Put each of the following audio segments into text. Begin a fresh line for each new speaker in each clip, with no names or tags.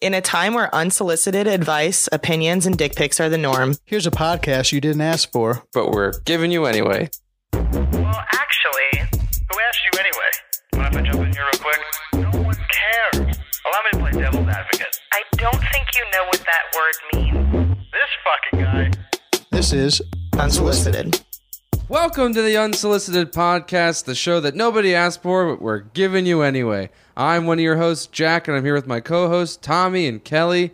In a time where unsolicited advice, opinions, and dick pics are the norm,
Here's a podcast you didn't ask for.
but we're giving you anyway.
Well, actually, who asked you anyway? Mind if I jump in here real quick? No one cares. Allow me to play devil's advocate.
I don't think you know what that word means.
This fucking guy.
This is
unsolicited.
Welcome to the Unsolicited Podcast, the show that nobody asked for, but we're giving you anyway. I'm one of your hosts, Jack, and I'm here with my co hosts, Tommy and Kelly.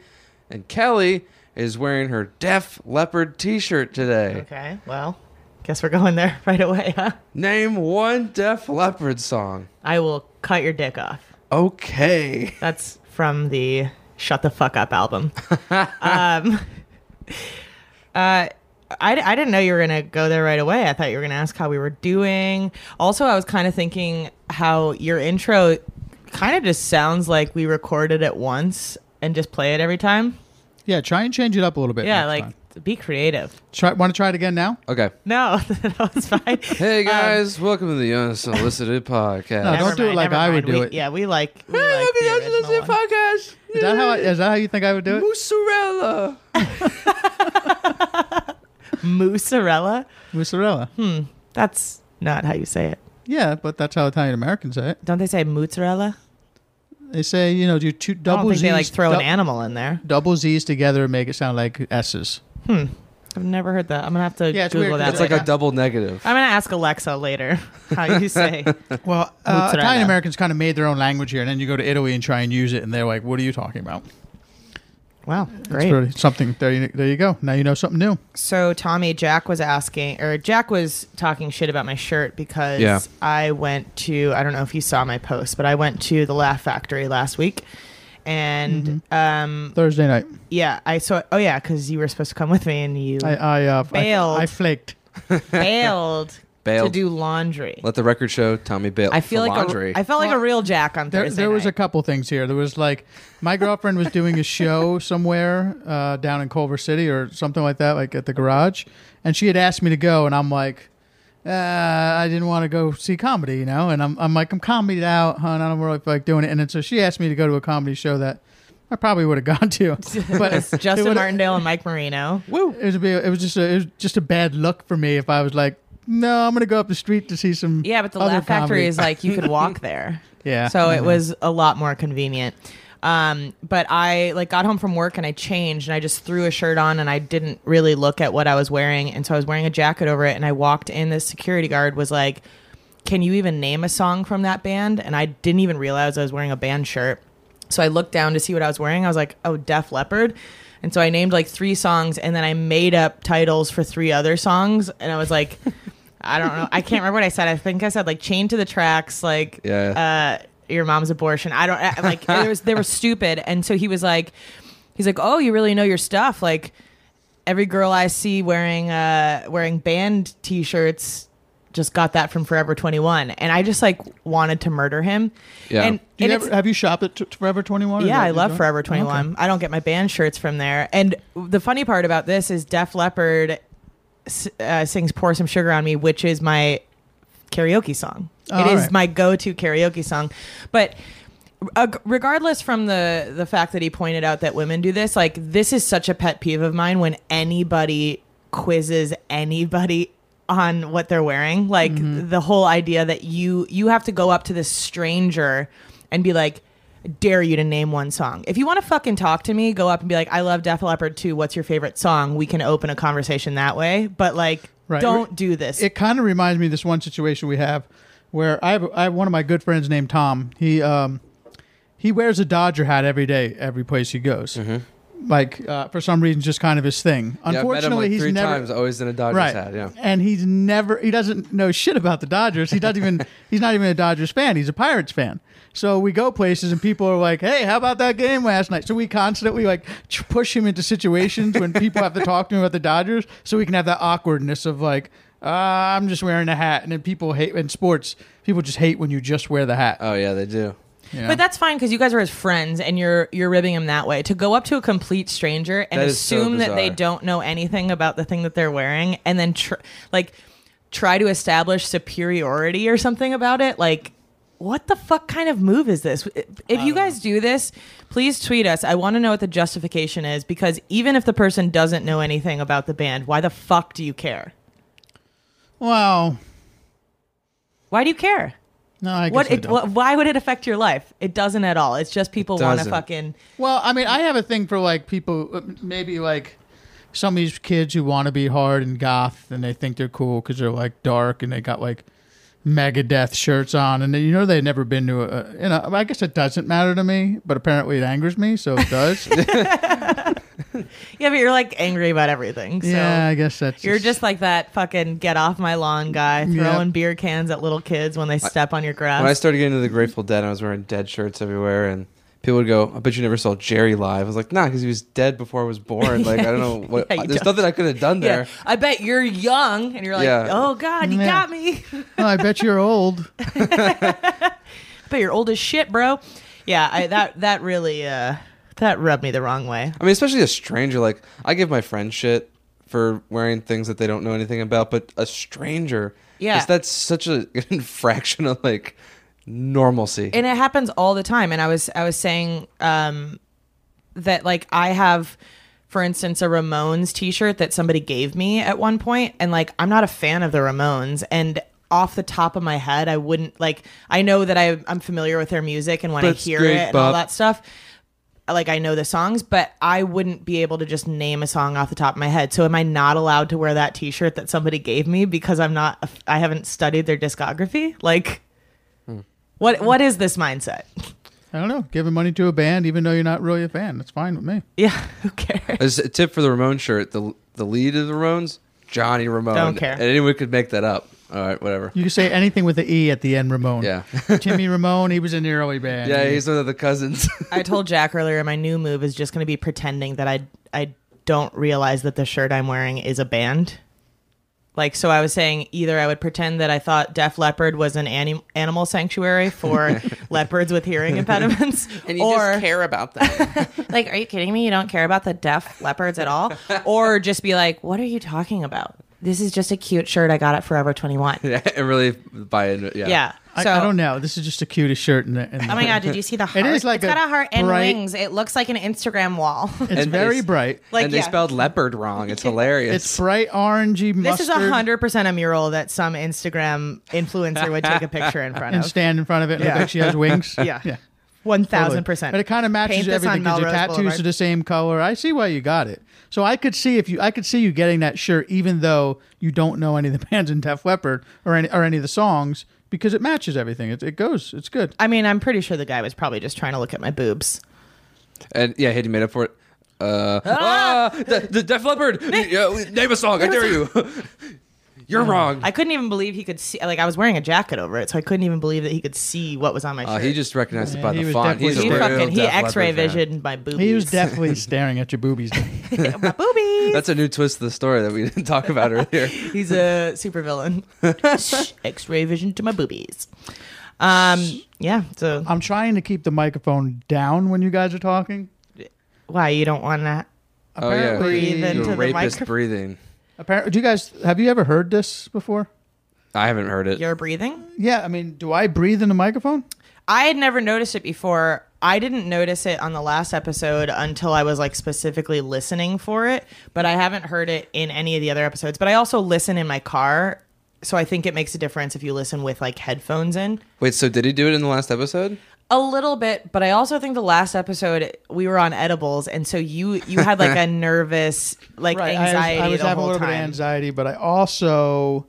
And Kelly is wearing her Def Leopard t shirt today.
Okay, well, guess we're going there right away, huh?
Name one Def Leopard song.
I will cut your dick off.
Okay.
That's from the Shut the Fuck Up album. um, uh, I, I didn't know you were going to go there right away. I thought you were going to ask how we were doing. Also, I was kind of thinking how your intro kind of just sounds like we recorded it once and just play it every time.
yeah. Try and change it up a little bit.
Yeah,
next
like
time.
be creative.
try. Want to try it again now?
Okay.
No, that was fine. Um,
Hey, guys. welcome to the Unsolicited Podcast.
No,
Never
don't do it
mind,
like
never
I would
mind.
do
We-
it.
Yeah, we like. We
Hey,
like
welcome
the
to the
original
Unsolicited
one.
Podcast.
Is that how? I, is that how you think I would do it?
Mozzarella.
Mozzarella.
Mozzarella.
That's not how you say it.
Yeah, but that's how Italian Americans say it.
Don't they say mozzarella?
They say you know do two
I
double
don't think
Z's.
they like throw an
dou-
animal in there.
Double Z's together and make it sound like S's.
I've never heard that. I'm gonna have to
Yeah, it's
Google
weird
that.
'cause
That's like
Yeah.
a double negative.
I'm gonna ask Alexa later how you say.
Well, uh,
Mozzarella.
Italian Americans kind of made their own language here, and then you go to Italy and try and use it, and they're like, "What are you talking about?"
wow,
It's
great.
really something. There you, there you go. Now you know something new.
so Tommy Jack was asking, or Jack was talking shit about my shirt because
Yeah.
I went to. I don't know if you saw my post, but I went to the Laugh Factory last week, and
Mm-hmm.
um,
Thursday night,
yeah, I saw. Oh yeah, because you were supposed to come with me, and you
I I uh,
Bailed.
I, I flaked.
failed,
Bailed.
to do laundry.
Let the record show Tommy Bale.
I feel
for
like
laundry.
a, I felt like a real Jack on
There,
Thursday.
there was a
night.
couple things here. There was like my girlfriend was doing a show somewhere uh, down in Culver City or something like that, like at the garage, and she had asked me to go, and I'm like, uh, I didn't want to go see comedy, you know, and I'm I'm like I'm comedied out, huh? And I don't really feel like doing it, and then so she asked me to go to a comedy show that I probably would have gone to, but it's
Justin Martindale and Mike Marino.
Woo. It was a, bit- it was just a, it was just a bad look for me if I was like, no, I'm gonna go up the street to see some.
Yeah, but the
other
Laugh Factory
comedy."
is like you could walk there.
Yeah.
So it was a lot more convenient. Um, but I like got home from work and I changed and I just threw a shirt on and I didn't really look at what I was wearing and so I was wearing a jacket over it and I walked in. This security guard was like, "Can you even name a song from that band?" And I didn't even realize I was wearing a band shirt. So I looked down to see what I was wearing. I was like, "Oh, Def Leppard." And so I named like three songs and then I made up titles for three other songs and I was like. I don't know. I can't remember what I said. I think I said like chain to the tracks, like
Yeah.
uh, your mom's abortion. I don't I- like. there was they were stupid, and so he was like, he's like, oh, you really know your stuff. Like every girl I see wearing uh wearing band t-shirts just got that from Forever Twenty One, and I just like wanted to murder him.
Yeah.
And,
Do you
and
ever-
it's-
have you shopped at t- Forever 21?
yeah, I love Forever 21. I don't get my band shirts from there. And the funny part about this is Def Leppard s- uh, sings Pour Some Sugar on Me, which is my karaoke song.
Oh,
it is
alright.
my go to karaoke song. But uh, regardless from the, the fact that he pointed out that women do this, like, this is such a pet peeve of mine when anybody quizzes anybody on what they're wearing like the whole idea that you you have to go up to this stranger and be like dare you to name one song. If you want to fucking talk to me, go up and be like, I love Def Leppard too. What's your favorite song? We can open a conversation that way. But like,
Right.
don't do this.
It kind of reminds me of this one situation we have where I have, I have one of my good friends named Tom. He um he wears a Dodger hat every day, every place he goes. Like uh, for some reason, just kind of his thing.
Mm-hmm. Yeah, I've met him
Unfortunately,
like
he's
three
never
times, always in a Dodgers hat. Yeah.
And he's never he doesn't know shit about the Dodgers. He doesn't even he's not even a Dodgers fan. He's a Pirates fan. So we go places and people are like, "Hey, how about that game last night?" So we constantly like ch- push him into situations when people have to talk to him about the Dodgers, so we can have that awkwardness of like, uh, "I'm just wearing a hat," and then people hate in sports. People just hate when you just wear the hat.
Oh yeah, they do.
you know?
but that's fine because you guys are his friends and you're you're ribbing him that way. To go up to a complete stranger and
That is so
assume that they
bizarre.
don't know anything about the thing that they're wearing and then tr- like try to establish superiority or something about it, like what the fuck kind of move is this? If you guys do this, please tweet us. I want to know what the justification is because even if the person doesn't know anything about the band, why the fuck do you care?
Wow.
Why do you care?
No, I guess
What,
I
it,
don't.
wh- why would it affect your life? It doesn't at all. It's just people want to
doesn't.
fucking
Well, I mean, I have a thing for like people, uh, maybe like some of these kids who want to be hard and goth, and they think they're cool because they're like dark and they got like Megadeth shirts on, and then, you know they've never been to a, you know. I guess it doesn't matter to me, but apparently it angers me, so it does.
yeah. But you're like angry about everything. So.
yeah, I guess that's.
You're just like that fucking get off my lawn guy throwing
Yeah.
beer cans at little kids when they step on your grass.
When I started getting into the Grateful Dead, I was wearing dead shirts everywhere, and people would go, "I bet you never saw Jerry live." I was like, "Nah, because he was dead before I was born. Like, I don't know what.
Yeah, you
there's
don't.
nothing I could have done
yeah.
there."
I bet you're young and you're like,
Yeah.
oh God, you
Yeah.
got me.
Oh, I bet you're old.
but you're old as shit, bro. Yeah, I, that that really uh, that rubbed me the wrong way.
I mean, especially a stranger. Like, I give my friends shit for wearing things that they don't know anything about, but a stranger,
Yeah.
'cause that's such a infraction of like normalcy.
and it happens all the time and i was i was saying um that like i have for instance a ramones t-shirt that somebody gave me at one point and like i'm not a fan of the ramones and off the top of my head i wouldn't like i know that I, i'm familiar with their music and when i
That's
hear
great,
it and all
Bob.
that stuff like i know the songs but i wouldn't be able to just name a song off the top of my head so am i not allowed to wear that t-shirt that somebody gave me because i'm not i haven't studied their discography like
Hmm.
what what is this mindset
I don't know. Giving money to a band, even though you're not really a fan, that's fine with me.
Yeah, who cares?
As a tip for the Ramon shirt, the the lead of the Ramones, Johnny Ramone.
Don't care.
And anyone could make that up. All right, whatever.
You can say anything with the e at the end, Ramon.
Yeah,
Timmy Ramon. He was in the early band.
yeah, he's one of the cousins.
I told Jack earlier my new move is just going to be pretending that I I don't realize that the shirt I'm wearing is a band. Like so I was saying either I would pretend that I thought Def Leopard was an anim- animal sanctuary for leopards with hearing impediments or
care about that.
like are you kidding me? You don't care about the deaf leopards at all or just be like what are you talking about? This is just a cute shirt I got at Forever 21. Yeah.
yeah, and really buy into it. Yeah.
I,
so
I don't know. This is just the cutest shirt in the. In the
Oh my god! Did you see the heart?
is like
it's got
a
a heart and
bright-
wings. It looks like an Instagram wall.
It's
And
very
it's-
bright.
Like,
and they
yeah.
spelled leopard wrong. It's hilarious.
It's bright orangey
This
mustard.
is a hundred percent a mural that some Instagram influencer would take a picture in front
And
of.
stand in front of it and look
Yeah.
like she has wings.
Yeah. One thousand percent.
But it kind of matches
Paint this
everything
on
because your
Melrose
tattoos
Boulevard.
are the same color. I see why you got it. So I could see if you, I could see you getting that shirt, even though you don't know any of the bands in Def Leppard or any or any of the songs, because it matches everything. It, it goes. It's good.
I mean, I'm pretty sure the guy was probably just trying to look at my boobs.
and yeah, Hidden made up for it. Uh, ah! the, the Def Leppard. Yeah, name a song. I dare you. You're wrong.
I couldn't even believe he could see. Like I was wearing a jacket over it, so I couldn't even believe that he could see what was on my shirt.
Uh, he just recognized it
Yeah,
by
he
the
was
font. He's a
he
definitely-
real
fucking he
Def
X-ray
Leppard fan.
visioned my boobies.
He was definitely staring at your boobies.
my boobies.
That's a new twist to the story that we didn't talk about earlier.
He's a supervillain. Shh, X-ray vision to my boobies. Um. Yeah. So
I'm trying to keep the microphone down when you guys are talking.
why you don't want to?
Oh yeah,
Apparently-
Breathe into
Your
the
rapist
microphone.
breathing.
Apparently, do you guys have you ever heard this before?
I haven't heard it.
You're breathing.
Yeah, I mean, do I breathe in the microphone?
I had never noticed it before. I didn't notice it on the last episode until I was like specifically listening for it, but I haven't heard it in any of the other episodes. But I also listen in my car, so I think it makes a difference if you listen with like headphones in.
Wait, so did he do it in the last episode?
A little bit, but I also think the last episode we were on edibles and so you you had like a nervous like anxiety
I was, I was
the
having a
whole
little bit of
time.
anxiety, but I also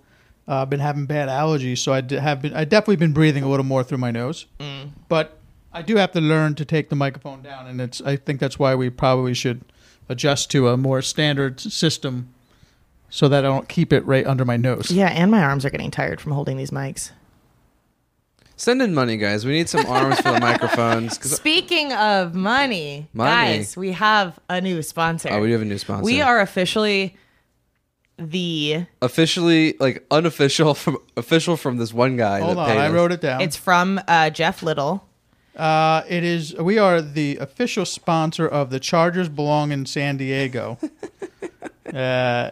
uh, been having bad allergies, so I d- have been. I definitely been breathing a little more through my nose,
Mm.
but I do have to learn to take the microphone down, and it's. I think that's why we probably should adjust to a more standard s- system, so that I don't keep it right under my nose.
yeah, and my arms are getting tired from holding these mics.
Send in money, guys. We need some arms for the microphones. 'cause-
Speaking of money,
Money.
guys, we have a new sponsor.
Oh, we do have a new sponsor.
We are officially the.
officially like unofficial from official from this one guy.
Hold
that
on,
paid
I
us.
wrote it down.
It's from uh, Jeff Little.
Uh, it is. We are the official sponsor of the Chargers belong in San Diego. uh,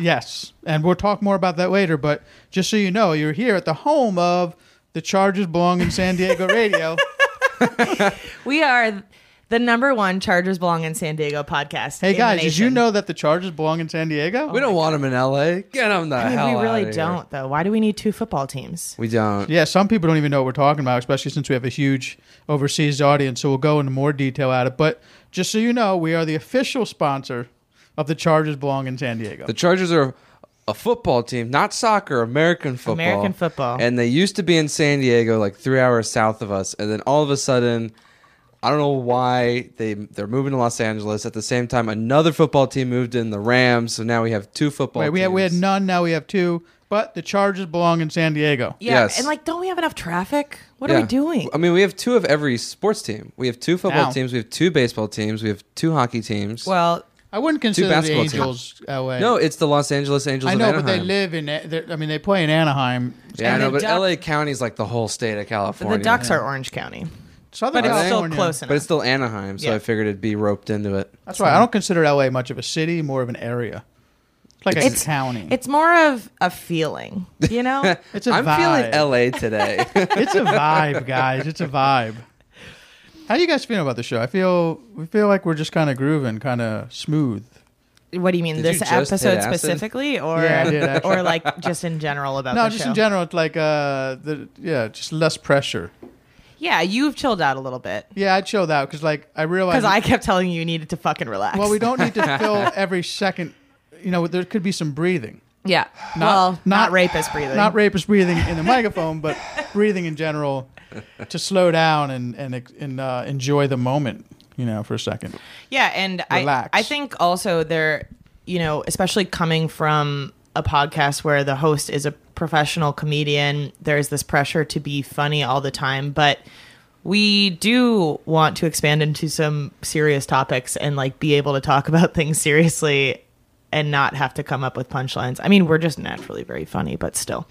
yes, and we'll talk more about that later. But just so you know, you're here at the home of The Chargers belong in San Diego radio.
We are the number one Chargers Belong in San Diego podcast.
Hey
in the
guys, did you
nation.
know that the Chargers belong in San Diego?
we don't want him in LA. Get him the
I mean,
hell
we really
outta here.
don't, though. Why do we need two football teams?
We don't.
Yeah, some people don't even know what we're talking about, especially since we have a huge overseas audience. So we'll go into more detail at it. But just so you know, we are the official sponsor of the Chargers belong in San Diego.
The Chargers are a football team, not soccer, American football.
American football.
And they used to be in San Diego, like three hours south of us. And then all of a sudden, I don't know why they they're moving to Los Angeles. At the same time, another football team moved in, the Rams. So now we have two football.
Wait, we had we had
teams.
none. Now we have two. But the Chargers belong in San Diego.
Yeah,
Yes.
and like, don't we have enough traffic? What are
Yeah.
we doing?
I mean, we have two of every sports team. We have two football
Ow.
teams. We have two baseball teams. We have two hockey teams.
Well,
I wouldn't consider the
basketball teams.
Angels LA.
no, it's the Los Angeles Angels.
I
of
know, but they
Anaheim.
live in. they're- I mean, they play in Anaheim.
Yeah, I
And
know,
the
but
Duck-
LA County's like the whole state of California.
the Ducks are Orange County,
Southern
but it's still
California.
close enough.
But it's still Anaheim, so
Yeah.
I figured it'd be roped into it.
That's why I don't consider LA much of a city, more of an area. It's like a county.
It's more of a feeling, you know?
It's a
I'm
vibe.
feeling LA today.
it's a vibe, guys. It's a vibe. How you guys feeling about the show? I feel we feel like we're just kind of grooving, kind of smooth.
what do you mean,
Did
this
you just hit
episode
acid?
specifically, or
Yeah, I did, actually.
or like just in general about
No,
the
just
show?
in general, it's like uh, the yeah, just less pressure.
Yeah, you've chilled out a little bit
Yeah, I'd show that because like I realize
because I kept telling you you needed to fucking relax.
well, we don't need to fill every second. You know, there could be some breathing.
Yeah, well, not,
not-
rapist breathing.
Not rapist breathing in the microphone, but breathing in general to slow down and and and uh, enjoy the moment. You know, for a second.
Yeah, and I
Relax.
I think also there, you know, especially coming from a podcast where the host is a professional comedian, there's this pressure to be funny all the time, but we do want to expand into some serious topics and like be able to talk about things seriously and not have to come up with punchlines. I mean, we're just naturally very funny, but still.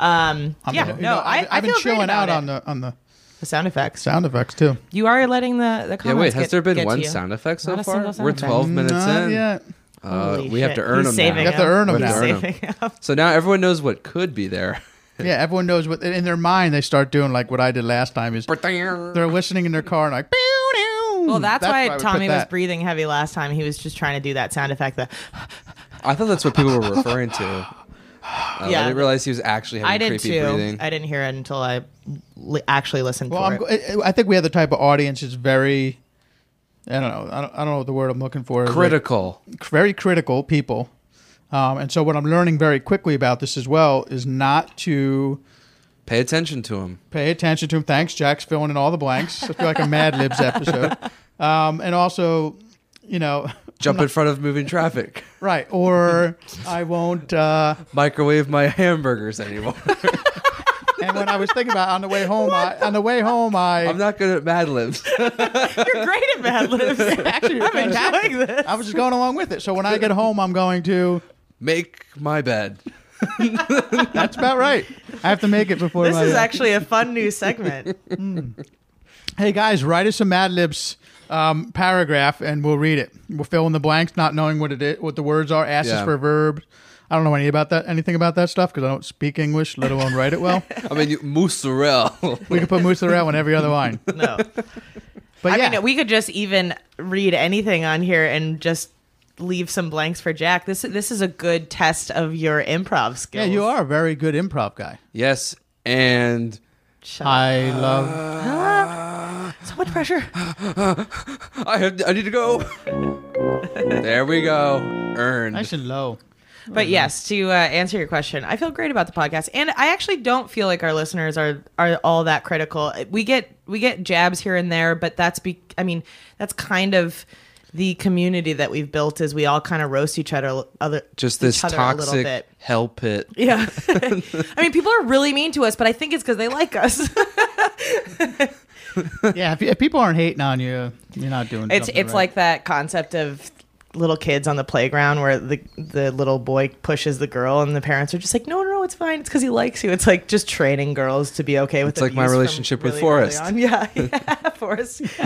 Um,
I'm-
yeah,
you
no,
know,
I,
I've,
I
I've been
feel great
chilling out
about it.
on the on the
the sound effects.
sound effects too.
You are letting the the comments.
yeah, wait, has
get-
there been
get to
one
you.
sound effect so
Not a
far?
single sound
We're
effect.
12 minutes
Not
in.
yet.
Uh,
Holy
we have
shit.
to earn
He's
them now.
saving
You have to
up.
earn 'em
He's
now.
saving up.
So now everyone knows what could be there.
Yeah, everyone knows what in their mind they start doing like what I did last time is they're listening in their car and like.
Well, that's, why,
we put
Tommy was
that.
breathing heavy last time. He was just trying to do that sound effect. That
I thought that's what people were referring to. Uh, I
Yeah.
didn't realize he was actually having
I did
creepy
too.
breathing.
I didn't hear it until I li- actually listened
Well,
for
I'm,
it.
go- I- I think we have the type of audience is very. I don't know. I don't, I don't know what the word I'm looking for. is, like,
Critical.
very critical people. Um, and so what I'm learning very quickly about this as well is not to
Pay attention to him.
pay attention to them. Thanks, Jack's filling in all the blanks. I feel like a Mad Libs episode. Um, and also, you know,
Jump in front of moving traffic.
right. Or I won't. Uh,
Microwave my hamburgers anymore.
and when I was thinking about it, on the way home, I, on the way home, I
I'm not good at Mad Libs.
You're great at Mad Libs. Actually, I'm enjoying this.
I was just going along with it. So when I get home, I'm going to.
Make my bed.
That's about right. I have to make it before
This
my,
is actually a fun new segment.
Hey guys, write us a Mad Libs um, paragraph and we'll read it. We'll fill in the blanks, not knowing what it is, what the words are. Ask us
Yeah.
for verbs. I don't know any about that, anything about that stuff because I don't speak English, let alone write it well.
I mean, you- mozzarella.
We could put mozzarella on every other wine,
No,
but
I
yeah,
mean we could just even read anything on here and just leave some blanks for Jack. This this is a good test of your improv
yeah,
skills.
you are a very good improv guy.
yes, and
Shut up.
I love.
So much pressure.
I have. I need to go. there we go. Earned.
Nice and low.
But
Mm-hmm.
yes, to uh, answer your question, I feel great about the podcast, and I actually don't feel like our listeners are are all that critical. We get we get jabs here and there, but that's be I mean that's kind of the community that we've built is we all kind of roast each other other
Just this
each other a little
toxic
bit.
hell pit.
Yeah, I mean people are really mean to us, but I think it's because they like us.
Yeah, if, if people aren't hating on you, you're not doing.
It's
something
it's
right.
like that concept of little kids on the playground where the the little boy pushes the girl and the parents are just like no no no it's fine it's because he likes you it's like just training girls to be okay with
It's like my
abuse from
relationship with
really early
Forrest.
on. yeah yeah Forrest Forrest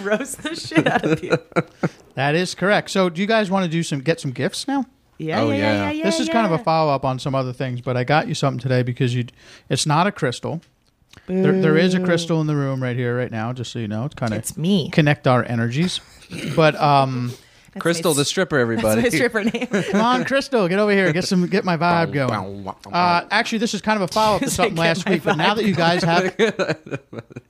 roasts the shit out of you
Oh,
that is correct. So, do you guys want to do some get some gifts now?
Yeah,
Oh,
yeah, yeah,
yeah.
yeah, yeah.
this is kind of a
yeah.
follow up on some other things, but I got you something today because you. It's not a crystal. There, there is a crystal in the room right here, right now. Just so you know, it's kind of
It's me.
connect our energies. But um,
That's
Crystal
my-
the stripper,
That's
everybody.
my stripper name.
come on, Crystal, get over here, get some, get my vibe going. Uh, actually, this is kind of a follow up to
Just
something
like, get
last
my
week, but now
vibe
that you guys have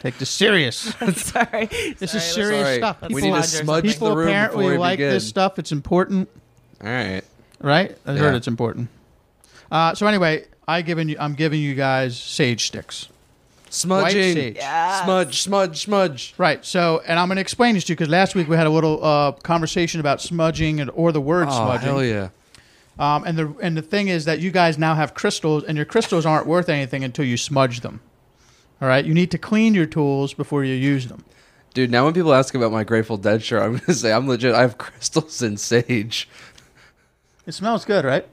take this serious,
Sorry.
this
Sorry,
is
let's-
serious
Sorry.
stuff.
We
People lodge
need to
or
smudge
something.
the
People
room before
apparently
we
like
begin.
this stuff. It's important.
All right.
right? I heard
Yeah.
it's important. Uh, so anyway, I giving you, I'm giving you guys sage sticks, white
Smudging.
sage,
Smudge, smudge, smudge.
right? So, and I'm going to explain this to you because last week we had a little uh, conversation about smudging and or the word
Oh,
smudging.
hell yeah.
Um, and the and the thing is that you guys now have crystals, and your crystals aren't worth anything until you smudge them. All right, you need to clean your tools before you use them.
Dude, now when people ask about my Grateful Dead shirt, I'm going to say I'm legit. I have crystals and sage.
It smells good, right?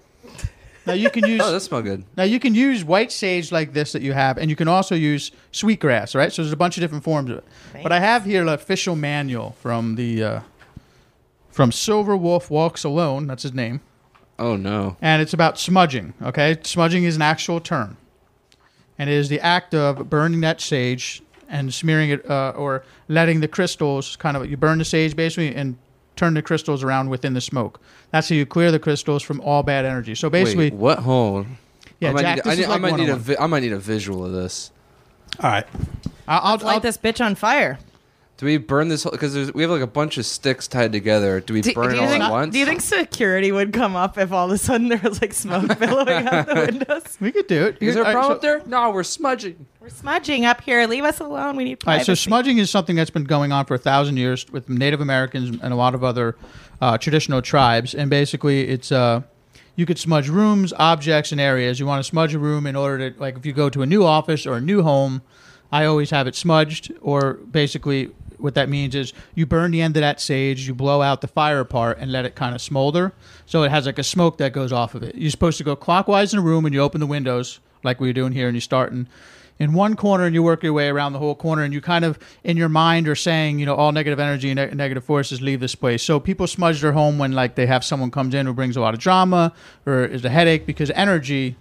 Now you can use
Oh, that smell good.
Now you can use white sage like this that you have, and you can also use sweetgrass, right? So there's a bunch of different forms of it. But I have here an official manual from the uh, from Silver Wolf Walks Alone. That's his name,
Oh, no.
and it's about smudging. Okay, smudging is an actual term, and it is the act of burning that sage and smearing it, uh, or letting the crystals kind of you burn the sage basically and turn the crystals around within the smoke. That's how you clear the crystals from all bad energy. So basically,
Wait, what? Hold. on.
yeah,
I might
Jack,
need,
this
I
is
need- I
like
might need a
101.
vi- I might need a visual of this.
All right. I'll, I'll,
Light this bitch on fire.
Do we burn this whole? Because we have like a bunch of sticks tied together. Do we
Do,
burn
do
it
you
all
think,
at once?
do you think security would come up if all of a sudden there was like smoke billowing out the windows?
We could do it.
is there a
uh,
All right,
problem
so-
up there? No, we're smudging.
We're smudging up here. Leave us alone. We need
All right,
privacy.
so smudging is something that's been going on for a thousand years with Native Americans and a lot of other uh, traditional tribes, and basically it's uh, you could smudge rooms, objects, and areas. You want to smudge a room in order to like if you go to a new office or a new home, I always have it smudged. Or basically, what that means is you burn the end of that sage, you blow out the fire part, and let it kind of smolder, so it has like a smoke that goes off of it. You're supposed to go clockwise in a room, and you open the windows like we were doing here, and you start and in one corner and you work your way around the whole corner and you kind of in your mind are saying you know all negative energy and ne- negative forces leave this place so people smudge their home when like they have someone comes in who brings a lot of drama or is a headache because energy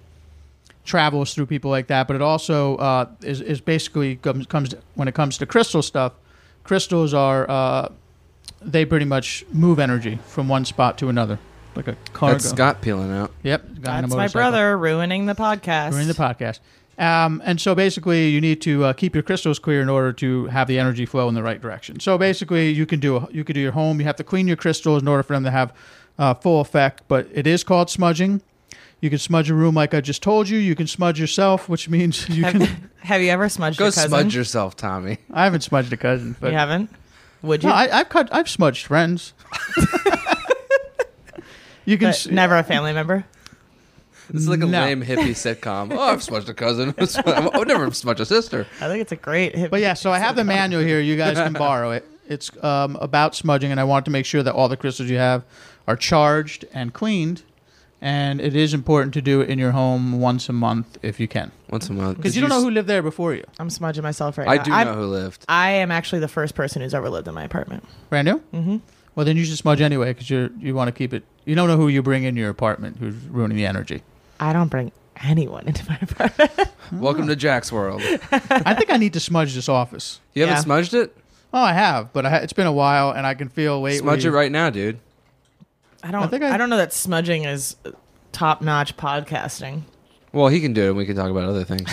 travels through people like that but it also uh, is, is basically comes, comes when it comes to crystal stuff crystals are uh, they pretty much move energy from one spot to another like a cargo
That's Scott peeling out.
yep guy on a
That's my
motorcycle.
brother ruining the podcast.
During the podcast. Um, and so basically, you need to uh, keep your crystals clear in order to have the energy flow in the right direction. So basically, you can do a, you can do your home. You have to clean your crystals in order for them to have uh, full effect. But it is called smudging. You can smudge a room, like I just told you. You can smudge yourself, which means you
have,
can.
have you ever smudged
Go
your cousin?
smudge yourself, Tommy.
I haven't smudged a cousin, but
You haven't? Would you?
no, I, I've cut. I've smudged friends. you can
But
s-
never a family member?
This is like a
No.
lame hippie sitcom. Oh, I've smudged a cousin. I would never smudge a sister.
I think it's a great hit.
But yeah, so I have the manual here. You guys can borrow it. It's um, about smudging, and I want to make sure that all the crystals you have are charged and cleaned. And it is important to do it in your home once a month if you can,
Once a month.
because you don't know who lived there before you.
I'm smudging myself right
I
now.
do
I'm-
know who lived.
I am actually the first person who's ever lived in my apartment.
Brand new. Mm-hmm. Well, then you should smudge anyway, because you you want to keep it. You don't know who you bring into your apartment who's ruining the energy.
I don't bring anyone into my apartment.
Welcome
Ah.
to Jack's world. You
I think I need to smudge this office.
haven't
Yeah.
smudged it?
Oh, I have, but I, ha- it's been a while, and I can feel lately.
Smudge it right now, dude.
I don't. I,
think I-
don't know that smudging is top notch podcasting.
Well, he can do it, and we can talk about other things.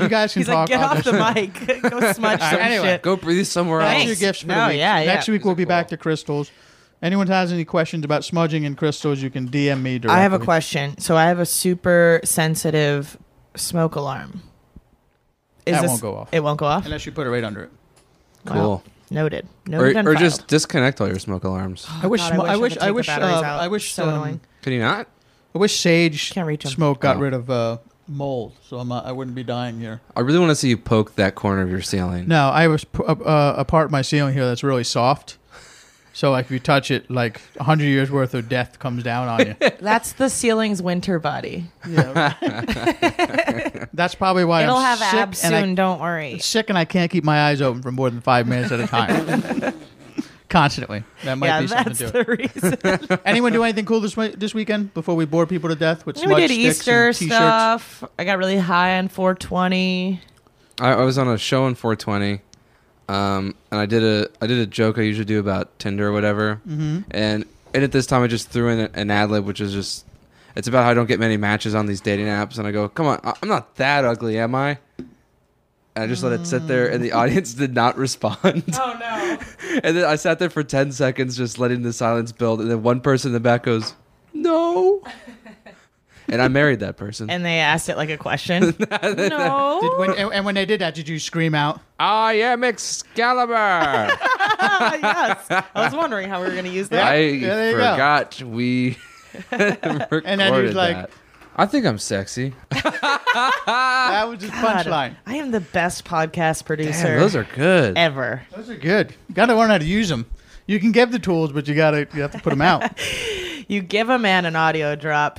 You guys can
He's like,
talk.
get
I'll
off
just-
the mic, go smudge some
anyway,
shit.
Go breathe somewhere
That's
Thanks.
your
else.
gifts for
No,
the week.
yeah, yeah.
Next week we'll be back to crystals. Anyone has any questions about smudging and crystals, you can DM me directly.
I have a question. So I have a super sensitive smoke alarm. Is
That won't go off.
It won't go off.
Unless you put it right under it.
Wow.
Cool.
Noted.
Or,
Noted. and
or
filed.
just disconnect all your smoke alarms.
I wish,
God,
sm- I
could
wish,
take
I
the
wish, uh,
batteries out.
I wish,
So
um,
annoying.
Can you not?
I wish sage
Can't reach 'em.
smoke got
Oh.
rid of uh, mold, so I'm, uh, I wouldn't be dying here.
I really want to see you poke that corner of your ceiling.
No, I was p- uh, uh, a part of my ceiling here that's really soft. So like if you touch it, like hundred years worth of death comes down on you.
That's the ceiling's winter body.
That's probably why
It'll
I'm
have
sick
abs
and I
soon. don't worry.
sick and I can't keep my eyes open for more than five minutes at a time. constantly. That might
yeah,
be something
that's
to do.
the reason.
Anyone do anything cool this we- this weekend before we bore people to death with
we
smudge
did
sticks
Easter
and t-shirts?
stuff. I got really high on 420.
I, I was on a show in 420, um, and I did a I did a joke I usually do about Tinder or whatever, mm-hmm. and and at this time I just threw in a- an ad lib, which is just it's about how I don't get many matches on these dating apps, and I go, come on, I- I'm not that ugly, am I? And I just let it sit there, and the audience did not respond.
Oh no!
And then I sat there for 10 seconds just letting the silence build. And then one person in the back goes, No. and I married that person.
And they asked it like a question. no.
Did- when- and, and when they did that, did you scream out?
I am Excalibur.
yes. I was wondering how we were gonna use that.
I
Yeah, there you go.
forgot we recorded
then he was like-
that. I think I'm sexy.
that was his
Uh, God,
punchline.
I am the best podcast producer
Man, those are good.
ever.
Those are good. You got to learn how to use them. You can give the tools, but you gotta you have to put them out.
You give a man an audio drop,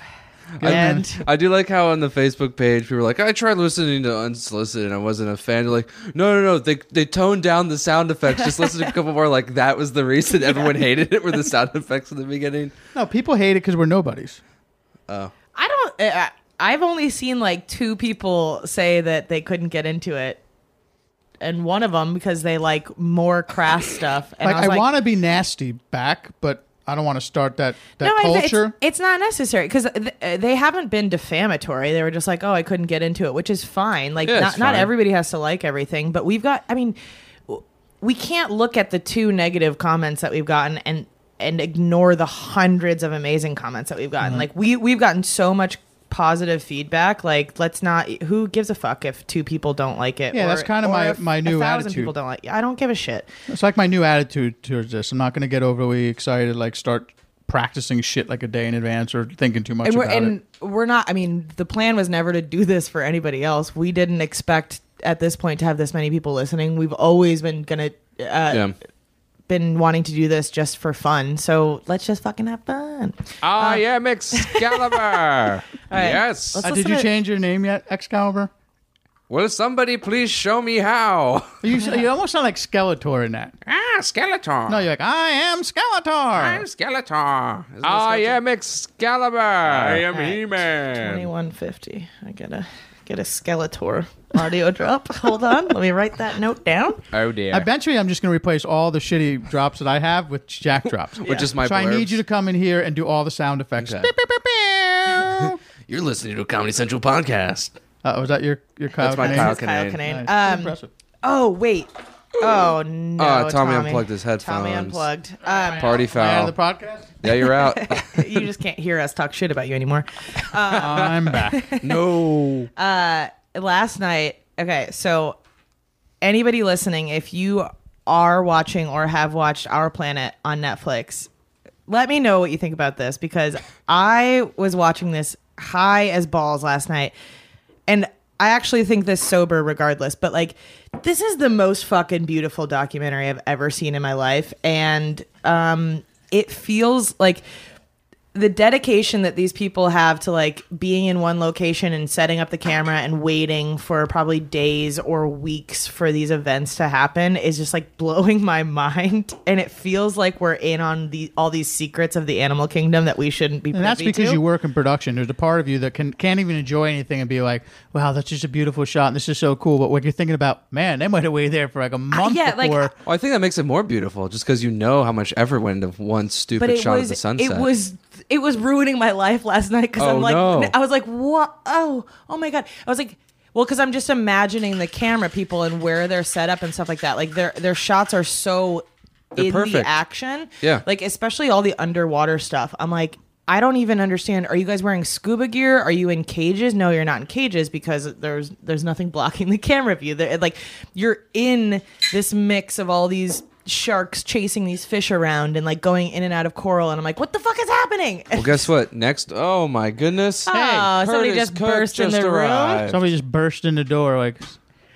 and
I do like how on the Facebook page people were like, I tried listening to unsolicited and I wasn't a fan. They're like, no, no, no. They they toned down the sound effects. Just listen to a couple more. Like that was the reason everyone hated it were the sound effects in the beginning.
No, people hate it because we're nobodies.
I don't. Uh, I've only seen like two people say that they couldn't get into it, and one of them because they like more crass stuff. And
Like
I, was
I,
like,
want to be nasty back, but I don't want to start that that
I- it's-
culture.
It's, not necessary because th- uh, they haven't been defamatory. They were just like, oh, I couldn't get into it, which is fine. Like,
Yeah,
not,
it's
not
fine.
everybody has to like everything, but we've got, I mean, w- we can't look at the two negative comments that we've gotten and and ignore the hundreds of amazing comments that we've gotten.
Mm-hmm.
Like, we, we've gotten so much positive feedback. Like, let's not, who gives a fuck if two people don't like it?
Yeah, that's kinda my-
if
my new
a thousand
attitude.
people don't like I don't give a shit.
It's like my new attitude towards this. I'm not going to get overly excited, like start practicing shit like a day in advance or thinking too much
and we're,
about
and
it.
we're not i mean the plan was never to do this for anybody else we didn't expect at this point to have this many people listening we've always been gonna uh,
Yeah.
been wanting to do this just for fun so let's just fucking have fun
I am Excalibur. Yes.
Ah. Let's-
Uh, did
listen
you
to-
change your name yet, Excalibur?
Will somebody please show me how?
You, you almost sound like Skeletor in that.
ah, Skeletor. Ah,
No, you're like, I am Skeletor.
Skeletor.
Ah,
I am Excalibur. I am
right.
He-Man.
2150 i gotta get a skeletor audio drop hold on let me write that note down
Oh dear.
Eventually, I'm just going to replace all the shitty drops that I have with Jack drops.
Which is my
so I need
blurbs.
you to come in here and do all the sound effects.
Okay.
Beep, beep, beep, beep.
You're listening to a Comedy Central podcast.
Uh, was that your your Kyle
my
Kinane?
Kyle
That's Kyle
Kinane.
Kinane.
Nice.
Um,
Impressive.
oh wait oh no
Oh, Tommy unplugged his
tommy
headphones.
unplugged um,
Party
Am I out
foul.
of the podcast?
yeah, you're out.
you just can't hear us talk shit about you anymore
I'm back.
no.
last night okay so anybody listening if you are watching or have watched our planet on netflix let me know what you think about this because i was watching this high as balls last night and i actually think this sober regardless but like this is the most fucking beautiful documentary i've ever seen in my life and um it feels like the dedication that these people have to like being in one location and setting up the camera and waiting for probably days or weeks for these events to happen is just like blowing my mind and it feels like we're in on the all these secrets of the animal kingdom that we shouldn't be
And that's
privy
because
to.
you work in production. There's a part of you that can, can't even enjoy anything and be like, wow, that's just a beautiful shot and this is so cool. But when you're thinking about, man, they might have waited there for like a month
Uh, yeah, like, uh,
before.
Well, I think that makes it more beautiful, just because you know how much effort went into one stupid
but it
shot
was
of the sunset.
it was it was ruining my life last night because
Oh,
I'm like
no.
I was like what oh oh my god I was like well because I'm just imagining the camera people and where they're set up and stuff like that like their their shots are so in
perfect.
the action
Yeah.
like especially all the underwater stuff I'm like. I don't even understand. Are you guys wearing scuba gear? Are you in cages? No, you're not in cages because there's there's nothing blocking the camera view. There, like you're in this mix of all these sharks chasing these fish around and like going in and out of coral and I'm like, what the fuck is happening?
Well, guess what? Next, oh my goodness!
Oh, somebody
Curtis
just
Cook
burst in
just
the room.
arrived.
Somebody just burst in the door like,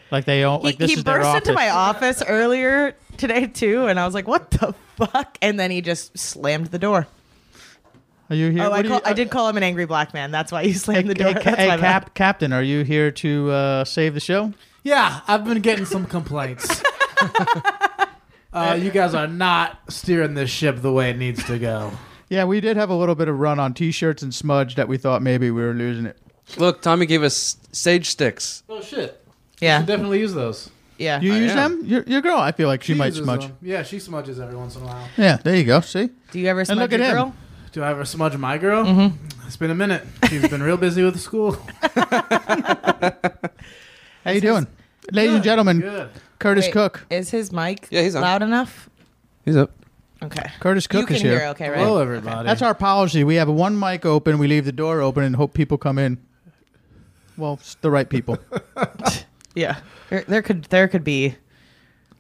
like they all, like
he
this
he
is their
burst
office.
into my office earlier today too and I was like, what the fuck? And then he just slammed the door.
Are you here?
Oh,
What
I,
are
call,
you-
I did call him an angry black man. That's why you slammed the door.
Hey, ca-
That's
hey,
my bad.
Cap- Captain, are you here to uh, save the show?
Yeah, I've been getting some complaints. Uh, you guys are not steering this ship the way it needs to go.
Yeah, we did have a little bit of run on T-shirts and smudge that we thought maybe we were losing it.
Look, Tommy gave us sage sticks.
oh shit!
Yeah.
definitely use those.
Yeah.
You
I
use
am.
them? Your, your girl, I feel like she, might
uses
smudge.
them. Yeah, she smudges every once in a while.
Yeah, there you go. See,
Do you ever smudge
look at
your
him.
girl?
Do I ever smudge my girl? Mm-hmm. It's been a minute. She's been real busy with school.
how you doing, ladies and gentlemen?
Good.
Curtis
Wait,
Cook.
Is his mic
Yeah, he's on.
loud enough?
He's up.
Okay.
Curtis
you
Cook
can
is here.
hear okay, right?
Hello, everybody.
That's our policy. We have one mic open. We leave the door open and hope people come in. Well, it's the right people.
Yeah. There, there could there could be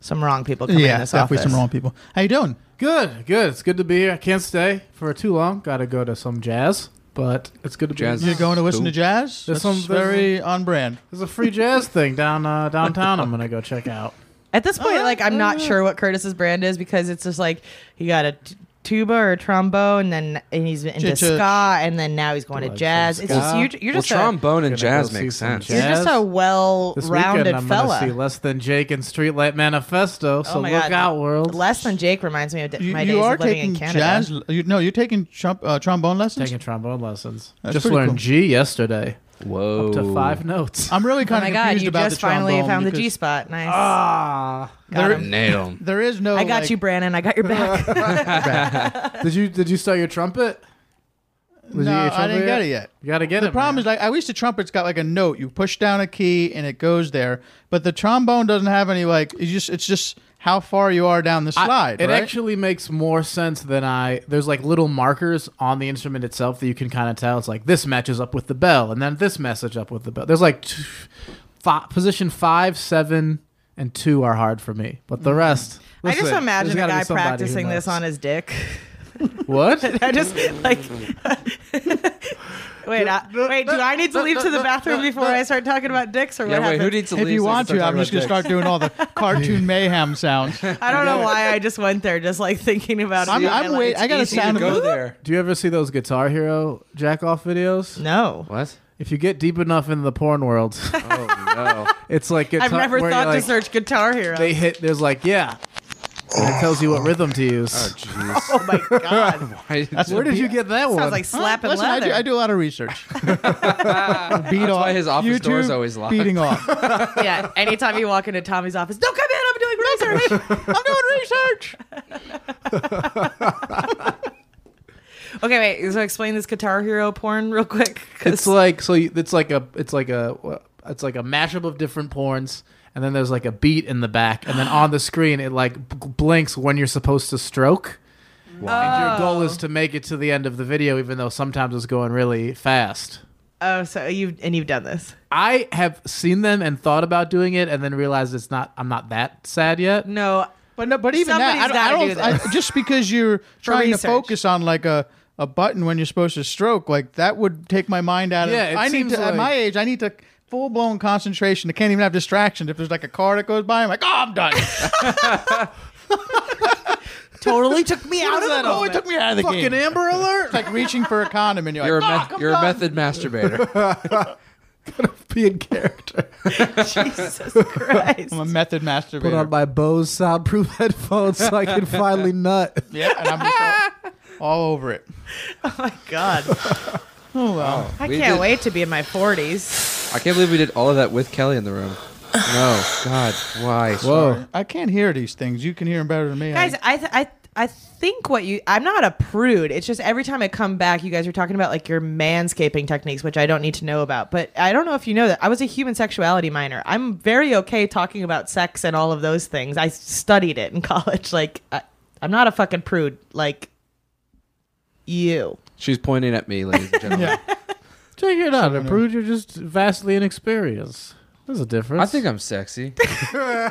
some wrong people coming
yeah,
in this
definitely
office.
some wrong people. How you doing?
good. Good. It's good to be here. I can't stay for too long. Got to go to some jazz, but it's good to be.
Jazz.
Here.
You're going to listen
Cool.
to jazz? That's
There's some- there's
very on brand.
There's a free jazz thing down uh, downtown. I'm gonna go check out.
At this point, like I'm not sure what Curtis's brand is because it's just like he got a t- tuba or a trombone, and then and he's into
Ch- ch-
ska, and then now he's going to
Like
jazz.
some
It's just
ska.
you're, you're
Well,
just a,
trombone and
Gonna
jazz
go see
makes
some
sense.
you're just a
Jazz.
well
This weekend
rounded
I'm gonna see
fella.
less than Jake and Streetlight Manifesto. So
oh my
look
god,
out, world.
Less than Jake reminds me of d-
You,
my
you
days
are
of living
taking
in Canada.
jazz. You, no, you're taking trump, uh, trombone lessons.
taking trombone lessons.
That's
just
pretty
learned
cool.
G yesterday
Whoa.
up to five notes.
I'm really
Oh
kind
my
of
god,
confused
you
about
just
the trombone
finally found the
because
G spot. Nice.
Ah,
Got
there-
him.
Nailed 'em.
There is no.
I got
like-
you, Brandon. I got your back.
did you did you start your trumpet? Was
No,
you your
I
trumpet
didn't get it yet.
You gotta get
the
it.
problem is like I wish the trumpet's got like a note. You push down a key and it goes there, but the trombone doesn't have any like. It's just it's just how far you are down the slide.
it
right?
actually makes more sense than I. There's like little markers on the instrument itself that you can kind of tell. It's like this matches up with the bell, and then this matches up with the bell. There's like t- fi- position five, seven, and two are hard for me, but the rest.
Mm-hmm. I just
listen,
imagine
there's
a
gotta be
guy
somebody who
practicing this
knows.
on his dick.
what?
I just like. wait, I, wait. Do I need to leave to the bathroom before I start talking about dicks, or what
Yeah, wait,
happened?
who needs to leave?
if you
so I
want
can
to, I'm just gonna
talk
start doing all the cartoon mayhem sounds.
I don't know why I just went there, just like thinking about it.
I'm-
and
I'm
like,
wait-
it's
I gotta
easy.
about
sound
jazz. You go there.
Do you ever see those Guitar Hero jack off videos?
No,
What?
If you get deep enough into the porn world,
Oh no.
it's like guitar,
I've never
where
thought
you're
to
like,
search Guitar Hero.
They hit. There's like yeah, and it tells you what rhythm to use.
Oh jeez.
oh my god,
Why did- That's
Where did you get that one?
sounds like slapping
Listen, I
leather.
do, I do a lot of research. Beat off.
why his office
YouTube,
door is always locked.
Beating off.
yeah, anytime you walk into Tommy's office, don't come in. I'm doing research.
I'm doing research.
okay, wait. So explain this Guitar Hero porn real quick. 'cause-
it's like so you, it's like a it's like a it's like a mashup of different porns and then there's like a beat in the back and then on the screen it like b- blinks when you're supposed to stroke and your
Oh.
goal is to make it to the end of the video even though sometimes it's going really fast
oh, so you and you've done this.
i have seen them and thought about doing it and then realized it's not i'm not that sad yet
No,
But no, but even
Somebody's
that, I,
gotta
don't- I
do
don't. I-
this.
just because you're trying to
research.
focus on like a, a button when you're supposed to stroke, like that would take my mind out of.
Yeah, it
I need
seems
to.
like-
at my age, I need to full blown concentration. I can't even have distraction. If there's like a car that goes by, I'm like, oh, I'm done.
totally took me out of the
oh, it
moment.
took me out of the
fucking
game.
amber alert
It's like reaching for a condom, and you're,
You're a,
like,
meth-
fuck, I'm
Oh, you're a
done."
method masturbator.
be in character
Jesus Christ.
I'm a method masturbator.
put on my bose soundproof headphones so i can finally nut
yeah, and I'm just all, all over it.
my God.
Oh wow.
I
We
can't
did-
wait to be in my 40s.
I can't believe we did all of that with Kelly in the room. No, God, why?
whoa
I can't hear these things. You can hear them better than me.
Guys,
I-
I, th- I, I think what you, I'm not a prude. It's just every time I come back, you guys are talking about like your manscaping techniques, which I don't need to know about. But I don't know if you know that I was a human sexuality minor. I'm very okay talking about sex and all of those things. I studied it in college. Like, I, I'm not a fucking prude. Like, you.
She's pointing at me, ladies and gentlemen.
Check it out. Improved, you're just vastly inexperienced. There's a difference.
I think I'm sexy.
oh,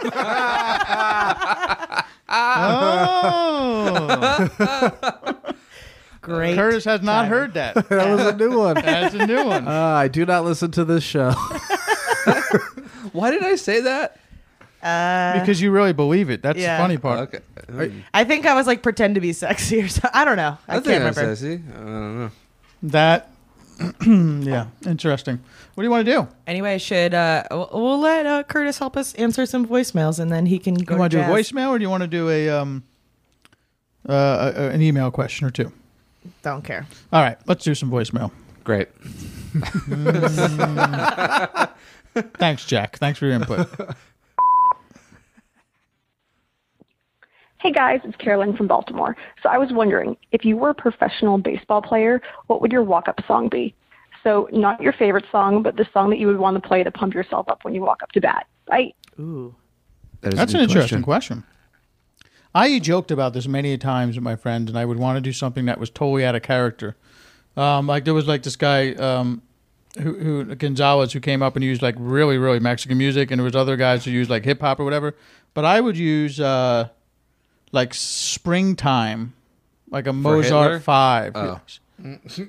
Great.
Curtis has not heard that.
that was a new one. uh,
That's a new one.
I do not listen to this show.
Why did I say that?
because you really believe it. That's
yeah.
the funny part.
Okay.
I think I was like pretend to be sexy or something. I don't know. I,
I,
can't
think I'm
remember.
sexy. I don't know.
That Yeah, interesting. What do you want to do?
Anyway, should uh, we'll, we'll let uh, Curtis help us answer some voicemails, and then he can go.
you want to do a
jazz.
voicemail or do you want to do a um uh, a- a- an email question or two?
Don't care.
All right, let's do some voicemail.
Great.
Thanks, Jack. Thanks for your input.
Hey guys, it's Carolyn from Baltimore. So I was wondering, if you were a professional baseball player, what would your walk up song be? So, not your favorite song, but the song that you would want to play to pump yourself up when you walk up to bat. Bye.
Ooh,
That is
That's
a
an
good
interesting question. I joked about this many times with my friends, and I would want to do something that was totally out of character. Um, like there was like this guy um, who, who Gonzalez who came up and used like really really Mexican music, and there was other guys who used like hip hop or whatever. But I would use uh, like springtime, like a
Hitler?
Mozart five.
Oh.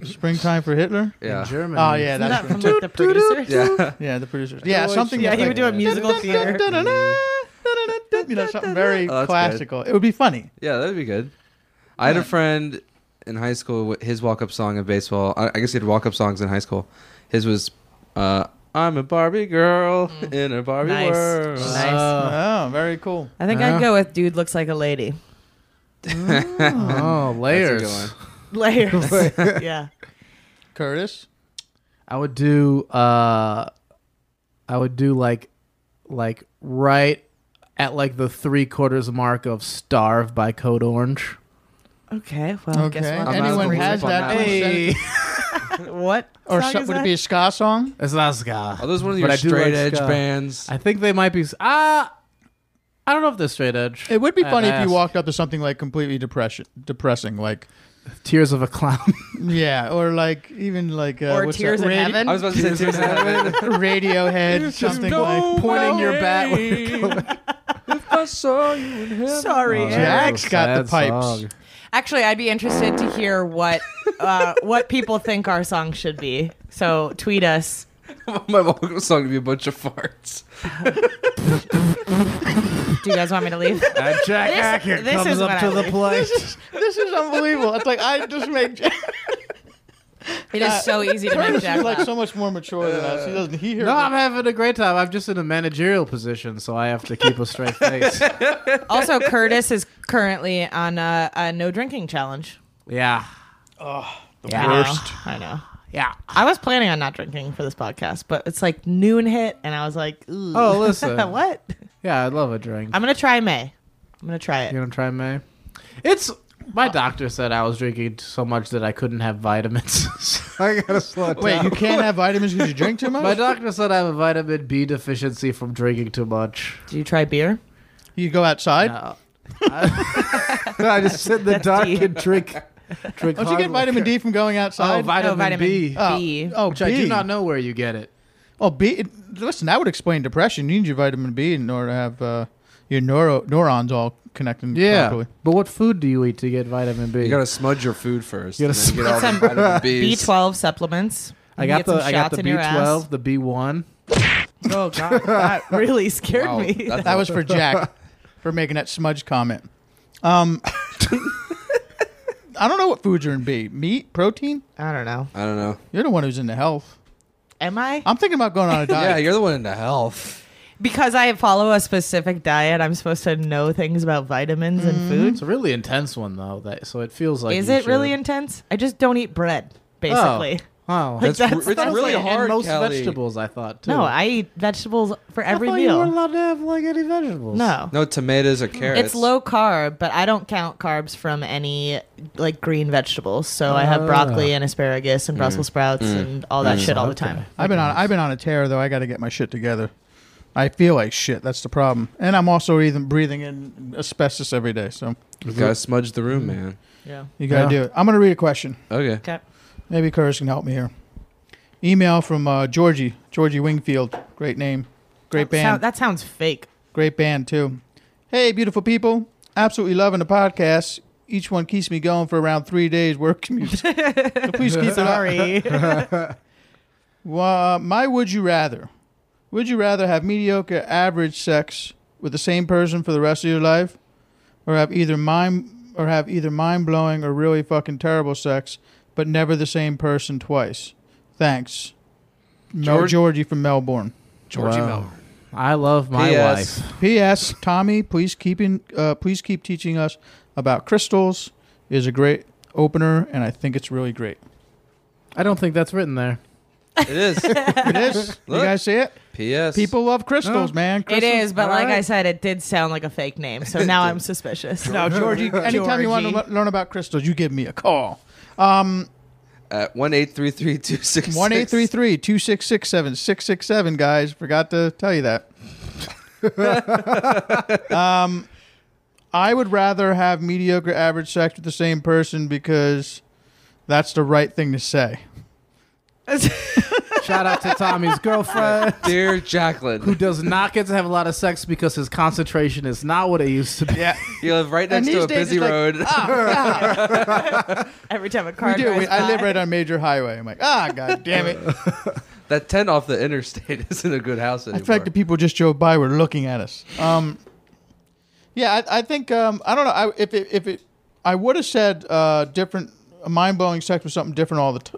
springtime for Hitler.
Yeah.
Germany.
Oh yeah,
not
that's
from like, the producer.
Yeah.
yeah the producers. Yeah, something.
Yeah, he
like-
would do a musical theater.
you know, something very
Oh, that's good.
classical. It would be funny.
Yeah, that'd be good. I had a friend in high school. wh- His walk-up song in baseball. I I guess he had walk-up songs in high school. His was, uh, "I'm a Barbie girl in a Barbie
Mm. Nice.
world."
Nice.
Oh, very cool.
I think I'd go with "Dude Looks Like a Lady."
Oh,
That's a good
layers.
one.
Layers. yeah.
Curtis.
I would do uh I would do like like right at like the three quarters mark of Starve by Code Orange.
Okay. Well,
Okay.
guess what?
I'm out of
Anyone
the
has
loop on
that?
that
please send it-
what?
Or
song
so,
is
would
that?
it be a ska song?
It's not ska.
Are Oh, those one of
But
your
I do
straight
like
edge
ska.
bands?
I think they might be ah I don't know if they're straight edge.
It would be funny if
ask.
you walked up to something like completely depression, depressing, like
Tears of a Clown.
yeah, or like even like uh,
or
what's
Tears
that?
in
Radi-
Heaven?
I was about to say Tears in Heaven.
Radiohead, something like.
pointing your bat with
if I saw you in heaven.
Sorry.
Oh,
Eric.
Jack's got the
Sad
pipes.
song.
Actually, I'd be interested to hear what uh, what people think our song should be. So tweet us.
My walk-up song would be a bunch of farts.
Do you guys want me to leave?
And Jack
This-
Acker
this
comes
is
up
what
to
I
the
like.
plate.
This is unbelievable. It's like I just make Jack.
It is so easy to make
Curtis
Jack
is like
laugh.
so much more mature than us. He doesn't. He hears.
No, I'm having a great time. I'm just in a managerial position, so I have to keep a straight face.
Also, Curtis is currently on a, a no drinking challenge.
Yeah.
I know, I know.
Yeah.
I was planning on not drinking for this podcast, but it's like noon hit, and I was like, Ooh.
Oh, listen.
what?
Yeah, I'd love a drink.
I'm gonna try May. I'm gonna try it.
You gonna try May? It's my doctor said I was drinking so much that I couldn't have vitamins. So I gotta slow down.
Wait, you can't have vitamins because you drink too much.
My doctor said I have a vitamin B deficiency from drinking too much.
Do you try beer?
you go outside.
No. I just sit in the dark
deep.
and drink. drink
Don't you get
hard
vitamin D
liquor.
from going outside?
Oh, vitamin,
no, vitamin
B.
Oh,
B.
Oh,
Which I do
B.
not know where you get it.
Well, B. it- Listen, that would explain depression. You need your vitamin B in order to have uh, your neuro, neurons all connecting properly.
But what food do you eat to get vitamin B?
You gotta smudge your food first.
You gotta
and then get all
Some
the vitamin Bs.
B12 supplements.
I
You
got
get some
the I got
shots
the
in your ass.
B12, the B1.
Oh god, that really scared
Wow,
me.
that's
That was for Jack for making that smudge comment. Um, I don't know what foods are in B. Meat, protein.
I don't know.
I don't know.
You're the one who's into health.
Am I?
I'm thinking about going on a
Yeah,
diet.
you're the one into health.
Because I follow a specific diet, I'm supposed to know things about vitamins and
It's
foods.
a really intense one though. That so it feels like
Is
you
it really
should-
intense? I just don't eat bread,
Oh,
basically.
wow.
Like,
That's, r-
that's-
it's
that's
really
like-
hard.
and most
Kelly.
vegetables, I thought too.
No, I eat vegetables for
I
every
thought You weren't
meal.
allowed to have like any vegetables.
No.
No tomatoes or carrots.
It's low carb, but I don't count carbs from any like green vegetables. So I have
Ah.
broccoli and asparagus
Mm.
and Brussels sprouts and all that shit all the time.
I've been on. I've been on a tear though. I got to get my shit together. I feel like shit. That's the problem. And I'm also even breathing in asbestos every day. So
You gotta smudge the
Mm.
room, man.
Yeah.
you got to
Yeah.
do it. I'm going to read a question.
Okay.
Okay.
Maybe Curtis can help me here. Email from uh, Georgie, Georgie Wingfield. Great name. Great
Oh, That, sound-
band.
that sounds fake.
Great band, too. Hey, beautiful people. Absolutely loving the podcast. Each one keeps me going for around three days work commute. so please keep it up.
Sorry.
Wha- my would you rather? Would you rather have mediocre average sex with the same person for the rest of your life, or have either mind or have either mind blowing or really fucking terrible sex, but never the same person twice? Thanks. Mel
George-
Georgie from Melbourne.
Georgie
Wow.
Mel.
I love my
P.S.
wife.
P.S. Tommy, please keep in, uh, please keep teaching us about crystals. It Is a great opener, and I think it's really great.
I don't think that's written there.
It is.
It is. you
Look.
guys see it?
P.S.
People love crystals,
No.
man.
It
Crystals.
is, but like I
right.
said, it did sound like a fake name, so now I'm suspicious.
Now, Georgie, anytime you want to
Georgie.
le- learn about crystals, you give me a call. Um,
at one eight three three two six
One eight three three two six six seven six six seven. Guys, forgot to tell you that. um, I would rather have mediocre, average sex with the same person because that's the right thing to say.
Shout out to Tommy's girlfriend
Dear
who
Jacqueline,
does not get to have a lot of sex because his concentration is not what it used to be.
Yeah,
you live right next to
these
a
days,
busy
it's like,
road.
Every time a car
we do.
drives
We, I live
by.
right on a major highway. I'm like, ah, god damn it.
that tent off the interstate isn't a good house anymore.
The fact that people just drove by were looking at us. Um, yeah, I, I think um, I don't know. I, if it, if it, I would have said uh, different, mind blowing sex with something different all the, t-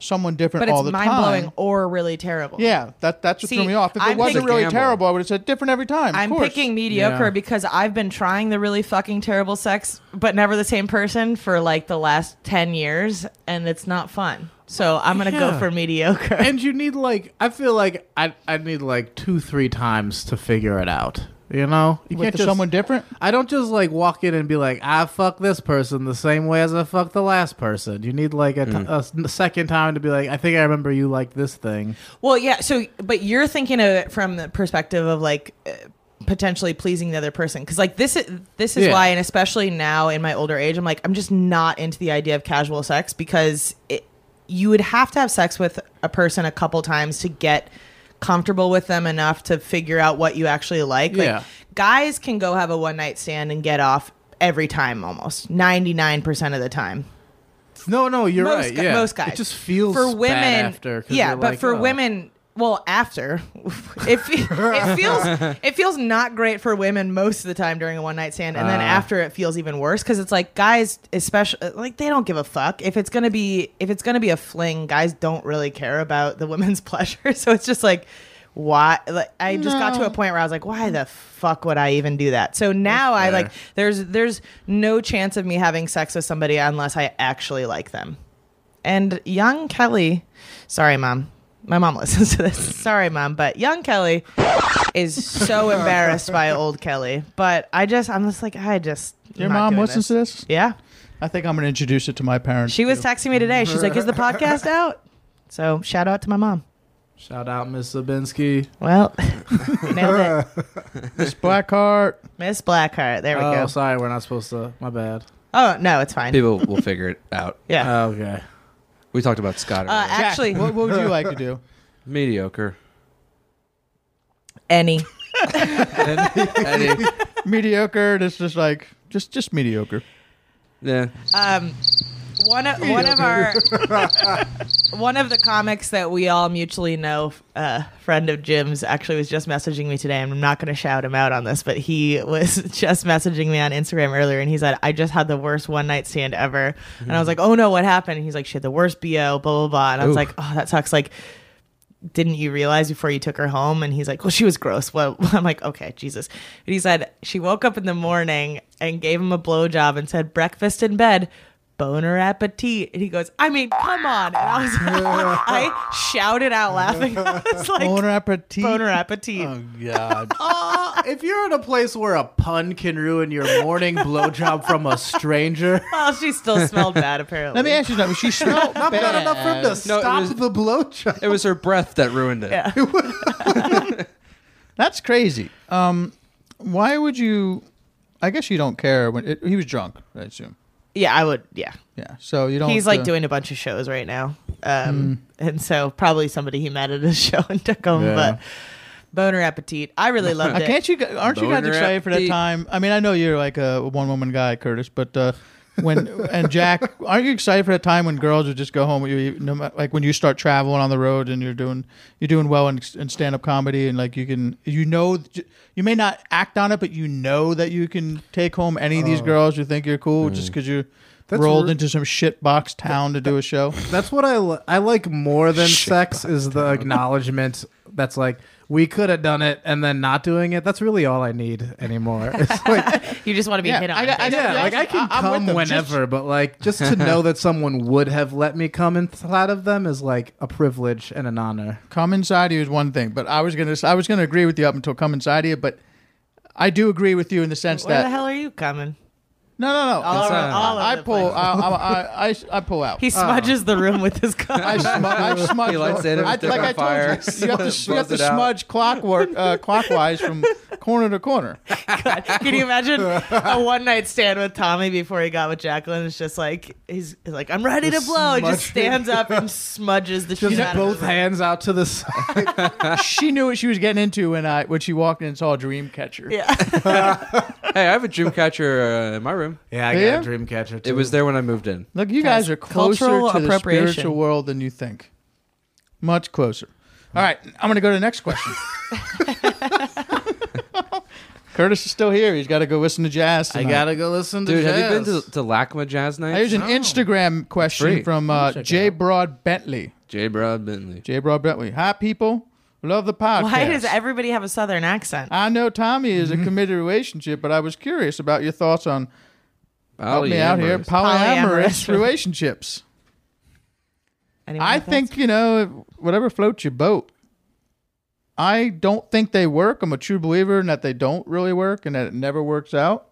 someone different
but
all
it's
the
mind blowing
time.
or really terrible.
Yeah, that that's what
See,
threw me off. If
I'm
it wasn't
picking-
really
Gamble.
terrible, I would have said different every time. of
I'm
course.
picking mediocre
Yeah.
because I've been trying the really fucking terrible sex, but never the same person for like the last 10 years, and it's not fun. So I'm going to go
Yeah.
for mediocre.
And you need like I feel like I I need like two three times to figure it out. You know, you
with someone different.
I don't just like walk in and be like, I fuck this person the same way as I fucked the last person. You need like a t- a s- second time to be like, I think I remember you like this thing.
Well, yeah. So, but you're thinking of it from the perspective of like uh, potentially pleasing the other person, because like this is this is
Yeah.
why, and especially now in my older age, I'm like I'm just not into the idea of casual sex because it, you would have to have sex with a person a couple times to get comfortable with them enough to figure out what you actually like.
Yeah.
Like guys can go have a one night stand and get off every time almost 99% of the time
No, no, you're
most,
right.
gu-
yeah,
most guys.
It just feels
for
bad
women.
after. 'cause
yeah,
you're
but
like,
for
"Oh."
women, well, after it, fe- it feels it feels not great for women most of the time during a one night stand, and then
Ah.
after it feels even worse because it's like guys, especially like they don't give a fuck if it's gonna be if it's gonna be a fling. Guys don't really care about the women's pleasure, so it's just like. Why? Like, I just got to
No.
a point where I was like, "Why the fuck would I even do that?" So now I
fair.
like there's there's no chance of me having sex with somebody unless I actually like them. And young Kelly, sorry, mom. My mom listens to this. Sorry, mom, but young Kelly is so embarrassed by old Kelly. But I just, I'm just like, I just.
Your
I'm not
mom
doing
listens
this.
to this.
Yeah,
I think I'm going to introduce it to my parents.
she was
too.
texting me today. She's like, "Is the podcast out?" So shout out to my mom.
Shout out Miss Zabinski.
Well, nailed it,
Miss Blackheart.
Miss Blackheart. There we
oh,
go.
sorry, we're not supposed to. My bad.
Oh no, it's fine.
people will figure it out.
Yeah.
Okay.
We talked about Scott.
Uh,
earlier.
actually,
Uh, What, what would you like to do?
Mediocre.
any.
Any,
mediocre. That's just like just just mediocre.
yeah.
um, one of one of our one of the comics that we all mutually know, uh, friend of Jim's, actually was just messaging me today. and I'm not going to shout him out on this, but he was just messaging me on Instagram earlier, and he said, "I just had the worst one night stand ever," and I was like, "Oh no, what happened?" And he's like, "She had the worst bo, blah blah blah," and I was
Oof.
like, "Oh, that sucks." Like. Didn't you realize before you took her home? And he's like, Well, she was gross. Well, I'm like, Okay, Jesus. But he said, She woke up in the morning and gave him a blowjob and said, Breakfast in bed, boner appetit. And he goes, I mean, come on. And I was I shouted out laughing. I was like,
Boner
boner,
appetit.
appetit.
Oh God.
Uh, if you're in a place where a pun can ruin your morning blowjob from a stranger,
Well, she still smelled bad, apparently.
Let me ask you something. She smelled
not bad enough for him to
No, it
stop
was-
the blowjob.
It was her breath that ruined it.
Yeah.
That's crazy. Um, why would you? I guess you don't care when it, he was drunk. I assume.
Yeah, I would. Yeah.
Yeah. So you don't.
He's like
uh, Hmm.
doing a bunch of shows right now. Um, And so probably somebody he met at his show and took home,
Yeah.
but boner appetit. I really loved
Uh,
it.
can't you? gu- Aren't you guys
Boner
excited for that
appetit.
time? I mean, I know you're like a one woman guy, Curtis, but uh, when and Jack, aren't you excited for that time when girls would just go home with you? you know, like when you start traveling on the road and you're doing you're doing well in, in stand up comedy and like you can you know you may not act on it, but you know that you can take home any of these girls who think you're cool just because you
That's
rolled
r-
into some shitbox town to do a show.
That's what I li- I like more than sex is the acknowledgement that's like we could have done it and then not doing it. That's really all I need anymore. It's like,
You just want to be hit on.
I- I-
yeah,
Yeah,
like I can
I- I'm with
come
them.
whenever, but like just to know that someone would have let me come inside of them is like a privilege and an honor.
Come inside you is one thing, but I was gonna I was gonna agree with you up until come inside you, but I do agree with you in the sense
Where
that
the hell are you coming?
no no no
All over,
Inside.
all over
I
the
pull
place.
I, I, I, I, I pull out.
He smudges the room with his cum.
I, smu- I smudge.
He lights it with
I,
different
like I told
fires.
you, you have to, you have to
Blows it out.
smudge clockwork uh, clockwise from corner to corner.
Can you imagine a one night stand with Tommy before he got with Jacqueline? It's just like he's, he's like, I'm ready to
Just
blow. He just
smudging.
stands up and smudges the shit
Just
out
both
of him.
hands out to the side.
she knew what she was getting into when I when she walked in and saw Dreamcatcher.
Yeah.
Hey, I have a dream catcher uh, in my room.
Yeah, I got
Yeah?
a dream catcher too.
It was there when I moved in.
Look, you
Guys,
guys are closer
cultural
to the
appropriation.
spiritual world than you think. Much closer. All right, I'm going to go to the next question. Curtis is still here. He's got to go listen to jazz.
I
Tonight.
gotta go listen to
Dude,
jazz.
have you been to, to Lacma Jazz Night?
Here's an Instagram question
Free.
from uh, J. Broad Bentley.
J. Brad Bentley.
J. Broad Bentley. Hi, people. Love the podcast.
Why does Mm-hmm. everybody have a southern accent?
I know Tommy is a committed relationship, but I was curious about your thoughts on help me out here
Polyamorous.
polyamorous
Polyamorous.
relationships.
Anyone
I
have thoughts?
think you know whatever floats your boat. I don't think they work. I'm a true believer in that they don't really work and that it never works out.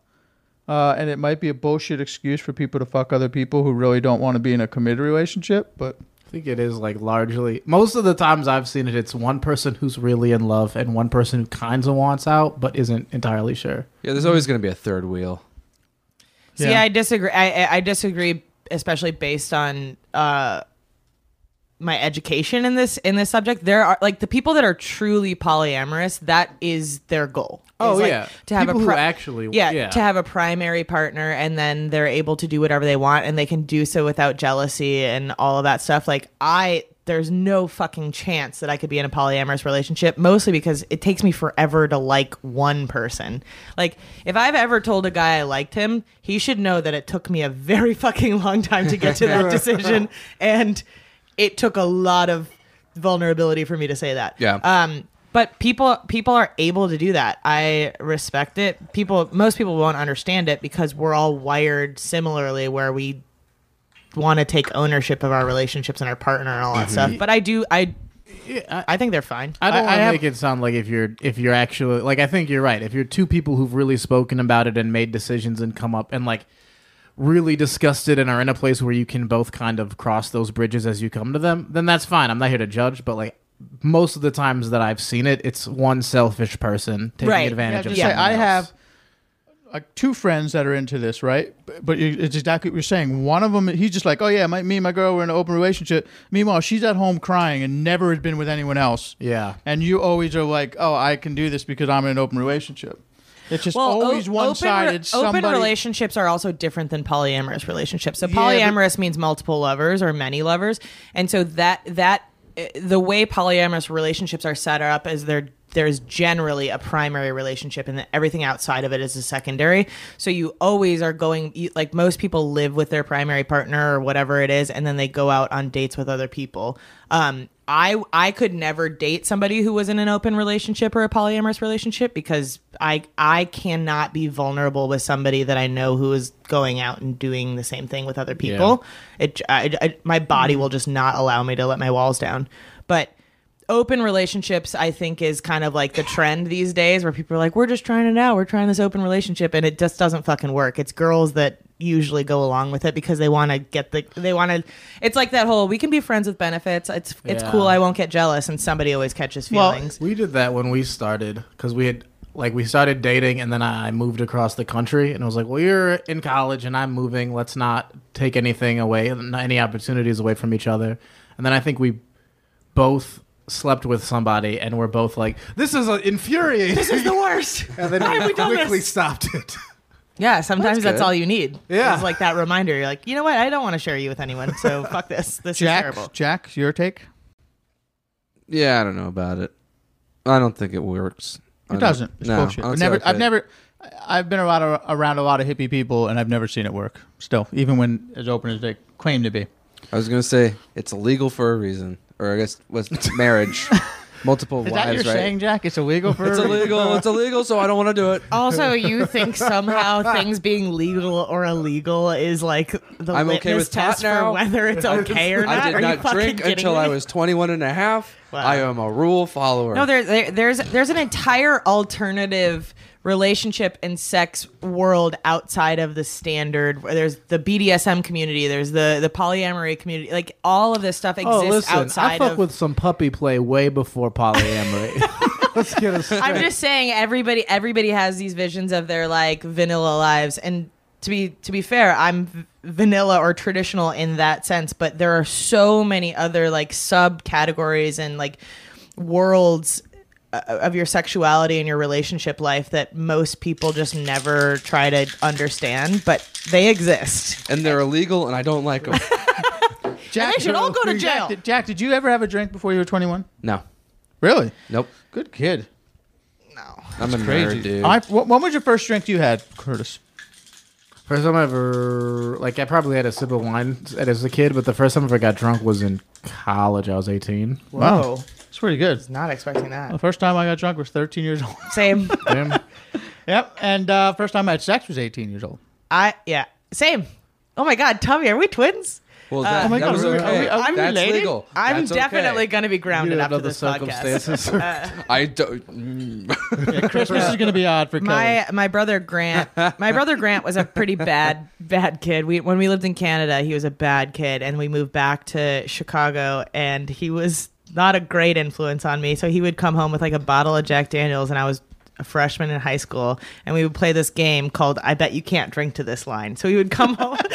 Uh, and it might be a bullshit excuse for people to fuck other people who really don't want to be in a committed relationship. But
I think it is like largely most of the times I've seen it. It's one person who's really in love and one person who kinds of wants out but isn't entirely sure.
Yeah, there's always going to be a third wheel.
See,
Yeah.
I disagree. I, I- I disagree, especially based on uh, my education in this in this subject. There are like the people that are truly polyamorous. That is their goal. is,
Oh,
like,
yeah.
to have
People
a
who
pri-
actually-
yeah,
yeah.
to have a primary partner, and then they're able to do whatever they want, and they can do so without jealousy and all of that stuff. Like I. There's no fucking chance that I could be in a polyamorous relationship, mostly because it takes me forever to like one person. Like, if I've ever told a guy I liked him, he should know that it took me a very fucking long time to get to that decision. And it took a lot of vulnerability for me to say that.
Yeah.
Um, but people people are able to do that. I respect it. People most people won't understand it because we're all wired similarly where we want to take ownership of our relationships and our partner and all that stuff. But I do I I think they're fine.
I
Mm-hmm. I-
don't
I
want to
have-
make it sound like if you're if you're actually like I think you're right. If you're two people who've really spoken about it and made decisions and come up and like really discussed it and are in a place where you can both kind of cross those bridges as you come to them, then that's fine. I'm not here to judge, but like most of the times that I've seen it, it's one selfish person taking
Right.
advantage
Yeah, just
of
say,
someone
I
else.
have like two friends that are into this, right? But, but you, it's exactly what you're saying. One of them, he's just like, oh yeah, my, me and my girl were in an open relationship. Meanwhile, she's at home crying and never had been with anyone else.
Yeah.
And you always are like, oh, I can do this because I'm in an open relationship. It's just
o-
always
open re-
one sided. somebody
Open relationships are also different than polyamorous relationships. So
but-
polyamorous means multiple lovers or many lovers, and so that that uh, the way polyamorous relationships are set up is there there's generally a primary relationship and then everything outside of it is a secondary so you always are going you, like most people live with their primary partner or whatever it is and then they go out on dates with other people um, I I could never date somebody who was in an open relationship or a polyamorous relationship because I I cannot be vulnerable with somebody that I know who is going out and doing the same thing with other people. It I, I- my body will just not allow me to let my walls down. But open relationships I think is kind of like the trend these days where people are like we're just trying it out. We're trying this open relationship and it just doesn't fucking work. It's girls that usually go along with it because they want to get the they want to it's like that whole we can be friends with benefits. It's it's
Yeah.
cool. I won't get jealous and somebody always catches feelings.
We did that when we started because we had like we started dating and then I moved across the country and I was like, well, you're in college and I'm moving. Let's not take anything away, any opportunities away from each other. And then I think we both slept with somebody and we're both like, this is uh, infuriating.
this is the worst.
and then
Why have
we
we done
quickly
this?
stopped it.
Yeah, sometimes that's,
good.
all you need.
Yeah.
It's like that reminder. You're like, you know what? I don't want to share you with anyone. So fuck this. This is
Jack,
terrible.
Jack, your take?
Yeah, I don't know about it. I don't think it works. I
It
don't-
doesn't. It's
no,
bullshit.
I'll
I've
say
never,
okay.
I've never, I've been around a, around a lot of hippie people, and I've never seen it work. Still, even when as open as they claim to be.
I was gonna say it's illegal for a reason, or I guess was marriage, multiple
Is that
wives,
you're
right?
saying, Jack? It's illegal for
it's illegal. It's illegal. So I don't want to do it.
Also, you think somehow things being legal or illegal is like the
I'm okay
litmus
with pot
test for
now.
whether it's okay or not?
I
Are
did
you
not
fucking
drink
kidding
until
me?
I was 21 and a half. I am a rule follower.
No, there, there, there's there's an entire alternative relationship and sex world outside of the standard. Where There's the BDSM community. There's the the polyamory community. Like all of this stuff exists
Oh, listen,
outside
I fuck
of.
with some puppy play way before polyamory. Let's get us straight.
I'm just saying everybody everybody has these visions of their like vanilla lives and to be to be fair, I'm v- vanilla or traditional in that sense, but there are so many other like subcategories and like worlds uh, of your sexuality and your relationship life that most people just never try to understand, but they exist.
and they're illegal, and I don't like them.
Jack,
they should all go to
Jack,
jail.
did- Jack, did you ever have a drink before you were 21?
no,
Really?
nope.
Good kid.
I'm a nerd, dude.
I, wh- when was your first drink you had, Curtis?
First time I ever, like, I probably had a sip of wine as a kid, but the first time I ever got drunk was in college. I was 18.
Wow. That's pretty good.
Not expecting
The
that.
first time I got drunk was 13 years old.
Same.
Damn.
yep. And uh, first time I had sex was 18 years old.
I yeah. Same. Oh my god, Tommy, are we twins?
well, that,
Oh my
that
God,
was
are we-
okay.
are we-
I'm
That's
related.
legal.
I'm
That's okay.
definitely going to be grounded after this podcast.
I don't.
Christmas is going to be odd for Kelly.
My my brother Grant, my brother Grant was a pretty bad bad kid. We when we lived in Canada, he was a bad kid, and we moved back to Chicago, and he was not a great influence on me. So he would come home with like a bottle of Jack Daniels, and I was a freshman in high school, and we would play this game called "I bet you can't drink to this line." So he would come home.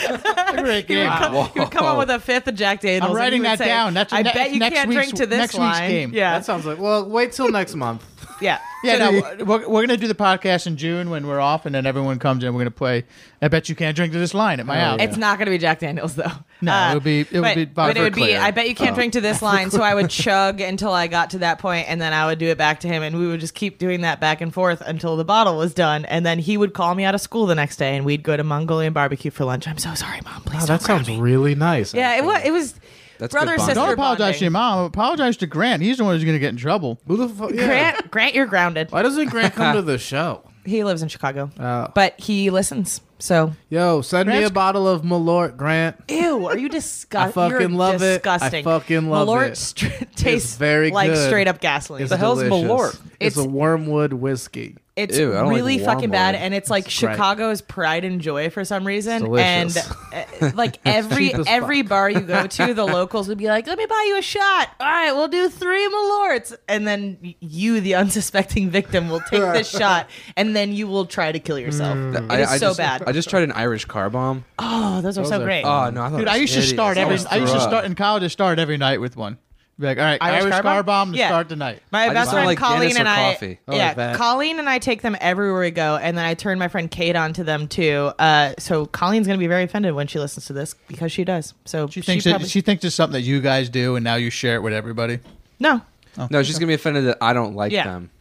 Great
He would,
game.
come, he would come
Whoa.
up with a fifth of Jack Daniels.
I'm
and he
writing
would
that
say,
down. That's-
I
that's
bet you
next
can't
week's-
drink to this
next week's
line.
game.
Yeah,
That sounds like, well, wait till next month.
yeah,
Yeah,
So
no,
the-
we're, we're going to do the podcast in June when we're off, and then everyone comes in. We're going to play. I bet you can't drink to this line at my house.
It's not going to be Jack Daniels though.
No, it would be- it would
but,
be Oh.
But it would be.
Everclear.
I bet you can't drink to this line. So I would chug until I got to that point, and then I would do it back to him, and we would just keep doing that back and forth until the bottle was done, and then he would call me out of school the next day, and we'd go to Mongolian barbecue for lunch. I'm so sorry, mom. Please.
Oh,
don't
that sounds
ground me.
really nice.
Yeah, it was. It was.
That's
brother
good bonding.
sister.
Don't apologize
bonding.
to your mom. Apologize to Grant. He's the one who's going to get in trouble.
Who the fuck? yeah.
Grant, Grant, you're grounded.
Why doesn't Grant come to the show?
He lives in Chicago,
Oh.
but he listens. So,
Yo, send me
Grant's-
a bottle of Malort, Grant.
ew, are you disgusting?
I fucking
You're
love it. I
disgusting.
fucking love
Malort
it.
str- tastes
very
like
good.
straight up gasoline.
It's
the hell's
delicious.
Malort?
It's-
It's, a wormwood whiskey.
It's
Ew, I don't like
really
warm
fucking bad,
wine.
and it's like
great.
Chicago's pride and joy for some reason.
delicious.
And uh, like every
cheap as
every bar you go to, the locals would be like, "Let me buy you a shot. All right, we'll do three Malorts," and then y- you, the unsuspecting victim, will take this shot, and then you will try to kill yourself.
Mm.
It is
I
so
just,
bad.
I just tried an Irish car bomb.
oh, those are so great.
Oh no, I thought
Dude,
it
I
was
used to
hideous.
start every.
almost
I used to
threw up.
start in college. I started every night with one. Be like, all right,
Irish
Irish,
car bomb?
car bomb to
Yeah.
start the night.
My
I just
best
don't
friend
like
Colleen
Guinness or
and I,
coffee.
I like
yeah,
that.
Colleen and I take them everywhere we go, and then I turn my friend Kate on to them too. Uh, so Colleen's gonna be very offended when she listens to this because she does. So
She thinks
probably-
it, she thinks it's something that you guys do, and now you share it with everybody.
no,
No, she's gonna be offended that I don't like
Yeah.
them,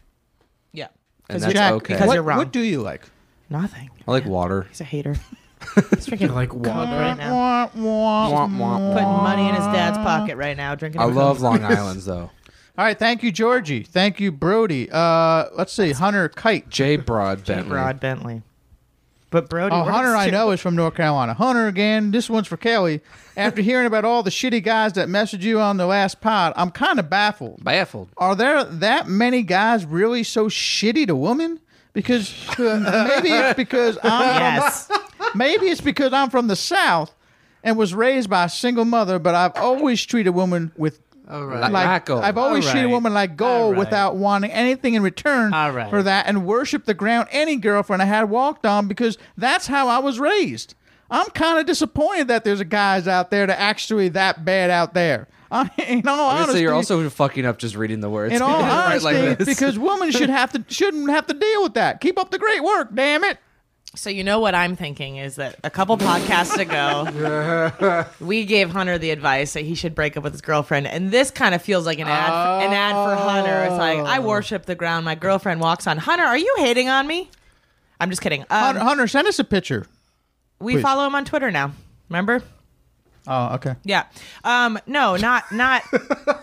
yeah,
and
'Cause
that's
you're-
okay.
because
what,
you're wrong.
What do you like?
nothing.
I like water.
He's a hater. He's drinking
Like water.
right now,
Womp, womp,
putting
womp.
money in his dad's pocket right now, drinking.
I
Coke.
love Long Island's though.
All right, thank you, Georgie. Thank you, Brody. Uh, let's see, Hunter Kite.
J. Broad Bentley.
Rod Bentley, but Brody.
Oh,
works
Hunter, I
too.
know is from North Carolina. Hunter again. This one's for Kelly. After hearing about all the shitty guys that messaged you on the last pod, I'm kind of baffled.
Baffled.
are there that many guys really so shitty to women? Because uh, maybe it's because I'm
Yes,
maybe it's because I'm from the South and was raised by a single mother, but I've always treated women with
right.
like
Like gold.
I've always
All
treated
right.
women like gold
All right.
without wanting anything in return
All right.
for that, and worshiped the ground any girlfriend I had walked on because that's how I was raised. I'm kind of disappointed that there's guys out there that actually that bad out there. I, in all
I'm gonna
honesty,
say you're also fucking up just reading the words.
in all
Right,
honesty,
like this.
because women should have to shouldn't have to deal with that. Keep up the great work, damn it.
So you know what I'm thinking is that a couple podcasts ago, we gave Hunter the advice that he should break up with his girlfriend, and this kind of feels like an ad, an
Oh.
ad for Hunter. It's like I worship the ground my girlfriend walks on. Hunter, are you hating on me? I'm just kidding.
Hunter,
Um,
Hunter, send us a picture.
we
please.
follow him on Twitter now. Remember?
Oh, okay.
Yeah. Um, no, not not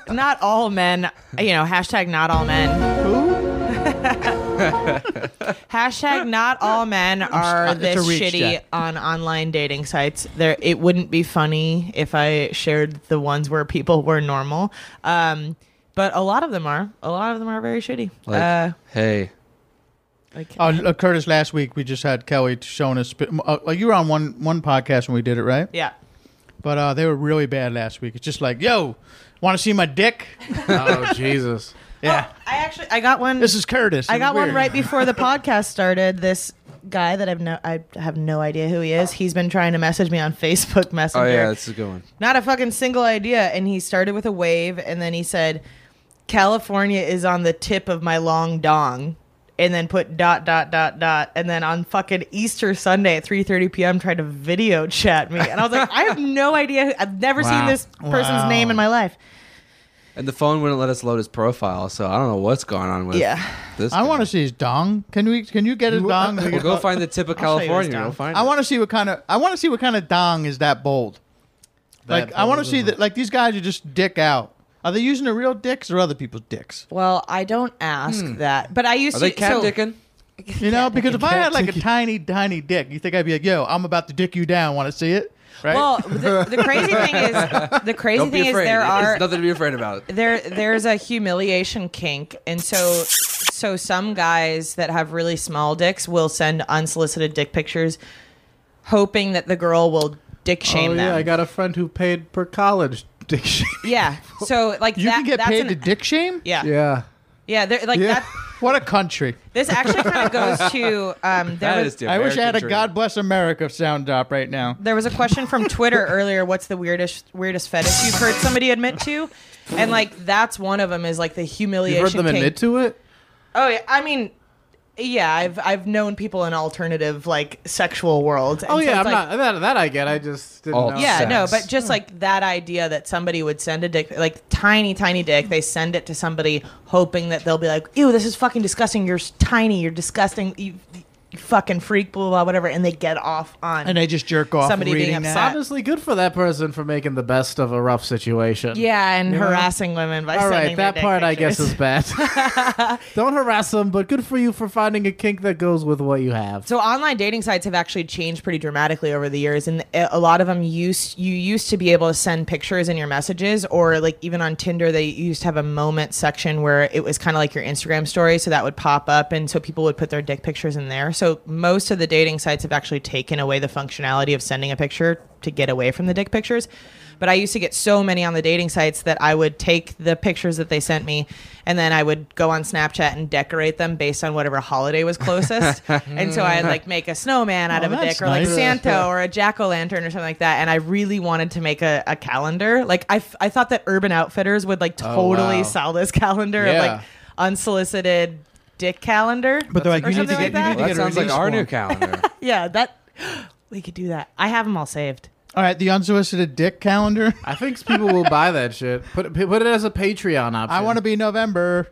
not all men. You know, hashtag not all men. hashtag not all men are
uh, it's a
this
reach,
shitty
Jack.
on online dating sites. There, it wouldn't be funny if I shared the ones where people were normal. Um, but a lot of them are. A lot of them are very shitty.
Like,
uh,
hey,
like
Oh, uh, Curtis, last week we just had Kelly showing us. Uh, you were on one one podcast when we did it, right?
yeah.
But uh, they were really bad last week. It's just like, yo, want to see my dick?
oh Jesus.
Yeah.
Oh, I actually I got one.
This is Curtis.
I got one
Weird.
right before the podcast started. This guy that I've no I have no idea who he is. He's been trying to message me on Facebook
oh
Messenger.
yeah, that's a good one.
Not a fucking single idea. And he started with a wave and then he said, California is on the tip of my long dong. And then put dot dot dot dot, and then on fucking Easter Sunday at three thirty p.m. tried to video chat me, and I was like, I have no idea. Who, I've never seen
Wow.
this person's
Wow.
name in my life.
And the phone wouldn't let us load his profile, so I don't know what's going on with
Yeah.
this.
I want to see his dong. Can we? Can you get his dong?
uh,
uh,
Well, go find the tip of
I'll show you his
California.
dong.
You'll find
I
it.
want to see what kind of. I want to see what kind of dong is that bold.
That
like I want to
bold,
see
uh-huh.
that. Like these guys are just dick out. Are they using the real dicks or other people's dicks?
Well, I don't ask that, but I used
Hmm. Are
to.
they
so-
cat dicking?
You know, because if I had like a tiny, tiny dick, you think I'd be like, "Yo, I'm about to dick you down. Want to see it?" Right?
Well, the, the crazy thing is, the crazy
Don't be
thing is
afraid.
there are
There's nothing to be afraid about.
there there's a humiliation kink, and so so some guys that have really small dicks will send unsolicited dick pictures, hoping that the girl will dick shame
oh
them.
yeah, I got a friend who paid per college dick shame.
yeah, so like
you
that,
can get
that's
paid
an,
to dick shame.
Yeah, yeah,
Yeah.
they're- like
Yeah.
that.
What a country!
This actually kind of goes to um, there
That
was
is the
I wish I had a
American
"God
dream.
Bless America" sound drop right now.
There was a question from Twitter earlier. What's the weirdest weirdest fetish you've heard somebody admit to? And like that's one of them is like the
You
humiliation.
heard them
kink.
admit to it?
Oh yeah, I mean, yeah, I've I've known people in alternative like sexual worlds. and
Oh
so
yeah, I'm
it's like-
not that, that I get. I just didn't
Oh,
know.
Yeah,
sex.
no, but just like that idea that somebody would send a dick, like tiny, tiny dick, they send it to somebody hoping that they'll be like, "Ew, this is fucking disgusting. You're s- tiny. You're disgusting. You, you fucking freak." Blah blah whatever, and they get off on.
And they just jerk off
Somebody being
reading
upset.
that.
Honestly, good for that person for making the best of a rough situation.
yeah, and
You know?
harassing women by
All
sending their
right, that
dick
part I guess
pictures.
is bad. Don't harass them, but good for you for finding a kink that goes with what you have.
So online dating sites have actually changed pretty dramatically over the years, and a lot of them used you used to be able to send pictures in your messages, or like even on Tinder, they used to have a moment section where it was kind of like your Instagram story, so that would pop up, and so people would put their dick pictures in there. So most of the dating sites have actually taken away the functionality of sending a picture to get away from the dick pictures. But I used to get so many on the dating sites that I would take the pictures that they sent me and then I would go on Snapchat and decorate them based on whatever holiday was closest. and so I'd like make a snowman out
Oh,
of a
that's
dick or like
nice.
Santa or a jack o' lantern or something like that. And I really wanted to make a, a calendar. Like I, f- I thought that Urban Outfitters would like totally
wow.
sell this calendar
Yeah.
of like unsolicited dick calendar.
But they're like,
or
you need to
something
get,
like
you need
that.
to
Well,
get a
that sounds like
release Uh,
our
form.
new calendar.
yeah, that we could do that. I have them all saved.
All right, the unsolicited dick calendar.
I think people will buy that shit. Put it, put it as a Patreon option.
I want to be November.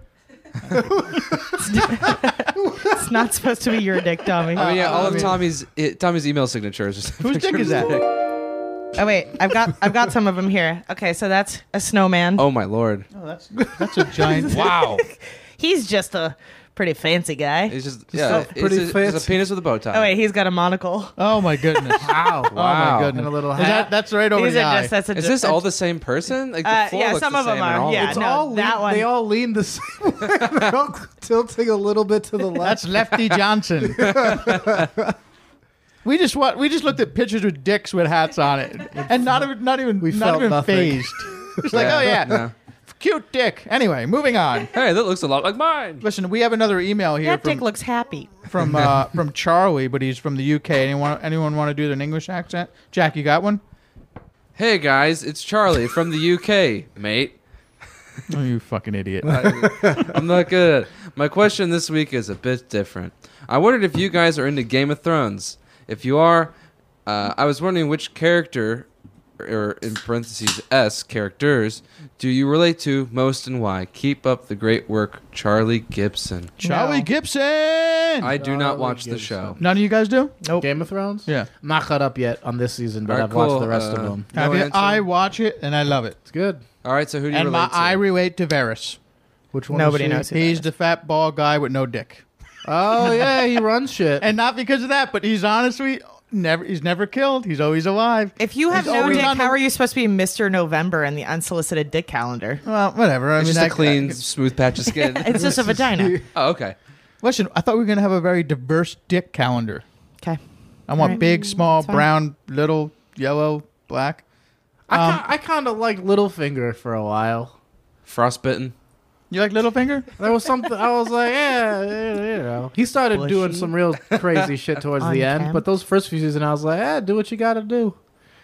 It's not supposed to be your dick, Tommy.
I mean, yeah, all of Tommy's it, Tommy's email signatures.
um, Whose dick is that?
Oh wait, I've got I've got some of them here. Okay, so that's a snowman.
Oh my lord!
Oh, that's that's a giant.
Wow,
He's just a pretty fancy guy.
it's just yeah,
so
it's,
pretty
a, it's a
fancy.
penis with a bow tie.
oh wait, he's got a monocle.
Oh my goodness.
Wow.
Oh my goodness.
And a little
Is
hat.
that- that's right over
These
the
are
eye.
just that's a.
is this all the same person? Like the
Uh,
floor
yeah,
looks
some
the
of 'em
same in
are,
all
yeah,
these.
no, that
lean,
one.
They all lean the same way. They're all tilting a little bit to the left.
That's Lefty Johnson. we just what we just looked at pictures with dicks with hats on it, and not even not even we not
felt
even
nothing.
phased. It's like, oh yeah, cute dick. Anyway, moving on.
Hey, that looks a lot like mine.
Listen, we have another email here
That
from
dick looks happy.
from uh, from Charlie, but he's from the UK. Anyone anyone want to do an English accent? Jack, you got one?
Hey guys, it's Charlie from the UK, mate.
Oh, you fucking idiot.
I'm not good. My question this week is a bit different. I wondered if you guys are into Game of Thrones. If you are, uh, I was wondering which character or in parentheses S characters do you relate to most and why? Keep up the great work, Charlie Gibson.
Charlie Gibson.
I do not watch the show.
None of you guys do?
Nope.
Game of Thrones?
Yeah.
I'm not caught up yet on this season, but
All right,
I've watched
cool.
the rest
Uh,
of them.
No
Have you-
answer.
I watch it and I love it.
It's good.
All right, so who do you
And my,
relate to?
I relate to Varys.
Which one?
Nobody
is she?
knows. who
He's
that
the fat bald guy with no dick.
Oh yeah, he runs shit.
And not because of that, but he's honestly never he's never killed. He's always alive.
is. if you have
He's
no
always
dick,
on the-
how are you supposed to be Mr. November in the unsolicited dick calendar?
Well, whatever. I
It's
mean,
just a
I-
clean,
I-
smooth patch of skin.
It's just a vagina.
oh, okay.
listen, I thought we were gonna have a very diverse dick calendar.
Okay.
I want
Right. Mm,
big, small,
That's fine.
brown, little, yellow, black. Um,
I, ki- I kind of liked Littlefinger for a while.
Frostbitten.
You like Littlefinger?
There was something I was like, yeah, yeah, you know. He started doing
Bushy.
some real crazy shit towards the end,
Unkempt.
but those first few seasons, I was like, eh, do what you got to do.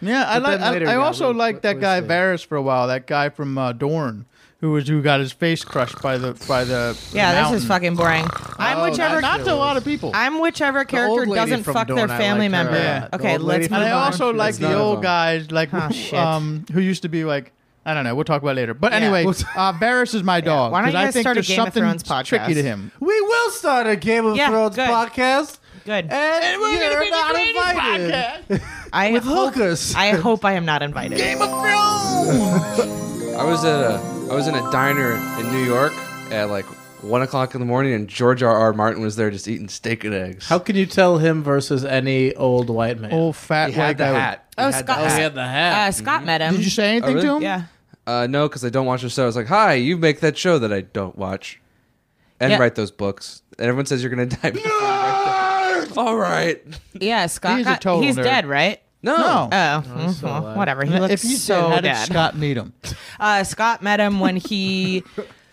Yeah, I
But
like.
then later
I, I
he got
also
really
liked that guy
twisted.
Varys for a while. That guy from uh, Dorne, who was who got his face crushed by the by the.
Yeah,
mountain. Oh,
this is fucking boring. I'm whichever.
Not to a lot of people.
I'm whichever character
lady
doesn't
from
fuck
Dorne,
their
I liked
family
her.
member.
Yeah.
The
Okay,
old lady
let's
from
move
and I
Dorne.
on.
also
She
like
was
the
none of
old
them.
guys, like
Huh,
who,
shit.
um, who used to be like. I don't know. We'll talk about it later. But
Yeah.
anyway,
We'll-
uh, Varys is my dog.
Why don't
'cause
you
I
guys
think
start a
there's
Game of
something
Thrones podcast?
tricky to him.
We will start a Game of
Yeah,
Thrones
good.
podcast,
Good.
and,
we're gonna
you're
be the
not
greatest
invited.
I
Eh, With
hope,
hookers.
I hope I am not invited.
I was at a I was in a diner in New York at like one o'clock in the morning, and George R. R. Martin was there just eating steak and eggs.
How can you tell him versus any old white man?
Old fat
he
white
had the
guy. with-
hat?
Oh,
had
Scott.
the hat.
the
Uh,
hat.
Scott met him.
Did you say anything
really?
to him?
Yeah.
Uh, no, because I don't watch the show. I was like, "Hi, you make that show that I don't watch, and
Yeah.
write those books." And everyone says you're gonna die. All right.
Yeah, Scott.
He's a
got-
total
he's
nerd.
dead, right?
No.
No.
Oh, mhm,
still alive.
whatever. He looks
if you
so
did, how
dead.
did Scott need him?
Uh, Scott met him when he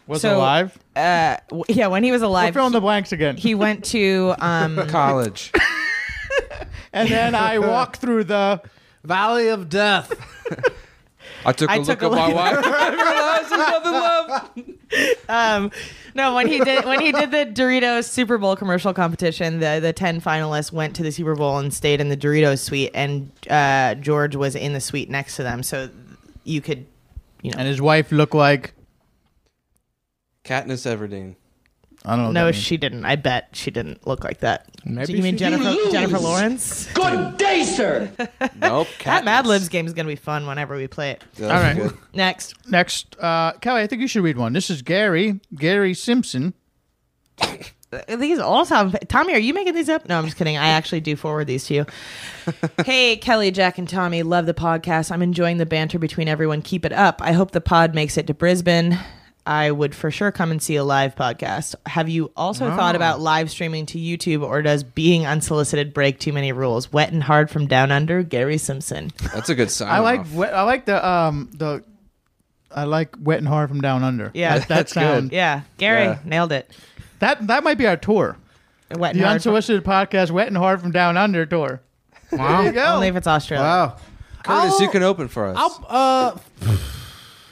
Was
So-
alive?
Uh, w- yeah, when he was
We're
alive,
filling the blanks again.
he went to um,
College.
and then I walk through the.
Valley of Death.
I took a
I
look
took
at
a
my
look-
wife. I realized there's nothing left.
um, no when he did when he did the Doritos Super Bowl commercial competition. The the ten finalists went to the Super Bowl and stayed in the Doritos suite, and uh, George was in the suite next to them, so you could, you know,
And his wife looked like.
Katniss Everdeen.
I don't know. what
no,
Oh, that means.
she didn't. I bet she didn't look like that. Do you mean
she-
Jennifer Jennifer Lawrence?
Nope.
That
Katniss.
Mad Libs game is gonna be fun whenever we play it.
Yeah,
All right.
that was good.
Next,
Next, uh, Kelly, I think you should read one. This is Gary, Gary Simpson.
these all sound. Tommy, are you making these up? No, I'm just kidding. I actually do forward these to you. hey, Kelly, Jack, and Tommy, love the podcast. I'm enjoying the banter between everyone. Keep it up. I hope the pod makes it to Brisbane. I would for sure come and see a live podcast. Have you also thought about live streaming to YouTube, or does being unsolicited break too many rules? Wet and hard from down under, Gary Simpson.
That's a good sign.
I like
off.
wet, I like the um the I like wet and hard from down under.
Yeah.
that, that sound
Yeah, Gary
Yeah.
nailed it.
that that might be our tour,
Wet and
the
hard. from-
unsolicited podcast, wet and hard from down under tour.
Wow.
There you go.
only if it's Australia.
Wow.
Curtis,
I'll-
you can open for us.
I'll, uh,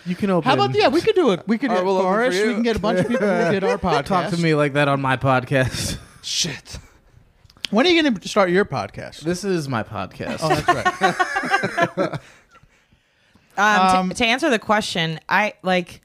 you can open.
How about yeah? We could do it. We could do
All right,
it
we'll
for
open for
us.
you.
We can get a bunch of people who did our podcast.
Talk to me like that on my podcast.
Shit.
When are you going to start your podcast?
This is my podcast.
Oh, that's right.
Um, to-
Um,
to, answer the question, I like.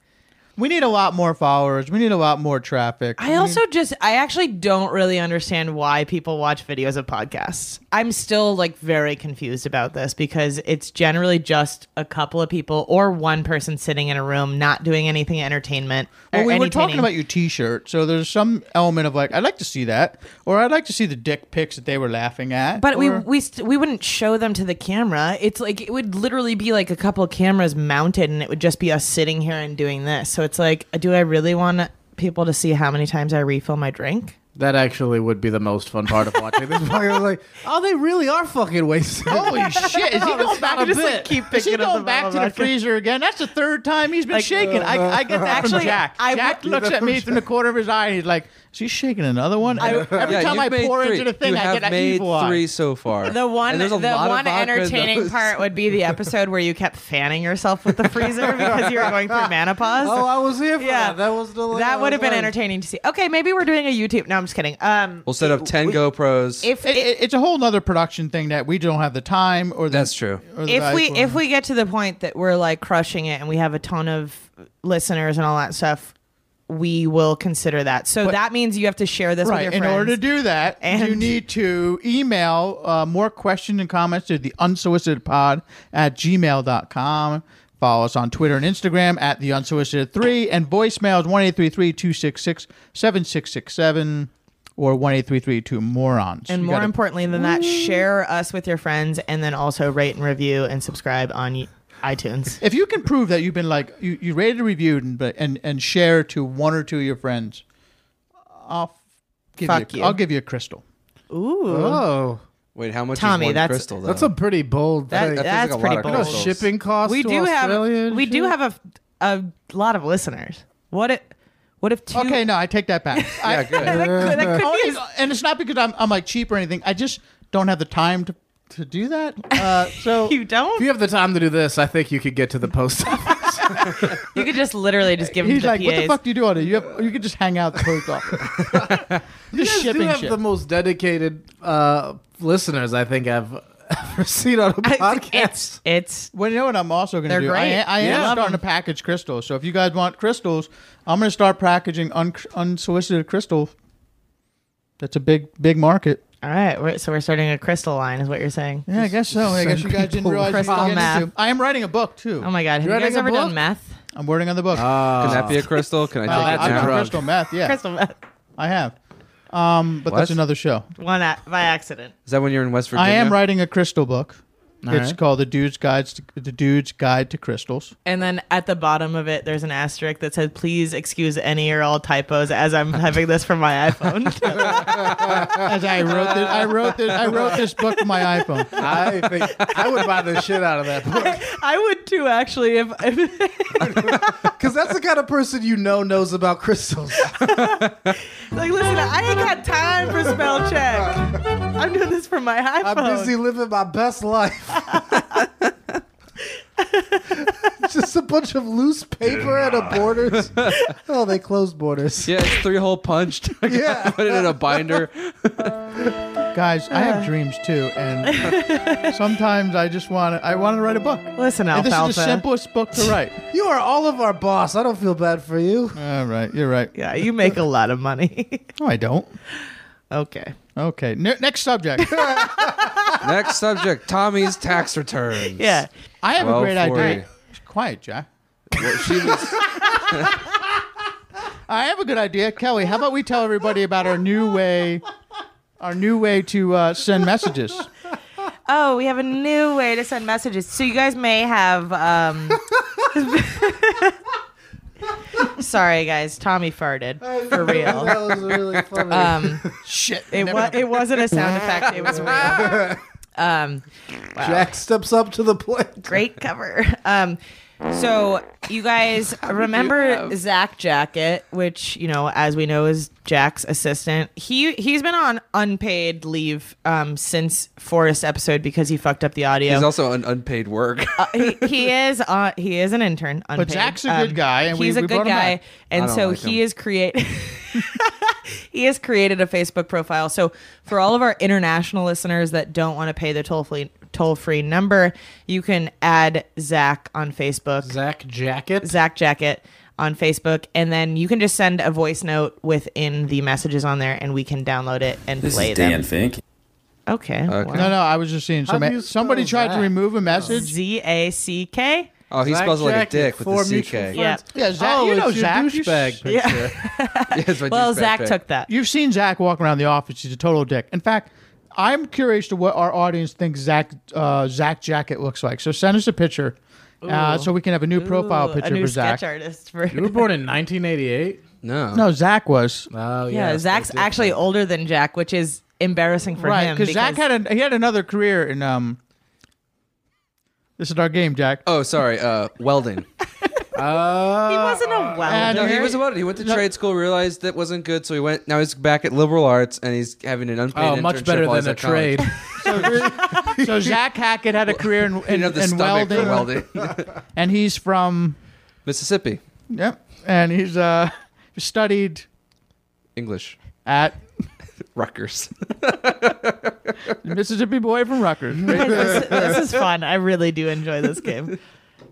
we need a lot more followers. We need a lot more traffic.
I also just I actually don't really understand why people watch videos of podcasts. I'm still like very confused about this because it's generally just a couple of people or one person sitting in a room not doing anything entertainment. or
Well, we were
entertaining.
talking about your T-shirt, so there's some element of like, I'd like to see that, or I'd like to see the dick pics that they were laughing at.
but we
or-
we st- we wouldn't show them to the camera. It's like it would literally be like a couple of cameras mounted, and it would just be us sitting here and doing this. So it's like, do I really want people to see how many times I refill my drink?
That actually would be the most fun part of watching this. I was like, oh, they really are fucking wasting.
holy shit, is he going back
I
to
just
the?
like keep
Is he
picking up
going
the
back to the
bottle of vodka.
freezer again? That's the third time he's been shaking. I, I get that from
Actually,
Jack.
I
Jack
would-
looks at me through the corner of his eye, and he's like, "Is he shaking another one?" And every
Yeah,
time
you've
I
made
pour
three.
into the thing,
you
I
have
get an
made
evil eye.
three so far.
The one,
And there's a
the
lot of
one
vodka in
entertaining
those.
part would be the episode where you kept fanning yourself with the freezer because you were going through menopause.
Oh, I was here for
Yeah.
that. That was the.
that would have been
was-
entertaining to see. Okay, maybe we're doing a YouTube. No, I'm I'm just kidding. Um,
We'll set up ten GoPros.
if
It, it, it's a whole nother production thing that we don't have the time or the,
That's true.
or the
if
vibe
we
for.
if we get to the point that we're like crushing it and we have a ton of listeners and all that stuff we will consider that so that means you have to share this with
right
your
in
friends
order to do that
And-
you need to email uh, more questions and comments to the unsolicited pod at gmail.com follow us on twitter and instagram at the unsolicited 3 and voicemails 1833-266-7667 or 1833-2 morons
and more importantly than that share us with your friends and then also rate and review and subscribe on y- itunes
if you can prove that you've been like you, you rated reviewed and but and and share to one or two of your friends i'll f- give
Fuck
you,
you.
i'll give you a crystal
ooh
Oh,
Wait, how much
Tommy,
is one
that's-
crystal? Though?
that's a pretty bold.
that,
thing.
feels
that's
like a
pretty
lot of
bold
You know,
crystals.
shipping costs.
we
to
do
Australia
have
and
we do
shit?
have a, a lot of listeners what if what if two
okay no i take that back I-
yeah, good.
that could, that could
Oh,
be a
and, and it's not because I'm, I'm like cheap or anything. I just don't have the time to, to do that. Uh, so
you
If you
don't
have the time to do this, I think you could get to the post office.
you could just literally just give them
he's
to
like,
the
"What the
PAs.
fuck do you do on it? You have, you could just hang out at the post office,
You
just
guys do
shipping
have
shit."
the most dedicated uh, listeners I think I've ever seen on a podcast.
it's, it's
well, you know what? I'm also going to
They're
do. I,
great.
I am
Yeah.
starting to package crystals. So if you guys want crystals, I'm going to start packaging un- unsolicited crystal. That's a big, big market.
All right, we're, so we're starting a crystal line, is what you're saying?
Yeah, I guess so. I guess you guys didn't realize.
crystal
you were getting
meth.
into- I am writing a book too.
Oh my god, have you
writing
guys
a
ever
book? Ah,
done meth?
I'm working on the book.
Can that be a crystal? Can
Uh,
I take
that's
it
I've
now?
done
drug.
crystal meth. Yeah,
Crystal meth.
I have. Um, but that's
What?
another show.
One a- by accident.
Is that when you're in West Virginia?
I am writing a crystal book. it's
right.
called the Dude's Guides to, the Dude's Guide to Crystals.
And then at the bottom of it, there's an asterisk that says, "Please excuse any or all typos as I'm having this from my iPhone."
As I wrote this, I wrote this, I wrote this book on my iPhone.
I think I would buy the shit out of that book
I would too, actually. If, if
because that's the kind of person you know knows about crystals.
like, listen, I ain't got time for spell check. I'm doing this from my iPhone.
I'm busy living my best life. Just a bunch of loose paper and a borders. Oh, they closed borders.
Yeah, it's three hole punched. I gotta
Yeah.
put it in a binder.
Guys, I have dreams too, and sometimes I just want to. I want to write a book.
Listen,
And this is
alfalfa.
the simplest book to write.
You are all of our boss. I don't feel bad for you.
All right, you're right.
yeah, you make a lot of money.
No, I don't.
okay.
Okay, ne- next subject.
Next subject: Tommy's tax returns.
Yeah.
I have a great
1240.
idea. Quiet, Jack.
Well, she was,
I have a good idea, Kelly. How about we tell everybody about our new way, our new way to uh, send messages?
Oh, we have a new way to send messages. So you guys may have. Um... Sorry, guys. Tommy farted for real.
was really funny.
Um,
Shit,
it wa- it wasn't a sound effect. It was real. Um,
Jack steps up to the plate.
great cover. Um, so you guys remember Zach Jacket, which you know, as we know, is Jack's assistant. He he's been on unpaid leave um, since Forrest's episode because he fucked up the audio.
he's also an unpaid work.
he, he is uh, he is an intern. Unpaid. Um,
Zach's a good guy, and we-
he's
we
a good
brought him
guy,
back.
I
and
don't
so
like
he
him.
is create. he has created a Facebook profile. So for all of our international listeners that don't want to pay the toll free toll free number, you can add Zach on Facebook.
Zach Jacket.
Zach Jacket on Facebook, and then you can just send a voice note within the messages on there, and we can download it and
This
play
is Dan
them.
Fink.
Okay.
No, no, Uh, I was just seeing
do you
somebody.
spell Oh.
Somebody tried
that?
to remove a message.
Z A C K.
Oh, he
Zach
spells it like a
Jacket,
dick with
four
the
mutual
CK.
Yeah.
Yeah, Zach.
Oh,
you
it's
know
your
Zach. you
douchebag
sh-
picture.
Yes, my
Well,
douchebag
Zach
pic.
took that.
You've seen Zach walking around the office. He's a total dick. In fact, I'm curious to what our audience thinks Zach uh, Zach Jacket looks like. So send us a picture, uh, so we can have a new profile
Ooh,
picture
a new
for Zach.
sketch artist for
You were born in 1988.
No.
No, Zach was
Oh
yeah, Zach's actually older than Jack, which is embarrassing for
right
him
because Zach had a, he had another career in um. This is our game, Jack.
Oh, sorry. Uh, welding.
he wasn't
Uh,
a welder.
No, he was a welder. He went to trade school, realized that wasn't good, so he went. Now he's back at liberal arts, and he's having an unpaid.
Oh, much
internship
better
while he's
than a
at college.
trade.
So Zach Hackett had a career in,
He
in,
didn't have the
in
stomach
welding,
for welding.
and he's from
Mississippi,
yep, and he's uh studied
English.
at
Rutgers.
Mississippi boy from Rutgers.
this, this is fun. I really do enjoy this game.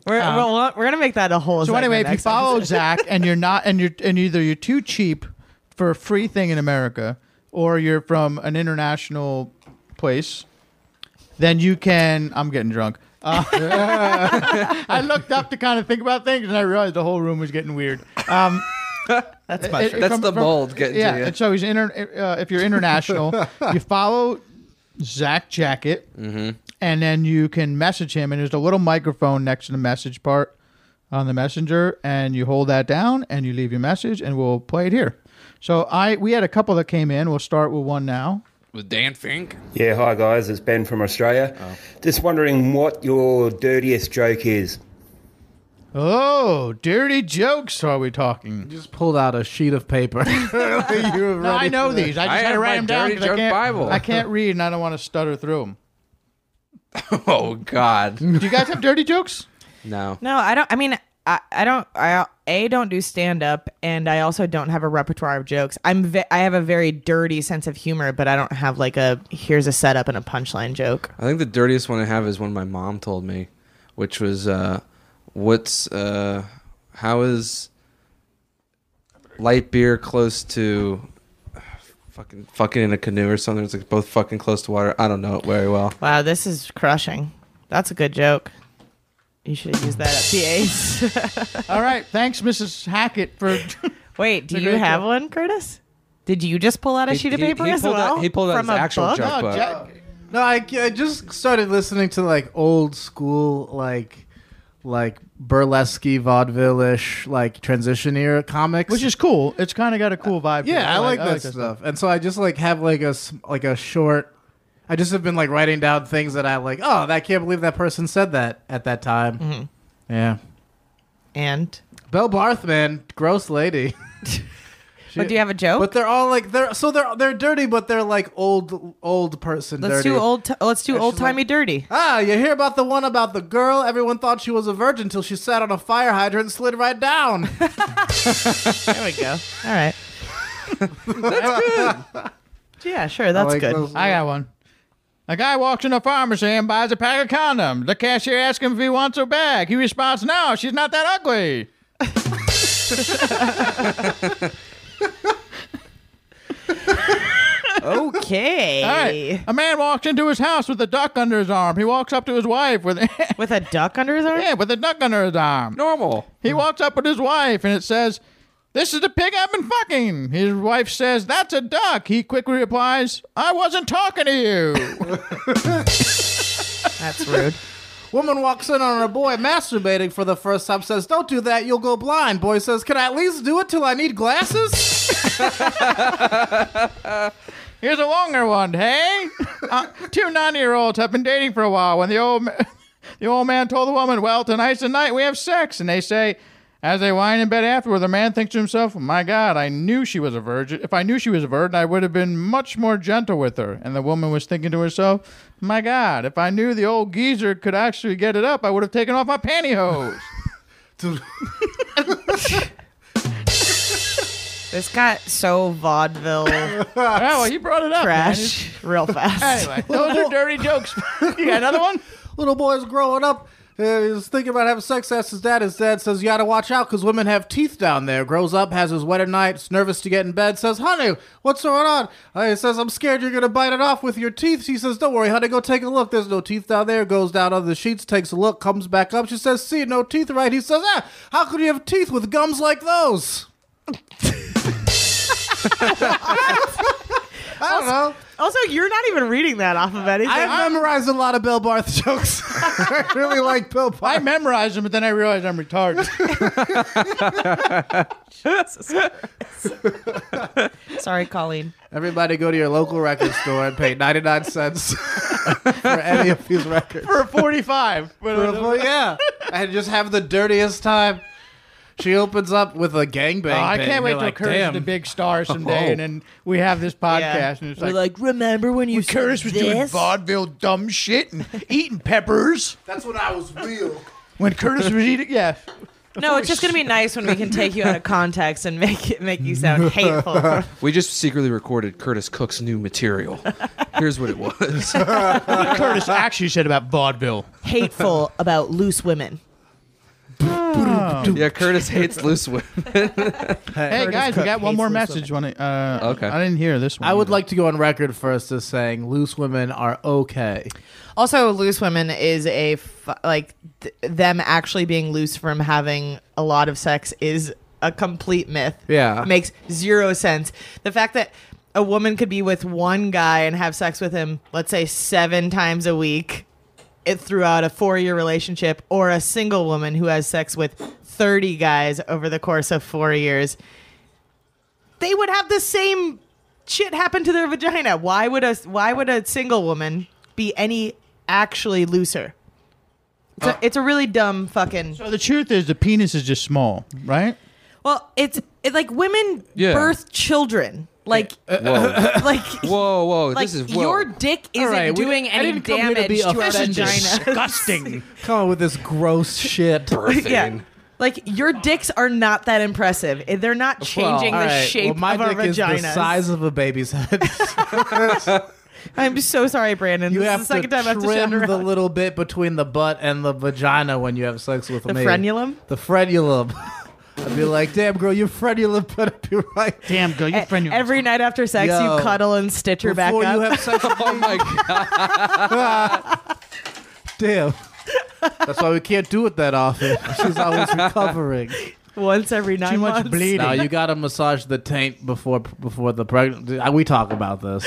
We're we're, we're gonna make that a whole.
Um, So anyway, if
segment
you
next
follow
episode.
Zach and you're not and you're and either you're too cheap for a free thing in America or you're from an international place, then you can I'm getting drunk. Uh, I looked up to kind of think about things and I realized the whole room was getting weird. Um
that's
it-
much.
it-
That's
from-
the
from-
mold getting
yeah,
to you.
and so he's inter- uh, if you're international, you follow Zach Jacket,
Mm-hmm.
and then you can message him. And there's a little microphone next to the message part on the messenger, and you hold that down, and you leave your message, and we'll play it here. So I we had a couple that came in. We'll start with one now.
With Dan Fink.
Yeah, hi guys, it's Ben from Australia. Just wondering what your dirtiest joke is.
Oh, dirty jokes are we talking?
You just pulled out a sheet of paper.
No, I know these. I
I
just had
have
to
my
write them down
dirty
'cause I
joke
can't.
Bible.
I can't read, and I don't want to stutter through them.
Oh God.
Do you guys have dirty jokes?
No.
No, I don't. I mean, I, I don't. I a don't do stand up, and I also don't have a repertoire of jokes. I'm ve- I have a very dirty sense of humor, but I don't have like a here's a setup and a punchline joke.
I think the dirtiest one I have is one my mom told me, which was, uh, "What's uh, how is light beer close to fucking fucking in a canoe or something? It's like both fucking close to water. I don't know it very well.
Wow, this is crushing. That's a good joke. You should use that at PA's.
All right, thanks, Mrs. Hackett, for
Wait, do
It's a
you
great
have
joke.
one, Curtis? Did you just pull out a
He-
sheet of
he-
paper
he
as
pulled out-
well?
he pulled out
from
his
a
actual
book?
joke.
No,
But-
Jack-
No, I, I just started listening to like old school, like like burlesque vaudeville ish, like transition era comics,
which is cool. It's kind of got a cool vibe. to it.
yeah, I like, that stuff. And so I just like have like a s- like a short. I just have been like writing down things that I like. Oh, I can't believe that person said that at that time.
Mm-hmm.
Yeah,
And
Belle Barth, man, gross lady. She-
but do you have a joke?
But they're all like they're so they're they're dirty, but they're like old old person.
let's
dirty.
do old. T- let's do
It's
old
just like-
timey dirty.
Ah, you hear about the one about the girl? Everyone thought she was a virgin till she sat on a fire hydrant and slid right down.
There we go. All right. that's good. Yeah, sure. That's
like
good.
those-
I got one. A guy walks in a pharmacy and buys a pack of condoms. The cashier asks him if he wants her back. He responds, "No, she's not that ugly."
Okay.
All right. A man walks into his house with a duck under his arm. He walks up to his wife with,
With a duck under his arm?
yeah, with a duck under his arm.
Normal.
He walks up with his wife and it says, This is the pig I've been fucking. His wife says, That's a duck. He quickly replies, I wasn't talking to you.
That's rude.
Woman walks in on her boy masturbating for the first time, says, Don't do that, you'll go blind. Boy says, Can I at least do it till I need glasses?
Here's a longer one, hey? Uh, two 90 year olds have been dating for a while when the old, ma- the old man told the woman, Well, tonight's the night we have sex. And they say, as they whine in bed afterward, the man thinks to himself, My God, I knew she was a virgin. If I knew she was a virgin, I would have been much more gentle with her. And the woman was thinking to herself, My God, if I knew the old geezer could actually get it up, I would have taken off my pantyhose.
This got so vaudeville
oh, well, you brought it up. man.
trash real fast.
Anyway, those are dirty jokes. you got another one?
Little boy's growing up. Uh, he's thinking about having sex. Asks his dad. His dad says, "You gotta watch out, cause women have teeth down there." Grows up, has his wet at night. Is nervous to get in bed. Says, "Honey, what's going on?" Uh, he says, "I'm scared you're gonna bite it off with your teeth." She says, "Don't worry, honey. Go take a look. There's no teeth down there." Goes down under the sheets, takes a look, comes back up. She says, "See, no teeth, right?" He says, "Ah, how could you have teeth with gums like those?" I don't know.
Also, you're not even reading that off of anything.
I've memorized a lot of Bill Barth jokes. I really like Bill Barth.
I memorized them, but then I realized I'm retarded.
Sorry, Colleen.
Everybody go to your local record store and pay 99 cents for any of these records.
For 45. But
For a full- yeah. And just have the dirtiest time. She opens up with a gangbang.
Oh, I
bit,
can't
and
wait
you're
till
like,
Curtis
"Damn." Oh.
the big star someday, and then we have this podcast, and it's
We're
like,
like, remember when you
Curtis was doing vaudeville dumb shit and eating peppers
That's when I was real.
when Curtis was eating. Yeah,
No, it's just gonna be nice when we can take you out of context and make it make you sound hateful.
We just secretly recorded Curtis Cook's new material. Here's what it was.
Curtis actually said about vaudeville.
hateful about loose women.
yeah, Curtis hates loose women.
Hey guys, we
Cook
got one
hates
more
loose
message. When it, uh,
Okay.
I didn't hear this one.
I would
either.
like to go on record first as saying loose women are okay.
Also, loose women is a f- like th- them actually being loose from having a lot of sex is a complete myth.
Yeah.
makes zero sense. The fact that a woman could be with one guy and have sex with him, let's say seven times a week, it throughout a four-year relationship, or a single woman who has sex with thirty guys over the course of four years, they would have the same shit happen to their vagina. Why would a why would a single woman be any actually looser? It's,
Uh.
a, it's a really dumb fucking.
So the truth is, the penis is just small, right?
Well, it's it, like women
Yeah.
birth children. Like
Uh,
Whoa,
like
whoa, whoa!
like
this is whoa.
Your dick isn't
right, we-
doing
I
any
didn't come here to
damage
be
to, our
offended.
vagina.
Disgusting.
Come on with this gross shit.
birthing.
yeah. Like your dicks are not that impressive. Eh, They're not changing
Well,
the
all right.
shape
well, my
of our
dick is
vaginas.
the size of a baby's head.
I'm so sorry, Brandon.
You
this
have
is the
to
second time I have to shout
trim
her
the
out.
little bit between the butt and the vagina when you have sex with
The
me.
frenulum?
The frenulum. I'd be like, damn, girl, your frenulum better be right.
Damn, girl, you
E-
friend. your-
Every night after sex,
Yo.
you cuddle and stitch her back up.
Before you have sex with
Oh
me,
my god!
damn. That's why we can't do it that often. She's always recovering.
once every nine
Too much
months.
bleeding.
Now you gotta massage the taint before before the pregnant. We talk about this.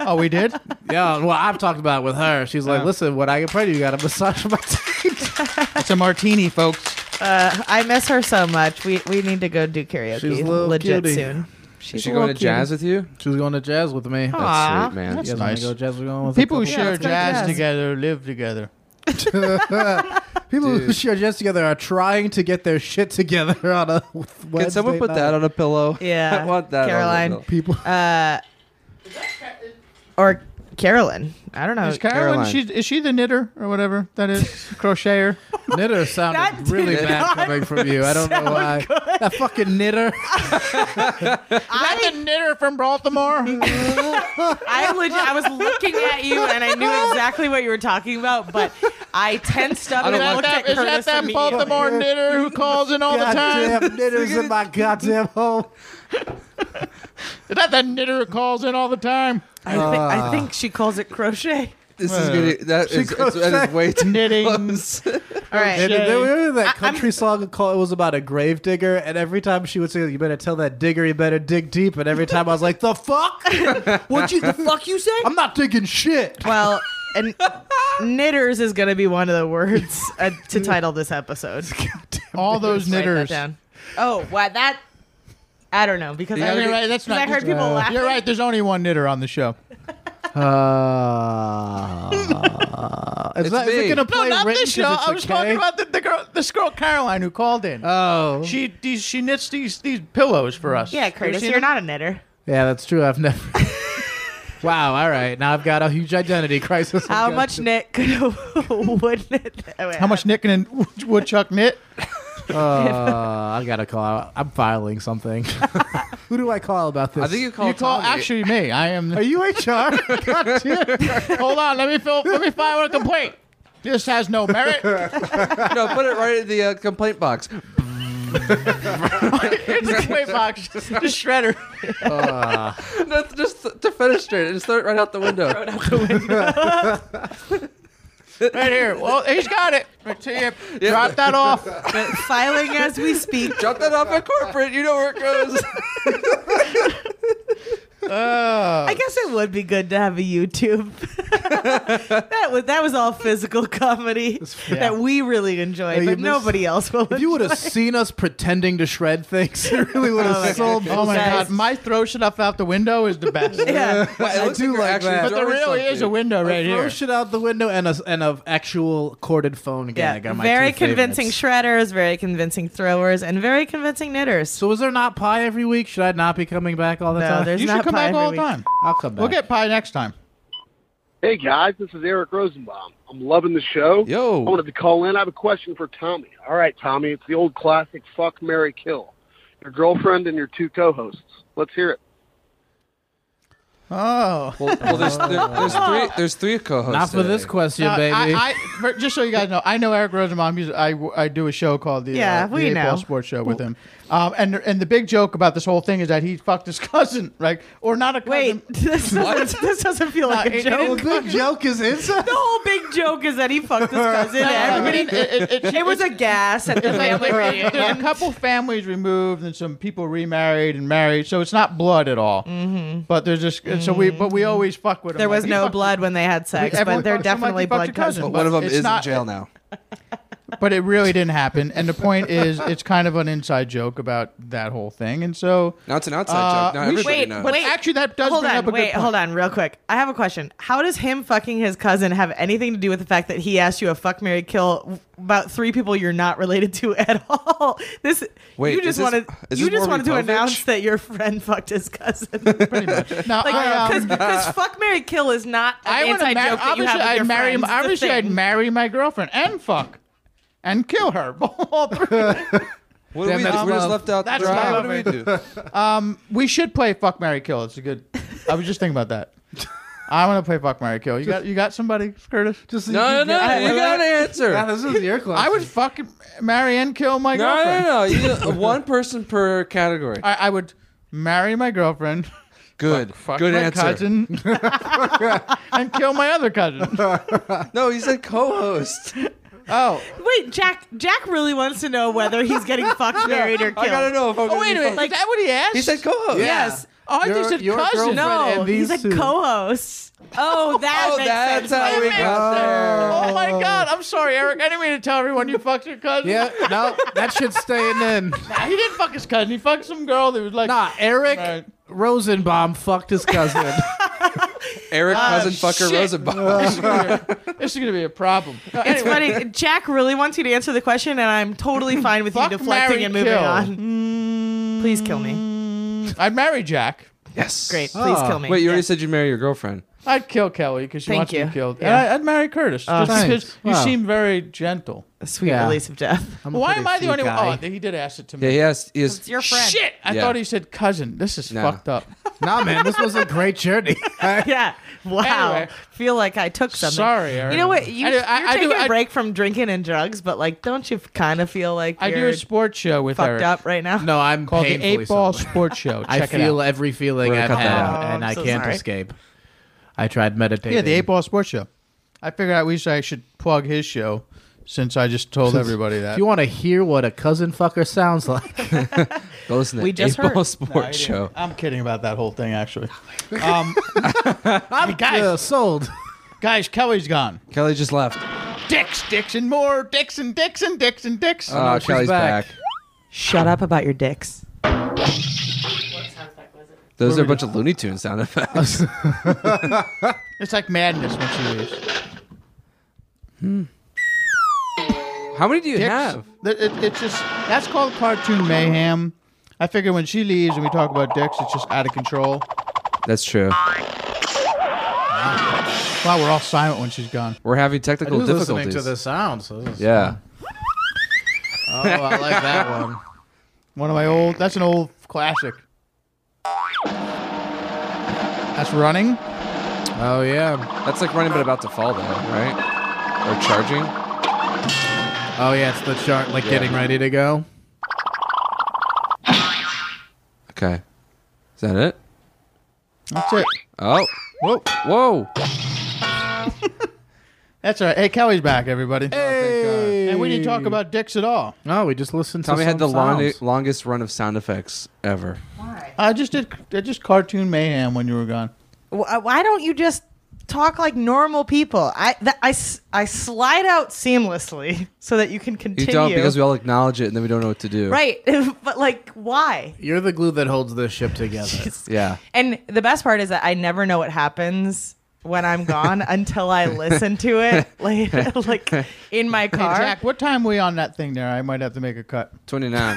oh, we did.
Yeah, well, I've talked about it with her. She's like, listen, when I get pregnant, you gotta massage my taint.
It's a martini, folks.
I miss her so much. We we need to go do karaoke
She's a little
legit
cutie.
soon. She's
Is she
a
going to
little cutie.
jazz with you?
She was going to jazz with me.
Aw.
Uh-huh. That's sweet, man.
That's
You guys
nice.
wanna go jazz? We're going with a
People who
couple-
Yeah,
share
let's go
jazz,
jazz.
together live together.
People who share jazz together are trying to get their shit together on a Wednesday
Can someone put that on a pillow?
Yeah,
I want that. on a
Caroline.
pillow.
People.
Uh, or Carolyn? I don't know.
Is Carolyn?
Caroline.
She's, is she the knitter or whatever that is? Crocheter.
knitter
That
sounded
did
really
not
bad coming from you. I don't know why. That fucking knitter.
I,
knitter from Baltimore.
I legit, I was looking at you and I knew exactly what you were talking about, but I tensed up and
don't
I
like
looked at Curtis immediately.
knitter who calls in all
Goddamn knitters in my goddamn home.
Is that that knitter who calls in all the time?
I, thi-
Uh.
I think she calls it crochet.
This is gonna. That is, it's, that is way too
Knitting.
close.
All
And
right.
Shit.
there remember that
I- I'm-
country song called it was about a grave digger, and every time she would say, "You better tell that digger, you better dig deep," and every time I was like, "The fuck? what you? The fuck you say? I'm not digging shit."
Well, and knitters is going to be one of the words uh, to title this episode.
All those
Just write that
knitters.
down. Oh, wow, that. I don't know because
Yeah,
I,
You're right. That's
because I
not. Uh,
heard people laugh.
You're right. There's only one knitter on the show.
Uh, is, that, is
me.
it gonna play
not
written
this
'cause
show.
it's
I was
okay?
talking about the, the girl, this girl Caroline who called in.
Oh,
she these, she knits these these pillows for us.
Yeah,
Have you
Curtis,
seen
you're
them?
not a knitter.
yeah, that's true. I've never. wow. All right. Now I've got a huge identity crisis.
How
I've got
much
to-
knit could a wood knit? oh, wait,
How much Nick and Woodchuck knit?
Uh, I gotta call. I'm filing something. Who do I call about this?
I think you call.
You call
Tommy.
actually Oh, me. I am.
Are you HR? God damn.
Hold on, let me fill, let me file a complaint. This has no merit.
No, put it right in the uh, complaint box.
It's a complaint box. The shredder.
No, just to fenestrate it. Just throw it right out the window.
Right here. Well, he's got it. Right to you. Drop that off. Oh,
But filing as we speak.
Drop that off at corporate. You know where it goes.
I guess it would be good to have a YouTube. that was that was all physical comedy that we really enjoyed,
you
but
miss-
nobody else will.
If you would have seen us pretending to shred things, it really would have
my
sold.
Oh my
Guys.
god, my throw stuff out the window is the best.
yeah.
It looks
do
you're
like
actually
that.
But there
doing
really is a
something.
window
I
right
throw
here.
shit out the window and a and a actual corded phone
Yeah,
gag. Are my
very
two
convincing
favorites.
shredders, very convincing throwers, and very convincing knitters.
so is there not pie every week? Should I not be coming back all the
No,
time?
there's
You
not
should come
pie
back
every
all the
week.
time.
I'll come back.
We'll get pie next time.
Hey guys, this is Eric Rosenbaum. I'm loving the show.
Yo.
I wanted to call in. I have a question for Tommy. All right, Tommy, it's the old classic fuck Mary Kill. Your girlfriend and your two co hosts. Let's hear it.
Oh.
Well, well there's, there, there's three there's three co-hosts.
Not for this
today.
question,
Now,
baby.
Uh, I, I, for- just so you guys know, I know Eric Rosenbaum. He's, I, I do a show called the
Yeah,
uh, the
we
Eight Ball
know.
Sports Show with him. Um, and and the big joke about this whole thing is that he fucked his cousin, right? Or not a cousin.
Wait, this doesn't, this doesn't feel like a
it-
joke.
it-
the
big
joke is inside.
whole big joke is that he fucked his cousin. and everybody, it, was a gas at the family reunion.
There's a couple families removed and some people remarried and married, so it's not blood at all. Mm-hmm. But there's just so we but we always fuck with. Him.
Mm-hmm. There
like,
was
he
no
fucked-
blood when they had sex,
Everyone
but they're
fucks him like
definitely
he fucked
blood
your cousin,
cousins.
But one of them
It's
is
not-
in jail now.
But it really didn't happen. And the point is, it's kind of an inside joke about that whole thing. And so
Now it's an outside
Uh,
joke. Now
we
everybody
Wait,
knows.
But
wait.
actually, that does
hold
bring
on,
up a good
wait,
point.
hold on, real quick. I have a question. How does him fucking his cousin have anything to do with the fact that he asked you a fuck Mary kill about three people you're not related to at all? This
Wait,
you
is
just
this-
wanted
is
you
this
just
more
wanted to
Repovich?
announce that your friend fucked his cousin. Pretty much.
Now,
Like,
I, um,
because fuck Mary kill is not an
I would
anti
mar-
joke that you
obviously
have with
I'd
your
marry
friends. It's a
obviously I'd
thing.
marry my girlfriend and fuck and kill her. All three.
what do we do?
that's
We're just
love.
left out to
That's
dry. What
love.
do we do?
Um, we should play fuck Mary Kill. It's a good I was just thinking about that. I want to play fuck Mary Kill. You got you got somebody, Curtis?
Just so
No, no,
you can
no.
get-
You got an answer.
Yeah, this is your question.
I would fuck marry and kill my
No,
girlfriend.
no, no. You, one person per category.
I, I would marry my girlfriend,
Good.
fuck
Good
my
answer.
cousin, and kill my other cousin.
No, he said co-host.
Oh,
Wait, Jack. Jack really wants to know whether he's getting fucked, married, or killed.
I gotta know. If I'm
oh
gonna
wait a
be
minute. is
fucked.
that what he asked?
he said co-host.
Yes.
Oh, I
Your-
just said
your
cousin.
girlfriend
No,
and these
he's a
two.
co-host. Oh, that
Oh,
makes
that's
sense.
how we
Wait a
got there.
Oh my god, I'm sorry, Eric. I didn't mean to tell everyone you fucked your cousin.
Yeah, no, that shit's staying in.
Nah, he didn't fuck his cousin. He fucked some girl that was like,
Nah, Eric
Right.
Rosenbaum fucked his cousin.
Eric cousin fucker
shit. Oh.
Rosenbaum.
this is gonna be- this is going to be a problem.
It's funny. Jack really wants you to answer the question, and I'm totally fine with you
Fuck,
deflecting
marry,
and moving
kill. Mm.
on. Please kill me.
I'd marry Jack.
yes.
Great. Please
Ah.
kill me.
Wait, you
Yeah.
already said you'd marry your girlfriend.
I'd kill Kelly because she
Thank
wants to
you.
be killed.
Yeah.
And I, I'd marry Curtis. just
thanks.
because you
Wow.
seem very gentle.
a sweet
Yeah.
release of death.
I'm a
Why
pretty
am I
sweet
the only
guy.
one? Oh, he did ask it to
Yeah,
me.
he asked. He is,
It's your friend.
Shit! I
Yeah.
thought he said cousin. This is
No.
fucked up.
nah, man, this was a great journey.
Yeah. Wow.
Anyway.
Feel like I took something.
Sorry, Aaron.
You know what? You,
I do- I-
you're
I do-
taking a
I-
break from drinking and drugs, but like, don't you kind of feel like
I do
you're
a sports show with
fucked
Eric
up right now?
no, I'm
called the
painfully
Eight Ball
sober.
Sports Show. Check
I
it
feel
out.
every feeling
We're gonna cut
I've
that
had,
out.
and
Oh, I'm
I
so
can't
sorry.
escape. I tried meditating.
Yeah, the Eight Ball Sports Show. I figured out we should, I should plug his show since I just told everybody that.
If you want to hear what a cousin fucker sounds like,
go listen to
We just
Eight Ball
heard.
Sports
I didn't.
Show.
I'm kidding about that whole thing, actually. Um,
I'm guys sold.
guys, Kelly's gone.
Kelly just left.
Dicks, dicks, and more. Dicks and dicks and dicks and dicks.
Oh,
no, she's
Kelly's back.
back.
Shut up about your dicks.
Those are a bunch of Looney Tunes sound effects.
it's like madness when she leaves. Dicks.
How many do you have?
Th- it- it's just that's called cartoon mayhem. I figure when she leaves and we talk about dicks, it's just out of control.
That's true.
Wow, we're all silent when she's gone.
We're having technical
Who's
difficulties.
listening to the sound? So this is-
Yeah.
Oh, I like that one.
One of my old. That's an old classic. That's running.
Oh yeah.
That's like running but about to fall though, right? Or charging.
Oh yeah. It's the chart, like getting ready to go.
Okay. Is that it?
That's it.
Oh.
Whoa.
Whoa.
That's all right. Hey, Kelly's back, everybody.
Hey.
And we didn't talk about dicks at all.
No, Oh, we just listened.
Tommy
to
had the
some
long,
sounds.
longest run of sound effects ever.
I just did. I just cartoon mayhem when you were gone.
Wh- uh, Why don't you just talk like normal people? I th- I s- I slide out seamlessly so that you can
You
continue.
don't because we all acknowledge it and then we don't know what to do.
right, but like why?
You're the glue that holds this ship together.
Yeah.
And the best part is that I never know what happens when I'm gone until I listen to it later, like in my
Hey,
car.
Jack, what time we on that thing there? I might have to make a cut.
29.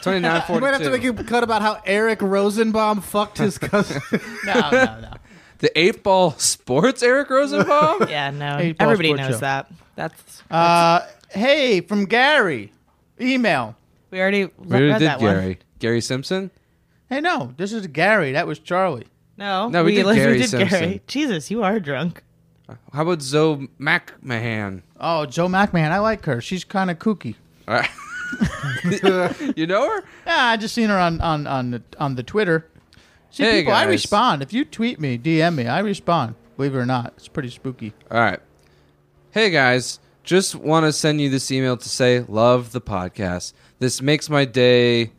29
You might have to make a cut about how Eric Rosenbaum fucked his cousin.
No, no, no.
The eight ball sports, Eric Rosenbaum?
Yeah, no.
Hey, Paul
Everybody
Sports
knows
Show.
that. That's
Uh, hey, from Gary, email.
we already
We already
read
did
that
Gary.
one.
Gary Simpson?
Hey, no, this is Gary. That was Charlie.
No,
No, we did Gary
did
Simpson.
Jesus, you are drunk.
How about Zoe McMahon?
Oh, Joe McMahon. I like her. She's kind of kooky.
All right. you know her?
Yeah, I just seen her on on on the on the Twitter. See,
Hey,
people, I
guys.
respond. If you tweet me, DM me, I respond. Believe it or not, it's pretty spooky.
All right. Hey guys, just want to send you this email to say love the podcast. This makes my day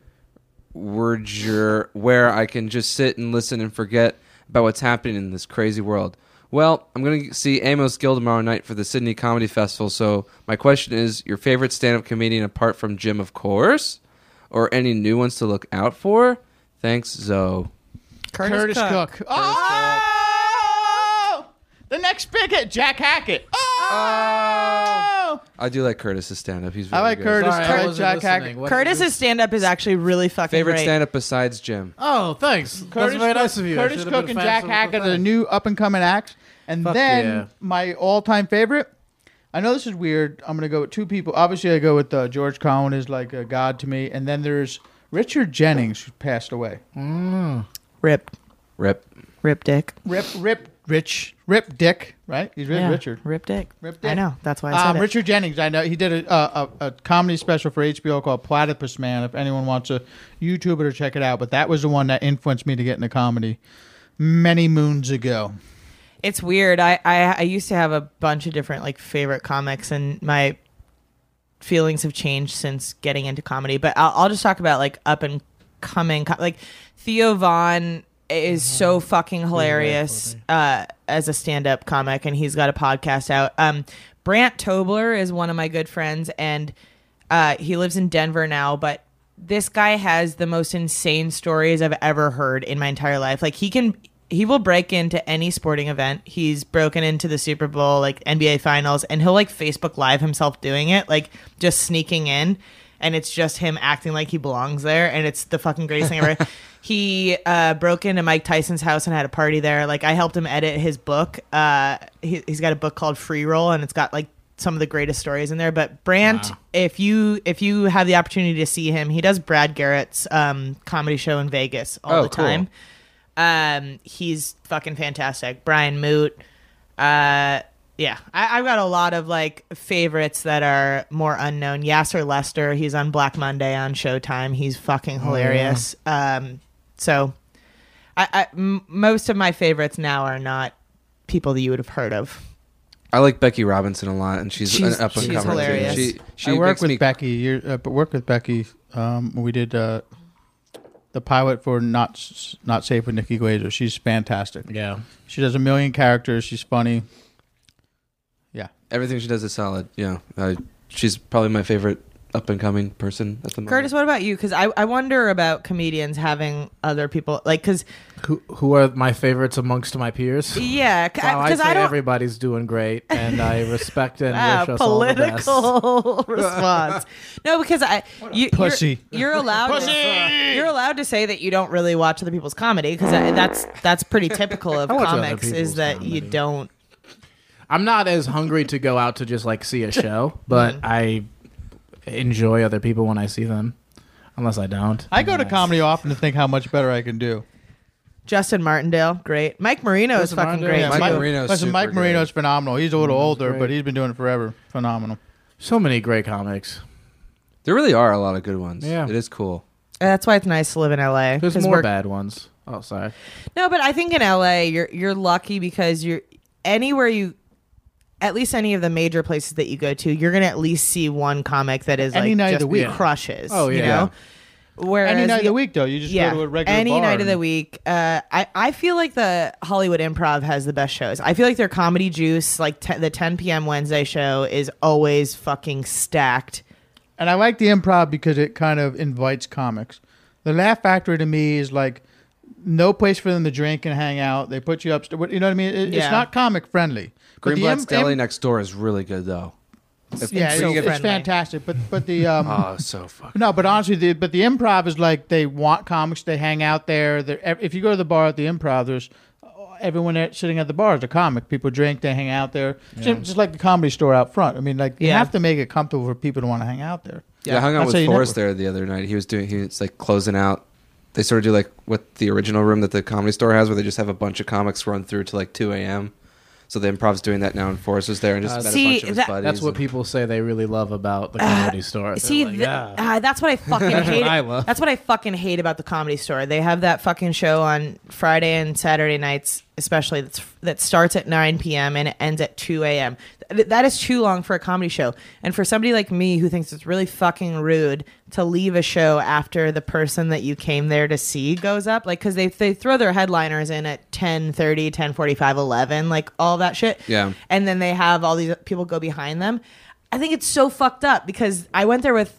wordier where I can just sit and listen and forget about what's happening in this crazy world. Well, I'm going to see Amos Gill tomorrow night for the Sydney Comedy Festival. So, my question is your favorite stand up comedian apart from Jim, of course, or any new ones to look out for? Thanks, Zoe.
Curtis, Cook.
Oh! The next big hit, Jack Hackett. Oh!
I do like Curtis's stand up. He's
I
really
like
good.
Curtis.
Sorry, I
I like
wasn't
Jack
listening.
Hackett.
What-
Curtis's stand up is actually really fucking
Favorite
great.
stand up besides Jim?
Oh, thanks. That's very nice of you. I
Curtis
should've
Cook
been
and
a fan
Jack
of the
Hackett are
thing.
the new up and coming acts. And
Fuck
then
yeah.
my all time favorite. I know this is weird. I'm gonna go with two people. Obviously, I go with uh, George Cowan is like a god to me. And then there's Richard Jennings who passed away.
Rip,
Rip.
rip dick.
Rip, rip, Rich, rip, Dick. Right? He's
Yeah,
Richard.
Rip dick.
Rip Dick.
I know. That's why I said
Um,
it.
Richard Jennings, I know he did a, a, a, a comedy special for HBO called Platypus Man. If anyone wants to YouTube it or check it out, but that was the one that influenced me to get into comedy many moons ago.
It's weird. I, I I used to have a bunch of different like favorite comics, and my feelings have changed since getting into comedy. But I'll, I'll just talk about like up and coming, com- like Theo Vaughn is so fucking hilarious uh, as a stand-up comic, and he's got a podcast out. Um, Brant Tobler is one of my good friends, and uh, he lives in Denver now, but this guy has the most insane stories I've ever heard in my entire life. Like he can he will break into any sporting event. He's broken into the Super Bowl, like NBA finals, and he'll like Facebook live himself doing it, like just sneaking in and it's just him acting like he belongs there and it's the fucking greatest thing ever. he uh, broke into Mike Tyson's house and had a party there. Like I helped him edit his book. Uh, he, he's got a book called Free Roll and it's got like some of the greatest stories in there. But Brandt, if you if you have the opportunity to see him, he does Brad Garrett's um, comedy show in Vegas all
Oh,
the
cool.
time. Um, he's fucking fantastic. Brian Moot. Uh, yeah, I, I've got a lot of like favorites that are more unknown. Yasser Lester, he's on Black Monday on Showtime. He's fucking
Oh,
hilarious. Um, so, I, I m- most of my favorites now are not people that you would have heard of.
I like Becky Robinson a lot, and she's,
She's-
an up and
she's
comer. too.
hilarious.
She, she
I
makes
worked with
me-
Becky. Year, uh, but worked with Becky. Um, we did uh, the pilot for not S- not safe with Nikki Glaser. She's fantastic.
Yeah.
She does a million characters. She's funny. Yeah,
Everything she does is solid. Yeah, I, she's probably my favorite up and coming person at the moment.
Curtis, what about you? Because I, I wonder about comedians having other people like because
Who, who are my favorites amongst my peers?
yeah
Wow, I'd
because
say
I don't
everybody's doing great, and I respect and
Ah,
wish us all the best.
political response. No, because I you,
pussy.
You're, you're allowed. To, you're allowed to say that you don't really watch other people's comedy because that's that's pretty typical of
watch other
comics is
people's
that you
comedy.
don't.
I'm not as hungry to go out to just like see a show, but I enjoy other people when I see them, unless I don't.
I go to comedy often to think how much better I can do.
Justin Martindale, great. Mike Marino is
Justin
fucking
Martindale,
great.
yeah,
too.
Mike Marino's
Listen,
super
Mike
good.
Marino's phenomenal. He's a little older,
great.
but he's been doing it forever. Phenomenal.
So many great comics.
There really are a lot of good ones.
Yeah.
it is cool.
That's why it's nice to live in LA.
There's
'cause
more
we're-
bad ones. Oh, sorry.
No, but I think in LA you're you're lucky because you're anywhere you at least any of the major places that you go to, you're gonna at least see one comic that is
Any
like
night of
just
the week.
crushes.
Oh,
You
yeah.
know? Whereas
Any night of
the-
the week, though, you just
yeah,
go to a regular
any
bar
night of
and-
the week. Uh, I I feel like the Hollywood Improv has the best shows. I feel like their comedy juice, like te- the 10 p.m. Wednesday show, is always fucking stacked.
And I like the improv because it kind of invites comics. The Laugh Factory to me is like no place for them to drink and hang out. They put you up, you know what I mean? It-
Yeah.
It's not comic friendly. But the
Greenblatt's
im-
Deli
im-
next door is really good though. If-
yeah,
so
it's,
if you
it's
get-
friendly.
fantastic. But but the um,
oh, so fucking.
No, but honestly, the, but the improv is like they want comics. They hang out there. They're- If you go to the bar at the improv, there's uh, everyone at, sitting at the bar is a comic. People drink, they hang out there, just, just like the comedy store out front. I mean, like you
Yeah.
have to make it comfortable for people to want to hang out there.
Yeah, I hung out
That's how
with
you
Forrest
network.
there the other night. He was doing he was like closing out. They sort of do like what the original room that the comedy store has, where they just have a bunch of comics run through to like two a.m. So the improv's doing that now, and Forrest was there and
Uh,
just met
see,
a bunch of his
that-
buddies.
That's what
and-
people say they really love about the comedy store. They're
See,
like,
th-
yeah.
uh, that's what I fucking hate.
I love.
That's what I fucking hate about the comedy store. They have that fucking show on Friday and Saturday nights, especially that's that starts at 9 p.m. and it ends at 2 a.m. Th- that is too long for a comedy show. And for somebody like me who thinks it's really fucking rude to leave a show after the person that you came there to see goes up, like because they they throw their headliners in at 10:30, 10:45, 11, like all that shit
Yeah.
and then they have all these people go behind them. I think it's so fucked up because I went there with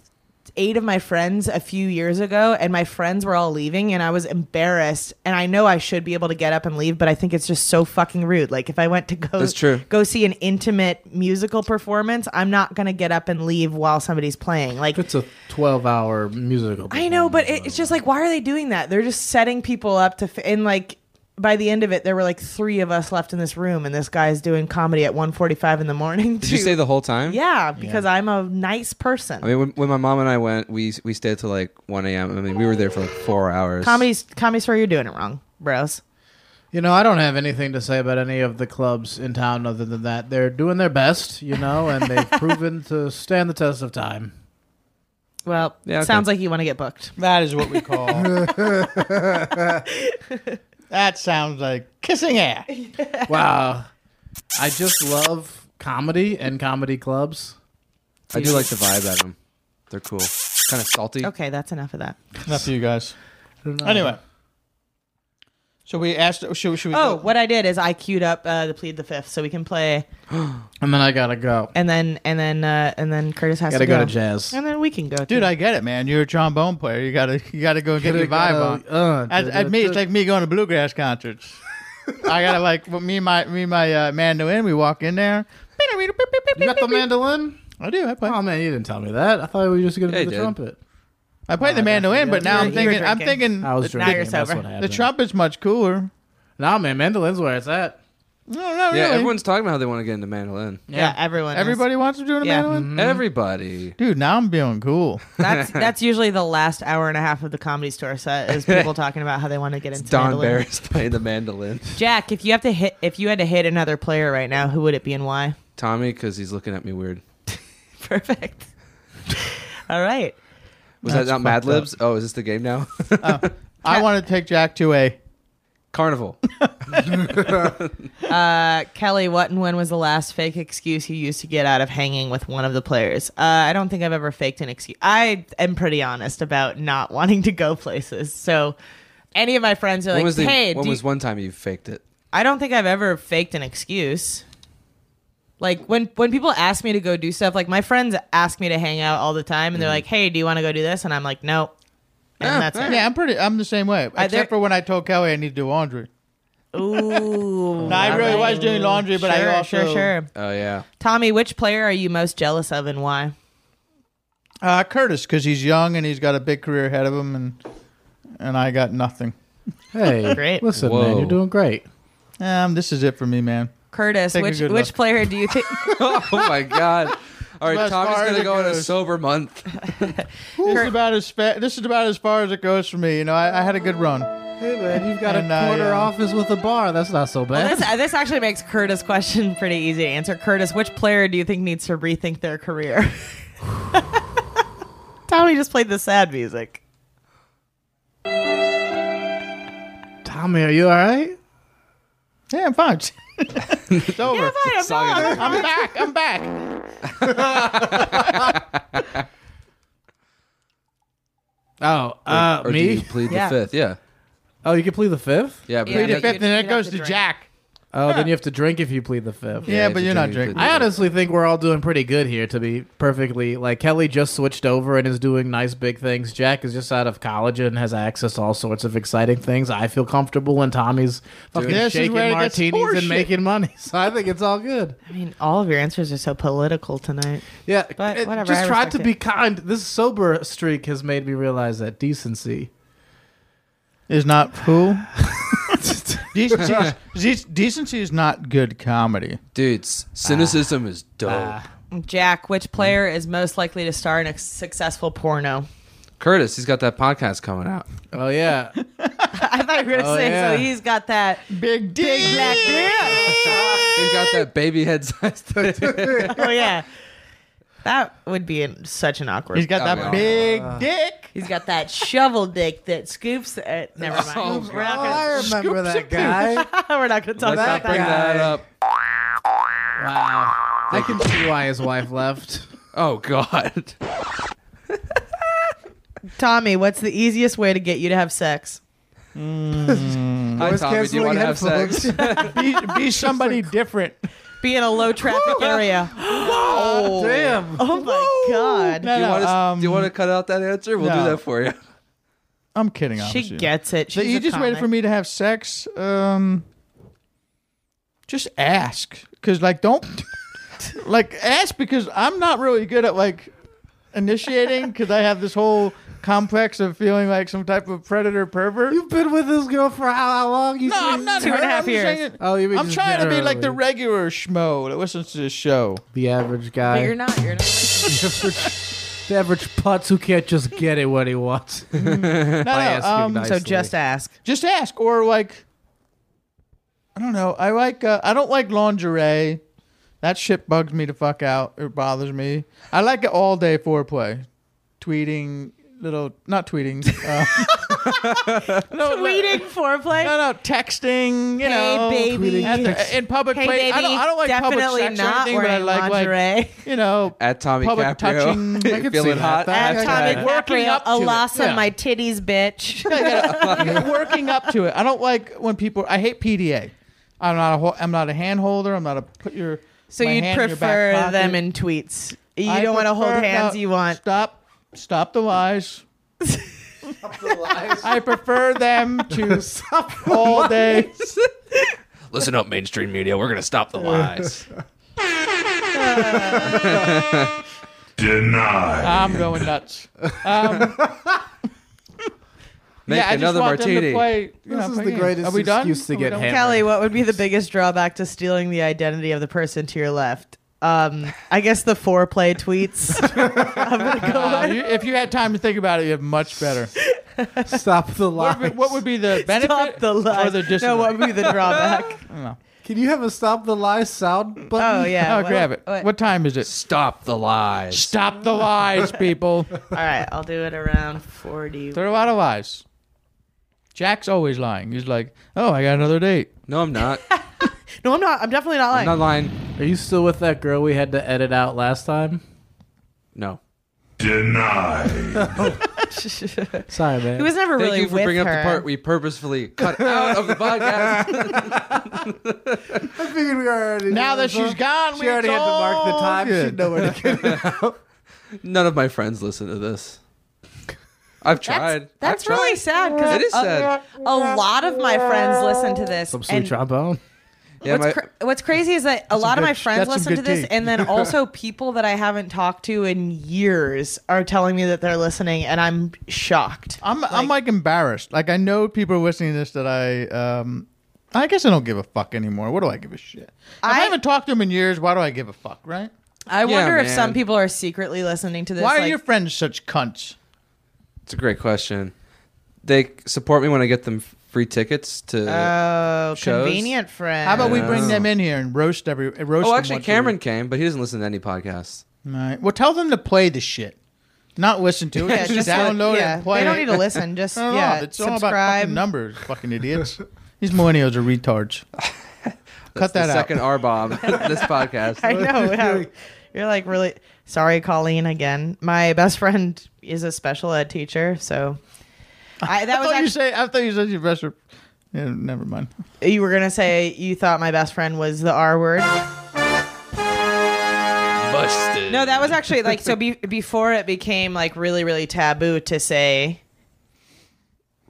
eight of my friends a few years ago and my friends were all leaving and I was embarrassed and I know I should be able to get up and leave but I think it's just so fucking rude like if I went to go
That's true.
go see an intimate musical performance I'm not going to get up and leave while somebody's playing like
It's a 12 hour musical.
I know, but
performance,
it, it's just like, why are they doing that? They're just setting people up to, f- and like by the end of it, there were like three of us left in this room, and this guy's doing comedy at 1.45 in the morning.
Did you stay the whole time?
Yeah, because I'm a nice person.
I mean, when, when my mom and I went, we we stayed till like one a.m. I mean, we were there for like four hours.
comedy's comedy store, you're doing it wrong, bros.
You know, I don't have anything to say about any of the clubs in town other than that they're doing their best, you know, and they've proven to stand the test of time.
Well,
Yeah, okay.
sounds like you want to get booked.
That is what we call. that sounds like kissing ass.
Wow. I just love comedy and comedy clubs.
I do like the vibe at them. They're cool, kind of salty.
Okay, that's enough of that.
Enough of you guys.
Uh-huh.
Anyway, so we asked. Should, should we?
Oh,
go-
what I did is I queued up uh, the plead the fifth, so we can play,
And then I gotta go.
and then and then uh, and then Curtis has
Gotta
to go,
go to jazz.
and then we can go. too.
dude, I get it, man. You're a trombone player. You gotta, you gotta go get your vibe on.
Uh,
At, at me, it's like me going to bluegrass concerts. I gotta like well, me and my me and my uh, mandolin. We walk in there.
You got the mandolin?
I do. I play.
Oh man, you didn't tell me that. I thought we were just gonna
Yeah,
do
you
the
did.
trumpet.
I play the mandolin, but now
Oh, You
I'm
were- you were
thinking. I'm
drinking.
thinking.
I was
the,
now
drinking.
you're
that's
sober.
what
the
happened.
trumpet's much cooler.
Nah, man, mandolin's where it's at.
No, not
Yeah,
really.
everyone's talking about how they want to get into mandolin.
yeah, everyone, is.
Everybody wants to do a
Yeah. Mm-hmm.
mandolin.
Everybody.
Dude, now I'm feeling cool.
That's that's usually the last hour and a half of the comedy store set is people talking about how they want to get into
Don
mandolin.
Barris playing the mandolin.
Jack, if you have to hit if you had to hit another player right now, who would it be and why?
Tommy, because he's looking at me weird.
Perfect. All right.
Was that not Mad Libs? Oh, is this the game now?
I want to take Jack to a.
Carnival.
Uh, Kelly, what and when was the last fake excuse you used to get out of hanging with one of the players? Uh, I don't think I've ever faked an excuse. I am pretty honest about not wanting to go places. So any of my friends are
when
like,
was the,
"Hey,
when
do you-
was one time you faked it?
I don't think I've ever faked an excuse. Like when when people ask me to go do stuff, like my friends ask me to hang out all the time, and
Mm-hmm.
they're like, "Hey, do you want to go do this?" And I'm like, "No," and that's it.
Ah, Yeah, I'm pretty. I'm the same way. Except
there-
for when I told Kelly I need to do laundry.
Ooh,
No, I really was doing laundry, but
sure,
I also
sure, sure.
Oh yeah.
Tommy, which player are you most jealous of, and why?
Uh, Curtis, because he's young and he's got a big career ahead of him, and and I got nothing.
Hey,
Great.
listen, man,
Whoa.
you're doing great.
Um, this is it for me, man.
Curtis,
Take a
which
good
which
look.
player do you think?
Oh my god. All right,
As
Tommy's
far as
gonna
it
go on a
goes.
sober month.
This is about as fa- this is about as far as it goes for me. You know, I, I had a good run.
Hey man, you've got
And,
a
uh,
corner
yeah.
office with a bar. That's not so bad.
this, this actually makes Curtis' question pretty easy to answer. Curtis, which player do you think needs to rethink their career? Tommy just played the sad music.
Tommy, are you all right?
Yeah, I'm fine. it's over.
Fine, I'm not-
I'm back. I'm back.
Oh, uh,
or do
me?
you plead
Yeah.
the fifth? Yeah.
oh, you can plead the fifth?
Yeah, but
Yeah.
Plead the
you-
fifth, and then
you'd
it goes
have
to
to drink.
Jack.
Oh, then you have to drink if you plead the fifth.
Yeah, but
it's a
you're not
drink,
drinking.
plead
I
the
honestly think we're all doing pretty good here, to be perfectly like Kelly just switched over and is doing nice big things. Jack is just out of college and has access to all sorts of exciting things. I feel comfortable, and Tommy's fucking
This is
shaking
where it gets
martinis and
horseshit.
making money. So I think it's all good.
I mean, all of your answers are so political tonight.
Yeah,
But
it-
whatever,
Just
I
try to
respect
be
it.
kind. This sober streak has made me realize that decency.
Is not cool. Decency is, dec- decency is not good comedy.
Dudes, cynicism is dope.
Jack, which player is most likely to star in a successful porno?
Curtis, he's got that podcast coming out.
Oh yeah.
I thought you were going to
Oh,
say
yeah.
so. He's got that
Big D.
big black.
He's got that baby head size tattoo.
oh yeah, that would be an, such an awkward.
He's got that
Oh,
big dick.
He's got that shovel dick that scoops. Uh, never mind.
Oh,
we're, not
I
gonna,
remember that guy.
we're not gonna talk
Let's not
about
bring
that.
that up.
guy. wow. I can see why his wife left.
Oh God.
Tommy, what's the easiest way to get you to have sex? Mm.
Hi Tommy, do you want to have sex?
Be, be somebody different.
Be in a low traffic area.
Oh, damn.
Oh my god.
No,
Do you,
no,
want to,
um,
do you want to cut out that answer? We'll
no.
do that for you.
I'm kidding.
She
obviously.
gets it.
The
She's a
easiest way
comic.
for me to have sex, um, just ask. Cause like don't like ask because I'm not really good at like initiating because I have this whole complex of feeling like some type of predator pervert.
You've been with this girl for how, how long? You
no, I'm not
two and a
her.
half
I'm
years.
just saying-
Oh, you mean
I'm
just
trying to be like the
generally.
regular schmo that listens to this show.
the average guy.
But you're not. You're not.
The average putz who can't just get it what he wants.
No, no, um,
Oh, So just ask.
just ask or like i don't know i like uh, i don't like lingerie that shit bugs me to fuck out it bothers me i like it all day foreplay tweeting little not tweeting uh, no,
Tweeting foreplay.
no no texting you
Hey,
know
baby.
at the- in public
Hey,
place
baby.
I, don't, I don't like
Definitely
public sex or
not
anything, but i
wearing
like
lingerie.
like you know
At Tommy
public
Caprio.
touching
You
I can see
feeling hot?
that.
At
That Okay.
Tommy
Working
Caprio,
up to
a
it.
loss
Yeah.
on my titties, bitch.
I gotta- you're working up to it. I don't like when people. I hate PDA. I'm not a. ho- I'm not a hand holder. I'm not a put your.
So
my
you'd
hand in your back
prefer
pocket.
them in tweets. You
I
don't want to hold
prefer-
hands.
no,
You want
stop. Stop the lies. I prefer them to stop all day.
Listen up, mainstream media. We're gonna stop the lies.
Deny.
I'm going nuts.
Make
yeah, I just
another
want them
martini.
to play. You
This
know,
is
play
the
games.
greatest
Are we done?
excuse to
Are we
get
done?
hammered.
Kelly, what would be the biggest drawback to stealing the identity of the person to your left? Um, I guess the foreplay tweets. I'm gonna go
Uh, you- if you had time to think about it, you have much better.
Stop the
What
lies.
would, be, what would be the benefit
stop the
or
lies.
the disadvantage?
no, what would be the drawback?
Can you have a stop the lies sound
Oh
button?
yeah.
oh,
what-
grab it.
what-
what time is it?
Stop the lies.
Stop the lies, people.
All right, I'll do it around forty.
There are a lot of lies. Jack's always lying. He's like, "Oh, I got another date."
No, I'm not.
No, I'm not. I'm definitely not
I'm
lying.
not lying.
Are you still with that girl we had to edit out last time?
No.
Deny.
Sorry, man.
he was never
Thank
really
you for
with
bringing up
her.
the part we purposefully cut out of the podcast.
I figured we already.
Now that she's gone,
She already had to mark the time. She didn't know where to get it.
None of my friends listen to this. I've tried.
That's
I've tried.
really sad because
It is sad.
a lot of my friends listen to this.
Some sweet
and
trombone.
Yeah,
what's,
my-
cra- what's crazy is that a lot of
good-
my friends
that's some
listen to
good
this,
tea.
and then also people that I haven't talked to in years are telling me that they're listening, and I'm shocked.
I'm I'm like embarrassed. Like I know people are listening to this that I um I guess I don't give a fuck anymore. What do I give a shit? If I,
I-
haven't talked to them in years. Why do I give a fuck, right?
I wonder if
man.
some people are secretly listening to this.
Why are
like,
your friends such cunts?
It's a great question. They support me when I get them free tickets to.
Oh,
Shows?
convenient friend.
How about we
Yeah.
bring them in here and roast every uh, roast?
oh,
them
actually,
once a
Cameron
week.
came, but he doesn't listen to any podcasts.
All right. Well, tell them to play the shit, not listen to it.
yeah,
just
just
download
let-
it
yeah.
and play.
They don't
it.
need to listen. Just
Oh,
Turn it
yeah,
off. It's all about
subscribe.
fucking numbers, fucking idiots. These millennials are retards. Cut that
the
out.
second R bomb. this podcast.
I know. yeah. You're like really sorry, Colleen. Again, my best friend is a special ed teacher, so I, that
I
was
thought
actually
you say. I thought you said your best. rep- Yeah, never mind.
You were gonna say you thought my best friend was the R word.
Busted.
No, that was actually like so. Be- before it became like really, really taboo to say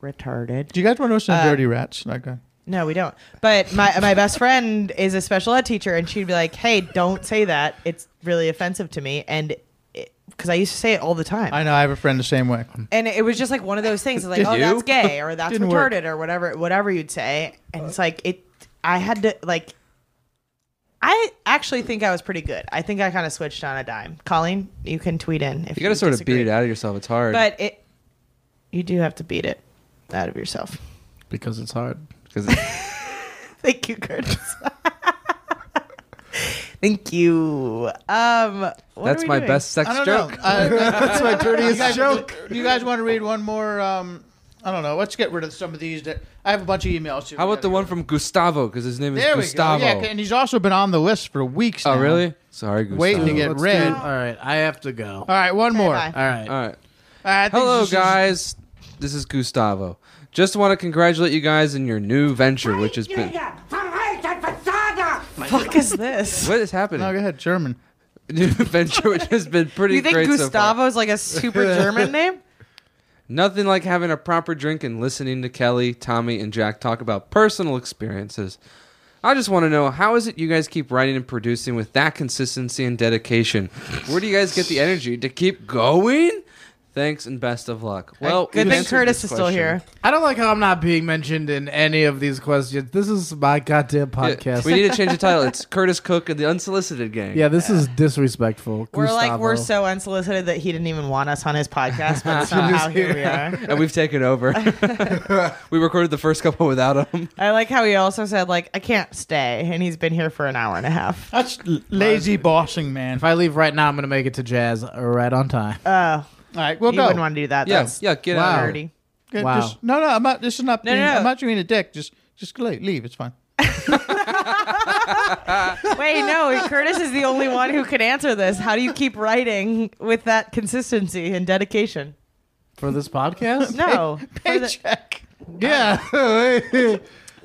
retarded.
Do you guys want to listen
Uh,
to Dirty Rats? uh, Okay.
No, we don't. But my my best friend is a special ed teacher, and she'd be like, "Hey, don't say that. It's really offensive to me." And it, because I used to say it all the time.
I know. I have a friend the same way.
and it was just like one of those things like
Did
oh
you?
that's gay or that's
Didn't
retarded
work.
or whatever whatever you'd say and it's like it i had to like i actually think i was pretty good i think i kind of switched on a dime colleen you can tweet in if you,
You got to sort of
disagree.
beat it out of yourself. It's hard.
but it you do have to beat it out of yourself
because it's hard.
Because
thank you curtis thank you um what are
That's
we
my
doing?
best sex I don't know. joke. I- That's my dirtiest
You guys-
joke.
You guys want to read one more? Um, I don't know. Let's get rid of some of these. That I have a bunch of emails. Too.
How about the one from Gustavo? Because his name is
There we
Gustavo.
go. Yeah, and he's also been on the list for weeks.
oh,
now.
really? Sorry, Gustavo.
Waiting to get
Let's
read.
do- All right, I have to go.
All right, one more.
All right.
All right.
I think
Hello,
this is-
guys. This is Gustavo. Just want to congratulate you guys in your new venture, which has been.
fuck is this
What is happening?
No, go ahead, German.
New venture, which has been pretty
you think
great so far.
gustavo's like a super german name
Nothing like having a proper drink and listening to Kelly, Tommy, and Jack talk about personal experiences. I just want to know how is it you guys keep writing and producing with that consistency and dedication? Where do you guys get the energy to keep going? Thanks and best of luck. Well,
good
we've
thing
answered
Curtis is
this
still
question.
here.
I don't like how I'm not being mentioned in any of these questions. This is my goddamn
Yeah,
podcast.
we need to change the title. It's Curtis Cook and the Unsolicited Gang.
Yeah, this is disrespectful.
We're like we're
Gustavo.
so unsolicited that he didn't even want us on his podcast, but somehow here we are.
and we've taken over. we recorded the first couple without him.
I like how he also said like I can't stay, and he's been here for an hour and a half.
That's l- lazy bossing, man.
If I leave right now, I'm gonna make it to jazz right on time.
Oh, all
right, we'll
you
go.
wouldn't want to do that.
Yeah,
That's
yeah, get out of
dirty.
Good,
Wow.
just- no, no, I'm not. This is not.
No,
being,
no, no.
I'm not doing a dick. Just, just leave. leave. It's fine.
Wait, no, Curtis is the only one who can answer this. How do you keep writing with that consistency and dedication?
for this podcast?
No, for the- Um,
Paycheck.
Yeah. the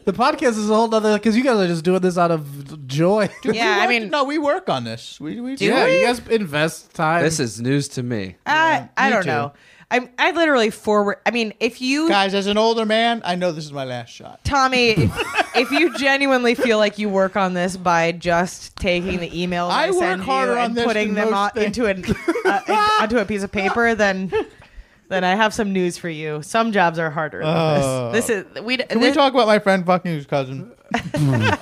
podcast is a whole other because you guys are just doing this out of joy.
yeah, I
What?
mean,
no, we work on this. We, we
Do
yeah,
we?
you guys invest time.
This is news to me.
I, I
me
don't
too.
know. I'm I literally forward. I mean, if you
guys. As an older man, I know this is my last shot.
Tommy, if, if you genuinely feel like you work on this by just taking the email
I
I,
work
send you
harder on
and
this
putting
than
them
most
on,
things.
into an uh, in- onto a piece of paper, then then I have some news for you. Some jobs are harder than
Oh.
this. This is we.
Can we
this-
talk about my friend fucking his cousin?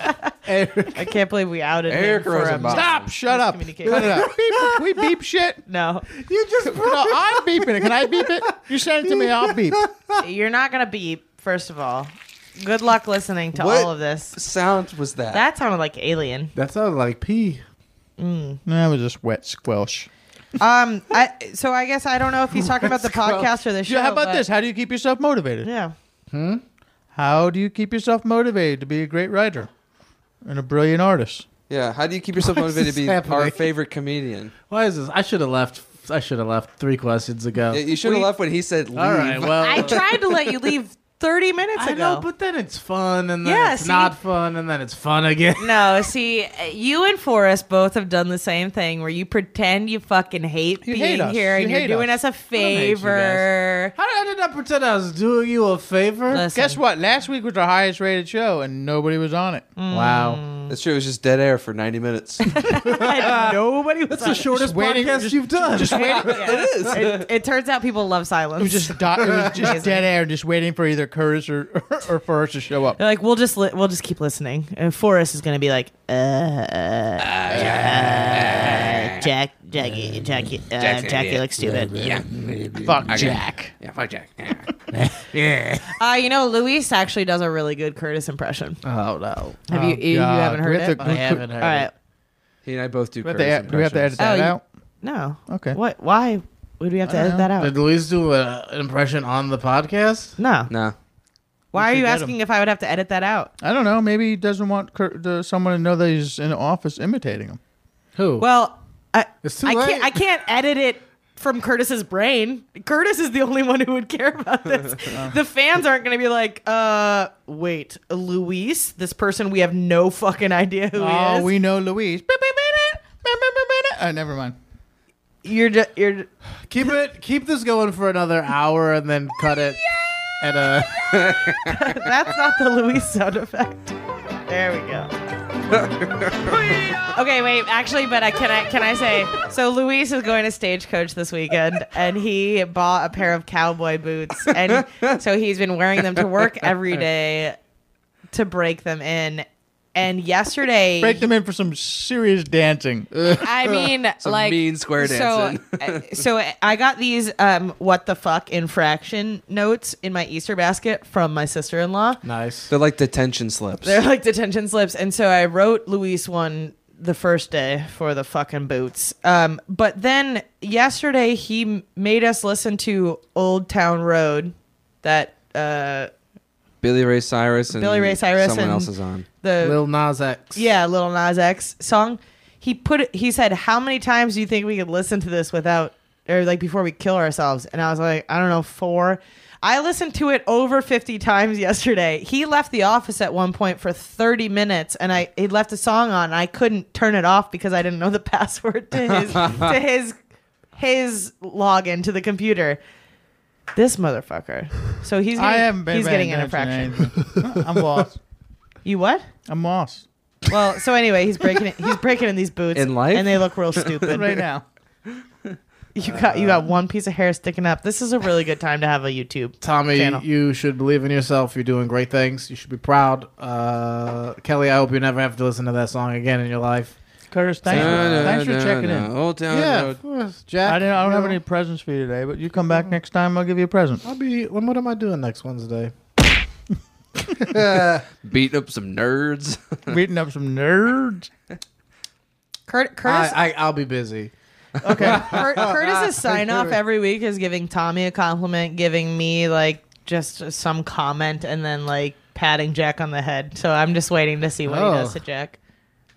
I can't believe we outed him
Eric
for
Rosenbaum.
A
Stop! Shut up! Cut
miscommunication.
it out. Beep. We beep shit.
No,
you just
No, I'm beeping it. Can I beep it? You send it to me. I'll beep.
you're not gonna beep. First of all, good luck listening to
What?
all of this.
Sound was that?
That sounded like alien.
that sounded like pee.
That was just wet squelch.
Um, I so I guess I don't know if he's talking about the podcast or the show.
Yeah, how about
but-
this? How do you keep yourself motivated?
Yeah.
How do you keep yourself motivated to be a great writer and a brilliant artist?
yeah. How do you keep yourself
Why is
motivated to
this
be our
happening?
favorite comedian?
Why is this? I should have left. I should have left three questions ago.
Yeah, you should have
We-
left when he said leave.
All right. Well,
I tried to let you leave 30 minutes
I
ago.
know, but then it's fun, and then
Yeah,
it's
see?
not fun, and then it's fun again.
no, see, you and Forrest both have done the same thing where you pretend you fucking hate
You hate
being
us.
here
You
and you're
hate
doing
us.
us, a
hate you guys.
favor.
How did I did not pretend I was doing you a favor?
Listen.
Guess what? Last week was our highest rated show and nobody was on it.
Hmm.
Wow,
That's true. It was just dead air for 90 minutes.
And Uh, nobody was
that's the shortest
waiting-
podcast
just-
you've done.
It is. It, turns out people love silence.
It was just, di- it was just dead air, just waiting for either Curtis or, or for us to show up.
They're like, we'll just li- we'll just keep listening. And Forrest is gonna be like, uh, uh, Jack, Jackie, Jackie, uh, Jackie looks stupid. Yeah.
Fuck Jack.
yeah, fuck Jack.
Uh, you know, Luis actually does a really good Curtis impression.
oh no,
Have you, you, you
God.
haven't
Do Uh, we
heard
have
it?
to-
I haven't heard.
All right.
it.
He and I both do
Do we have
Curtis
to ed- do we have to edit
impressions.
that
Oh, you-
out?
No.
Okay.
What? Why would we have to edit that out?
Did Luis do a, an impression on the podcast?
No.
Nah.
Why are
should
you
get
asking if I would have to edit that out?
I don't know. Maybe he doesn't want Cur- the, someone to know that he's in the office imitating him.
Who?
Well, I,
It's too
I
late.
can't. I can't edit it from Curtis's brain. Curtis is the only one who would care about this. the fans aren't going to be like, uh, wait, Luis, this person we have no fucking idea who he
Oh,
is.
we know Louise. Uh, never mind.
you're just you're. ju-
keep it. Keep this going for another hour, and then cut it. At a.
That's not the Luis sound effect. There we go. okay, wait. Actually, but I, can I can I say so? Luis is going to stagecoach this weekend, and he bought a pair of cowboy boots, and so he's been wearing them to work every day to break them in. And yesterday,
Break them in for some serious dancing.
I mean, like so, uh, So, I got these um, what the fuck infraction notes in my Easter basket from my sister in law.
Nice.
They're like detention slips.
They're like detention slips, and so I wrote Luis one the first day for the fucking boots. Um, but then yesterday he m- made us listen to Old Town Road, that uh,
Billy Ray Cyrus and
Billy Ray Cyrus
Someone
and
else is on.
the
Lil Nas X.
yeah Little Nas X song. He put it, he said, "How many times do you think we could listen to this without or like before we kill ourselves?" And I was like, "I don't know, four. I listened to it over 50 times yesterday. He left the office at one point for 30 minutes and I he left a song on and I couldn't turn it off because I didn't know the password to his to his his login to the computer. This motherfucker. So he's
I
getting,
haven't been
he's
paying
getting an
attention
infraction.
to anything. I'm lost.
You what?
I'm lost
Well, so anyway, he's breaking it, he's breaking in these boots
In life?
and they look real stupid
right now.
You got you got
Uh,
one piece of hair sticking up. This is a really good time to have a YouTube.
Tommy,
Channel.
you should believe in yourself. You're doing great things. You should be proud. Uh, Kelly, I hope you never have to listen to that song again in your life.
Curtis, thanks,
No,
for,
no,
thanks
no,
for checking
no.
in.
Old Town
yeah,
Road.
of course, Jack.
Oh, I didn't. I don't
you
have
know,
any presents for you today, but you come back next time. Mm-hmm. I'll give you a present.
I'll be. When what am I doing next Wednesday?
Beating up some nerds.
Beating up some nerds.
Curt, Curtis,
I, I I'll be busy.
Okay.
Curt, Curtis's sign off every week is giving Tommy a compliment, giving me like just some comment, and then like patting Jack on the head. So I'm just waiting to see what
Oh.
he does to Jack.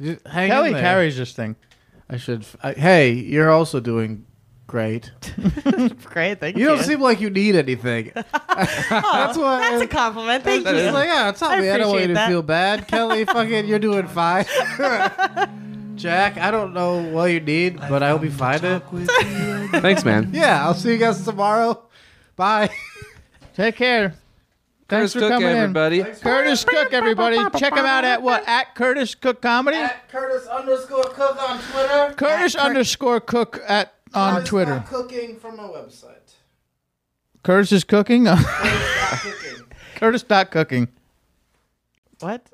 You- Hang
Kelly
in there.
carries this thing.
I should. f I hey, you're also doing great.
Great, thank you.
You don't seem like you need anything. that's why.
That's a compliment. Thank
It's
you.
like, yeah, it's not
I
me. I don't
appreciate
want you to
that.
feel bad. Kelly, fucking, you're doing fine. Jack, I don't know what you need, but I hope you find it.
Thanks, man.
Yeah, I'll see you guys tomorrow. Bye.
Take care. Thanks
Curtis
for
Cook,
coming
everybody.
in. Curtis Cook, everybody. Check him out at what? At Curtis Cook Comedy?
Curtis underscore cook on Twitter.
Curtis underscore Cook at on Twitter.
Cooking from my website.
Curtis is cooking. Curtis dot cooking.
What?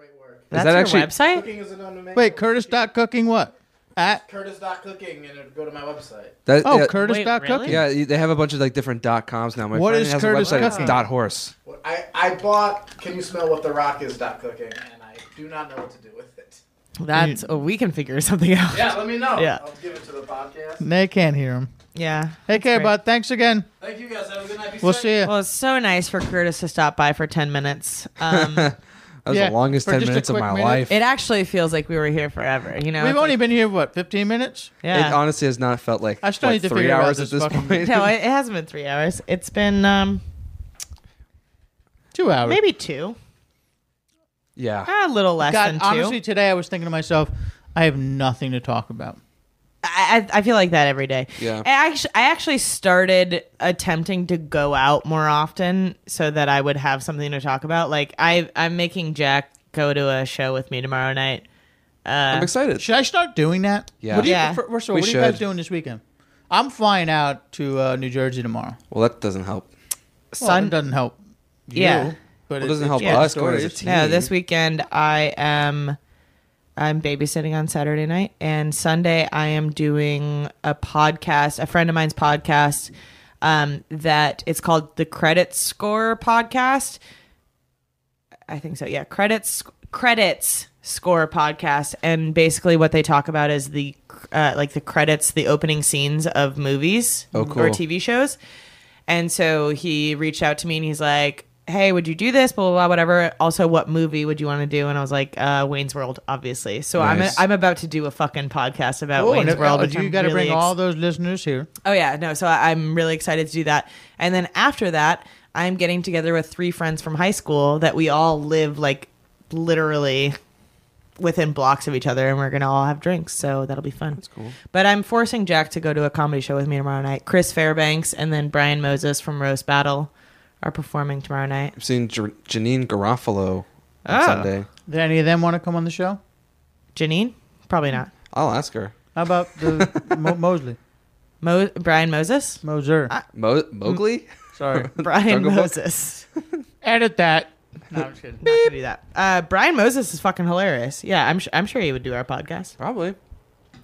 that
That's your
actually-
website?
Cooking is an underman.
Wait, Curtis dot cooking what? At
Curtis dot cooking, and it'll go to my website.
That-
oh
yeah,
Curtis
Wait,
dot
really?
cooking.
Yeah, they have a bunch of like different dot coms now. My
What
friend
is
has
Curtis
a website. It's
cooking?
dot horse.
What I I bought. Can you smell what the rock is? Dot cooking, and I do not know what to do with it.
That's oh, we can figure something out.
Yeah, let me know.
Yeah.
I'll give it to the podcast.
They can't hear him.
Yeah.
Take care, bud. Thanks again.
Thank you guys. Have a good night. Be
We'll
safe.
see you.
Well, it's so nice for Curtis to stop by for ten minutes. Um,
That was
Yeah,
the longest
for
ten
just a
minutes of
quick
my
minute.
life.
It actually feels like we were here forever, you know.
We've
It's
only
like-
been here what, 15 minutes?
yeah.
It honestly has not felt like
I still
what,
need to
three
figure out
hours
this
at this
fucking-
point.
no, it, it hasn't been three hours. It's been um,
Two hours.
maybe two,
yeah.
Ah, a little less
God,
than two.
honestly, today I was thinking to myself, I have nothing to talk about.
I, I I feel like that every day.
Yeah.
I actually, I actually started attempting to go out more often so that I would have something to talk about. Like I, I'm making Jack go to a show with me tomorrow night. Uh,
I'm excited.
Should I start doing that?
Yeah.
What do you,
Yeah.
fir- First of all,
We
what are you guys
should.
doing this weekend? I'm flying out to uh, New Jersey tomorrow.
Well, that doesn't help.
Well,
Sun,
it doesn't help. You,
Yeah.
But
Well, it doesn't help
yeah,
us going as a
stories.
team.
No, this weekend I am I'm babysitting on Saturday night and Sunday I am doing a podcast, a friend of mine's podcast um that it's called the Credit Score podcast. I think so. Yeah, credits credits score podcast and basically what they talk about is the uh, like the credits, the opening scenes of movies
Oh, cool.
or TV shows. And so he reached out to me and he's like, "Hey, would you do this? Blah blah, blah whatever. Also, what movie would you want to do?" And I was like, uh, "Wayne's World, obviously." So
Nice.
I'm I'm about to do a fucking podcast about
Oh, and
Wayne's
if-
World.
oh,
which
you
I'm
got to
really
bring
ex-
all those listeners here.
Oh yeah, no. So I- I'm really excited to do that. And then after that, I'm getting together with three friends from high school that we all live like literally within blocks of each other, and we're gonna all have drinks. So that'll be fun. That's cool. But I'm forcing Jack to go to a comedy show with me tomorrow night. Chris Fairbanks and then Brian Moses from Roast Battle are performing tomorrow night.
I'm
Ah.
seeing J- Janine Garofalo on Sunday.
Did any of them want to come on the show?
Janine? Probably not.
I'll ask her.
How about the Mo- Mosley?
Mo- Brian Moses?
Moser.
Mo-
Mm.
Mowgli?
Sorry.
Brian
Jungle Book?
Moses.
Edit that.
No, I'm just kidding. Not gonna do that. Uh, Brian Moses is fucking hilarious. Yeah, I'm, sh- I'm sure he would do our podcast.
Probably.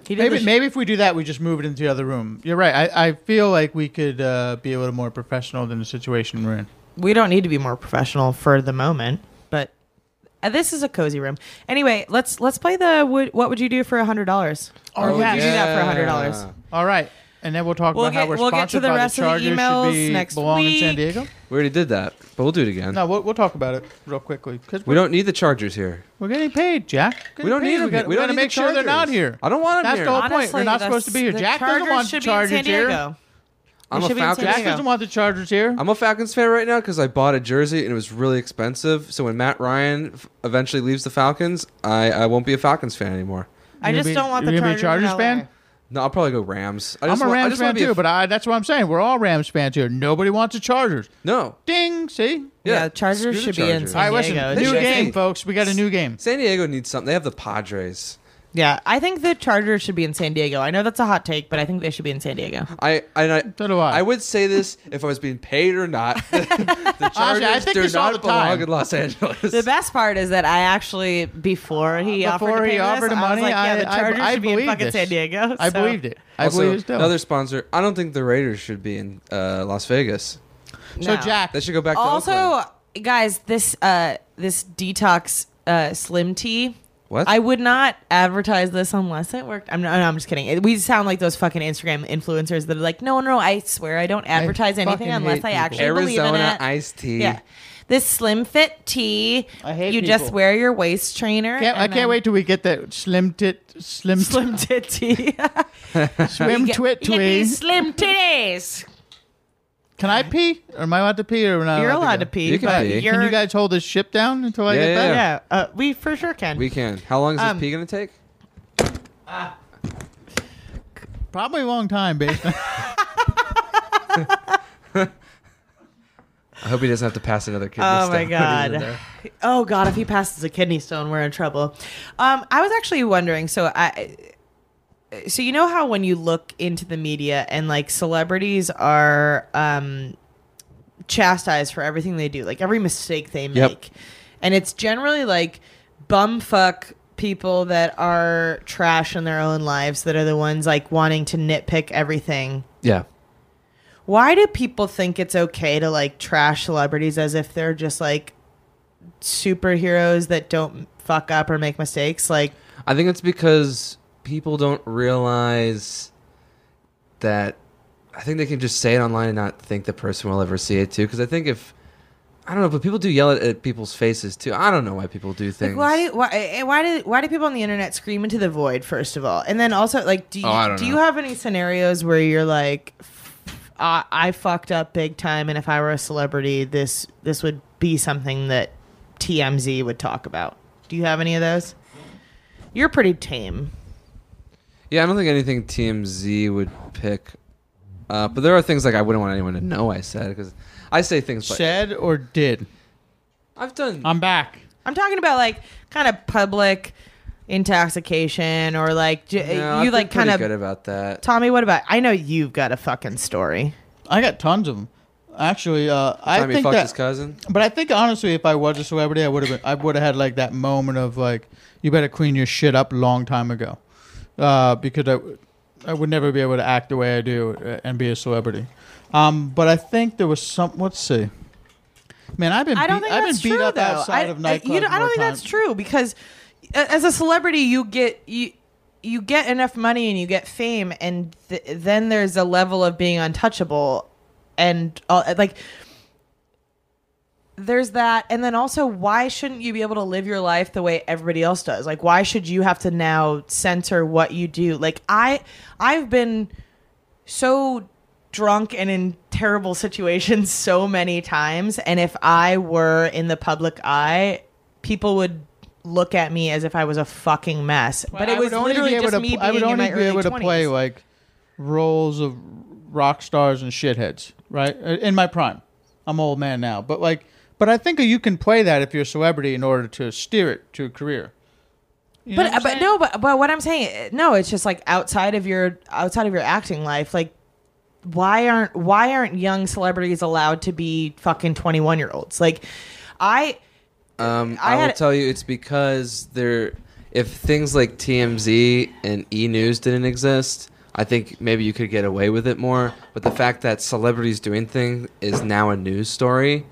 He did
Maybe
the sh-
maybe if we do that, we just move it into the other room. You're right. I, I feel like we could uh, be a little more professional than the situation we're in.
we don't need to be more professional for the moment, but uh, this is a cozy room. Anyway, let's let's play the would, what would you do for a hundred dollars? Or
Oh,
would you do that for a
yeah.
hundred dollars?
All right. And then we'll talk
We'll
about how
get-
we're
we'll get to
sponsored
the
by
rest
the
of the
Chargers
emails
should be
next
belong in San
week.
Diego.
We already did that, but we'll do it again.
No, we'll, we'll talk about it real quickly because
We
we're,
don't need the Chargers here.
we're getting paid, Jack. Getting
We don't
paid.
need them.
We, got,
we don't
to
need the
make sure they're
Chargers.
not here.
I don't want them
That's
here.
the whole point. We're not
the-
supposed to be here.
the
Jack doesn't
Chargers
want
should
the Chargers
be in San
here.
Diego.
I'm
They
a
should be in San
Falcons
Diego.
Jack doesn't want the Chargers here.
I'm a Falcons fan right now because I bought a jersey and it was really expensive. So when Matt Ryan f- eventually leaves the Falcons, I, I won't be a Falcons fan anymore.
I
You're
just
gonna be-
don't want the
you're gonna
Chargers.
be a
in
Chargers
LA.
fan?
No, I'll probably go Rams. I
I'm
just
a
want- I
Rams
just wanna
fan
be a
too, but I, that's what I'm saying. We're all Rams fans here. Nobody wants the Chargers.
no.
Ding. See.
Yeah,
Yeah,
Chargers
screw the
should be in
Chargers.
All
San
right, listen.
Diego.
They
New
should be.
game, folks. We got a new game.
San Diego needs something. They have the Padres.
Yeah, I think the Chargers should be in San Diego. I know that's a hot take, but I think they should be in San Diego.
I and I,
So do I.
would say this if I was being paid or not. the Chargers
Honestly, I think
do
this all
not
the time.
belong in Los Angeles.
The best part is that I actually before he offered
Before
to
he
pay me
offered
this,
him
I was
money,
like, yeah,
I-
the
I-
Chargers
I
should be in
believed
fucking
this.
San Diego.
I
so-
believed it. I
also,
believe it still.
another sponsor. I don't think the Raiders should be in uh, Las Vegas.
so
No.
Jack,
They should go back to Oakland.
also guys this uh this detox uh slim tea
What?
I would not advertise this unless it worked. I'm, no, no, I'm just kidding. It- We sound like those fucking Instagram influencers that are like, no, no, I swear I don't advertise anything
fucking
unless
hate
I
people.
actually believe in
Arizona
it.
iced tea.
yeah. This Slim Fit tea,
I hate
you just
people.
wear your waist trainer.
can't, I
and
can't
then-
wait till we get that slim tit, slim,
Slim Fit tea.
swim twit
You get
tween.
these slim titties.
Can I pee? Or am I allowed to pee? Or not?
You're allowed
go?
to pee.
You can
but
pee.
You're,
Can you guys hold this ship down until I
Yeah,
get
yeah,
back?
Yeah, uh, we for sure can.
We can. How long is this
Um,
pee gonna take?
Probably a long time, based on
I hope he doesn't have to pass another kid.
Oh my god. Oh god, if he passes a kidney stone, we're in trouble. Um, I was actually wondering. So I, so you know how when you look into the media and like celebrities are um, chastised for everything they do, like every mistake they make,
Yep.
and it's generally like bumfuck people that are trash in their own lives that are the ones like wanting to nitpick everything
Yeah.
why do people think it's okay to like trash celebrities as if they're just like superheroes that don't fuck up or make mistakes like
I think it's because people don't realize that. I think they can just say it online and not think the person will ever see it too. Because I think if I don't know, but people do yell at, at people's faces too. I don't know why people do things.
why do why eh, why do why do people on the internet scream into the void first of all and then also like do you,
Oh, I don't
do
know.
you have any scenarios where you're like I, I fucked up big time and if I were a celebrity this this would be something that TMZ would talk about do you have any of those you're pretty tame
Yeah, I don't think anything TMZ would pick up. But there are things like I wouldn't want anyone to know I said because I say things like
said or did.
I've done.
I'm back.
I'm talking about like kind of public intoxication or like j-
No,
you
I've
like
been pretty
kind
good
of
about that.
Tommy. What about? I know you've got a fucking story.
I got tons of them. Actually, uh, I
Tommy
think
fucked
that,
his cousin.
But I think honestly, if I was a celebrity, I would have been. I would have had like that moment of like, you better clean your shit up long time ago, uh, because I, I would never be able to act the way I do uh, and be a celebrity. Um, but I think there was some. Let's see. Man, I've been.
I don't
beat,
think
I've
that's
been beat
true
up
though.
outside
I,
of
I-
nightclubs.
you don't- I don't
more
think that's
times.
true because a- as a celebrity, you get you you get enough money and you get fame, and th- then there's a level of being untouchable, and uh, like there's that and then also why shouldn't you be able to live your life the way everybody else does like why should you have to now censor what you do like i i've been so drunk and in terrible situations so many times and if i were in the public eye people would look at me as if i was a fucking mess but it
I
was
would only
literally
be able
just
to,
me being
I would
in
only
my
be
early
able to
20s.
play like roles of rock stars and shitheads, right? Uh, In my prime, I'm an old man now, but like, but I think you can play that if you're a celebrity in order to steer it to a career. You know what
but
I'm
but
saying?
no, but but what I'm saying, no, it's just like outside of your outside of your acting life, like why aren't why aren't young celebrities allowed to be fucking 21 year olds? Like I
Um,
I
I, will
had-
tell you, it's because there. If things like TMZ and E News didn't exist, I think maybe you could get away with it more. But the fact that celebrities doing things is now a news story.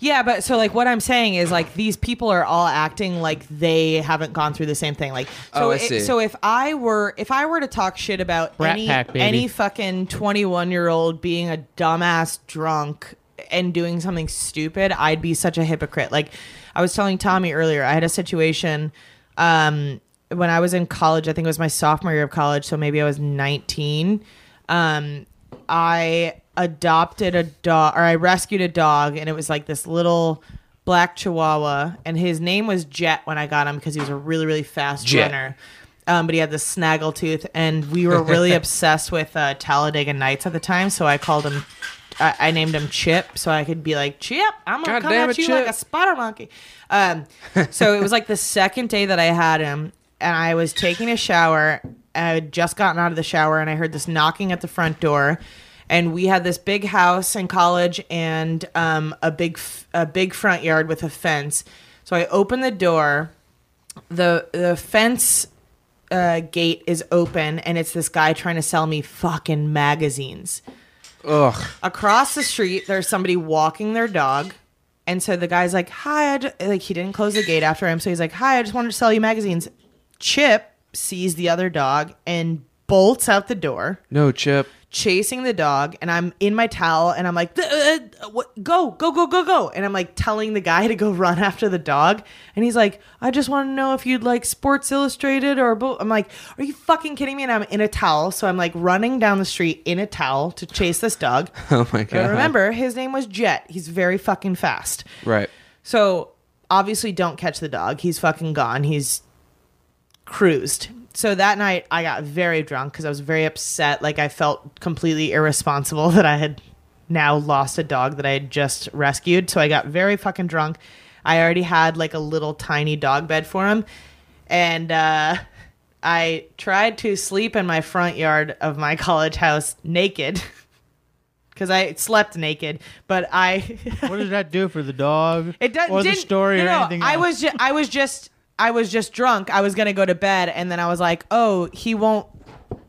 Yeah, but so like what I'm saying is like these people are all acting like they haven't gone through the same thing. Like so
Oh, I
it-
see.
so if I were if I were to talk shit about
Brat
any
pack, baby.
any fucking 21 year old being a dumbass drunk and doing something stupid, I'd be such a hypocrite. Like I was telling Tommy earlier, I had a situation um when I was in college, I think it was my sophomore year of college, so maybe I was 19. Um I adopted a dog or I rescued a dog and it was like this little black chihuahua and his name was Jet when I got him because he was a really really fast
Jet.
runner. Um, but he had this snaggle tooth and we were really obsessed with uh, Talladega Nights at the time, so I called him I, I named him Chip so I could be like Chip, I'm gonna
God
come
damn
at
it,
you
Chip."
like a spider monkey. Um, so it was like the second day that I had him, and I was taking a shower. And I had just gotten out of the shower, and I heard this knocking at the front door. And we had this big house in college and um, a big f- a big front yard with a fence. So I opened the door. the The fence uh, gate is open, and it's this guy trying to sell me fucking magazines.
Ugh.
Across the street, there's somebody walking their dog. And so the guy's like, Hi, I ju-" like he didn't close the gate after him. So he's like, Hi, I just wanted to sell you magazines. Chip sees the other dog and bolts out the door,
No, Chip.
chasing the dog. And I'm in my towel and I'm like, "Uh, uh, uh, what? Go, go, go, go, go. And I'm like telling the guy to go run after the dog. And he's like, I just want to know if you'd like Sports Illustrated or. Bo-. I'm like, Are you fucking kidding me? And I'm in a towel. So I'm like running down the street in a towel to chase this dog.
Oh my
And
god.
remember, his name was Jet. He's very fucking fast.
Right.
So obviously, don't catch the dog. He's fucking gone. He's cruised. So that night, I got very drunk because I was very upset. Like, I felt completely irresponsible that I had now lost a dog that I had just rescued. So I got very fucking drunk. I already had like a little tiny dog bed for him. And, uh,. I tried to sleep in my front yard of my college house naked because I slept naked, but I
what does that do for the dog?
It doesn't
or the
didn't,
story
no,
or
no,
anything.
I
else?
was ju- I was just I was just drunk. I was gonna go to bed, and then I was like, oh, he won't.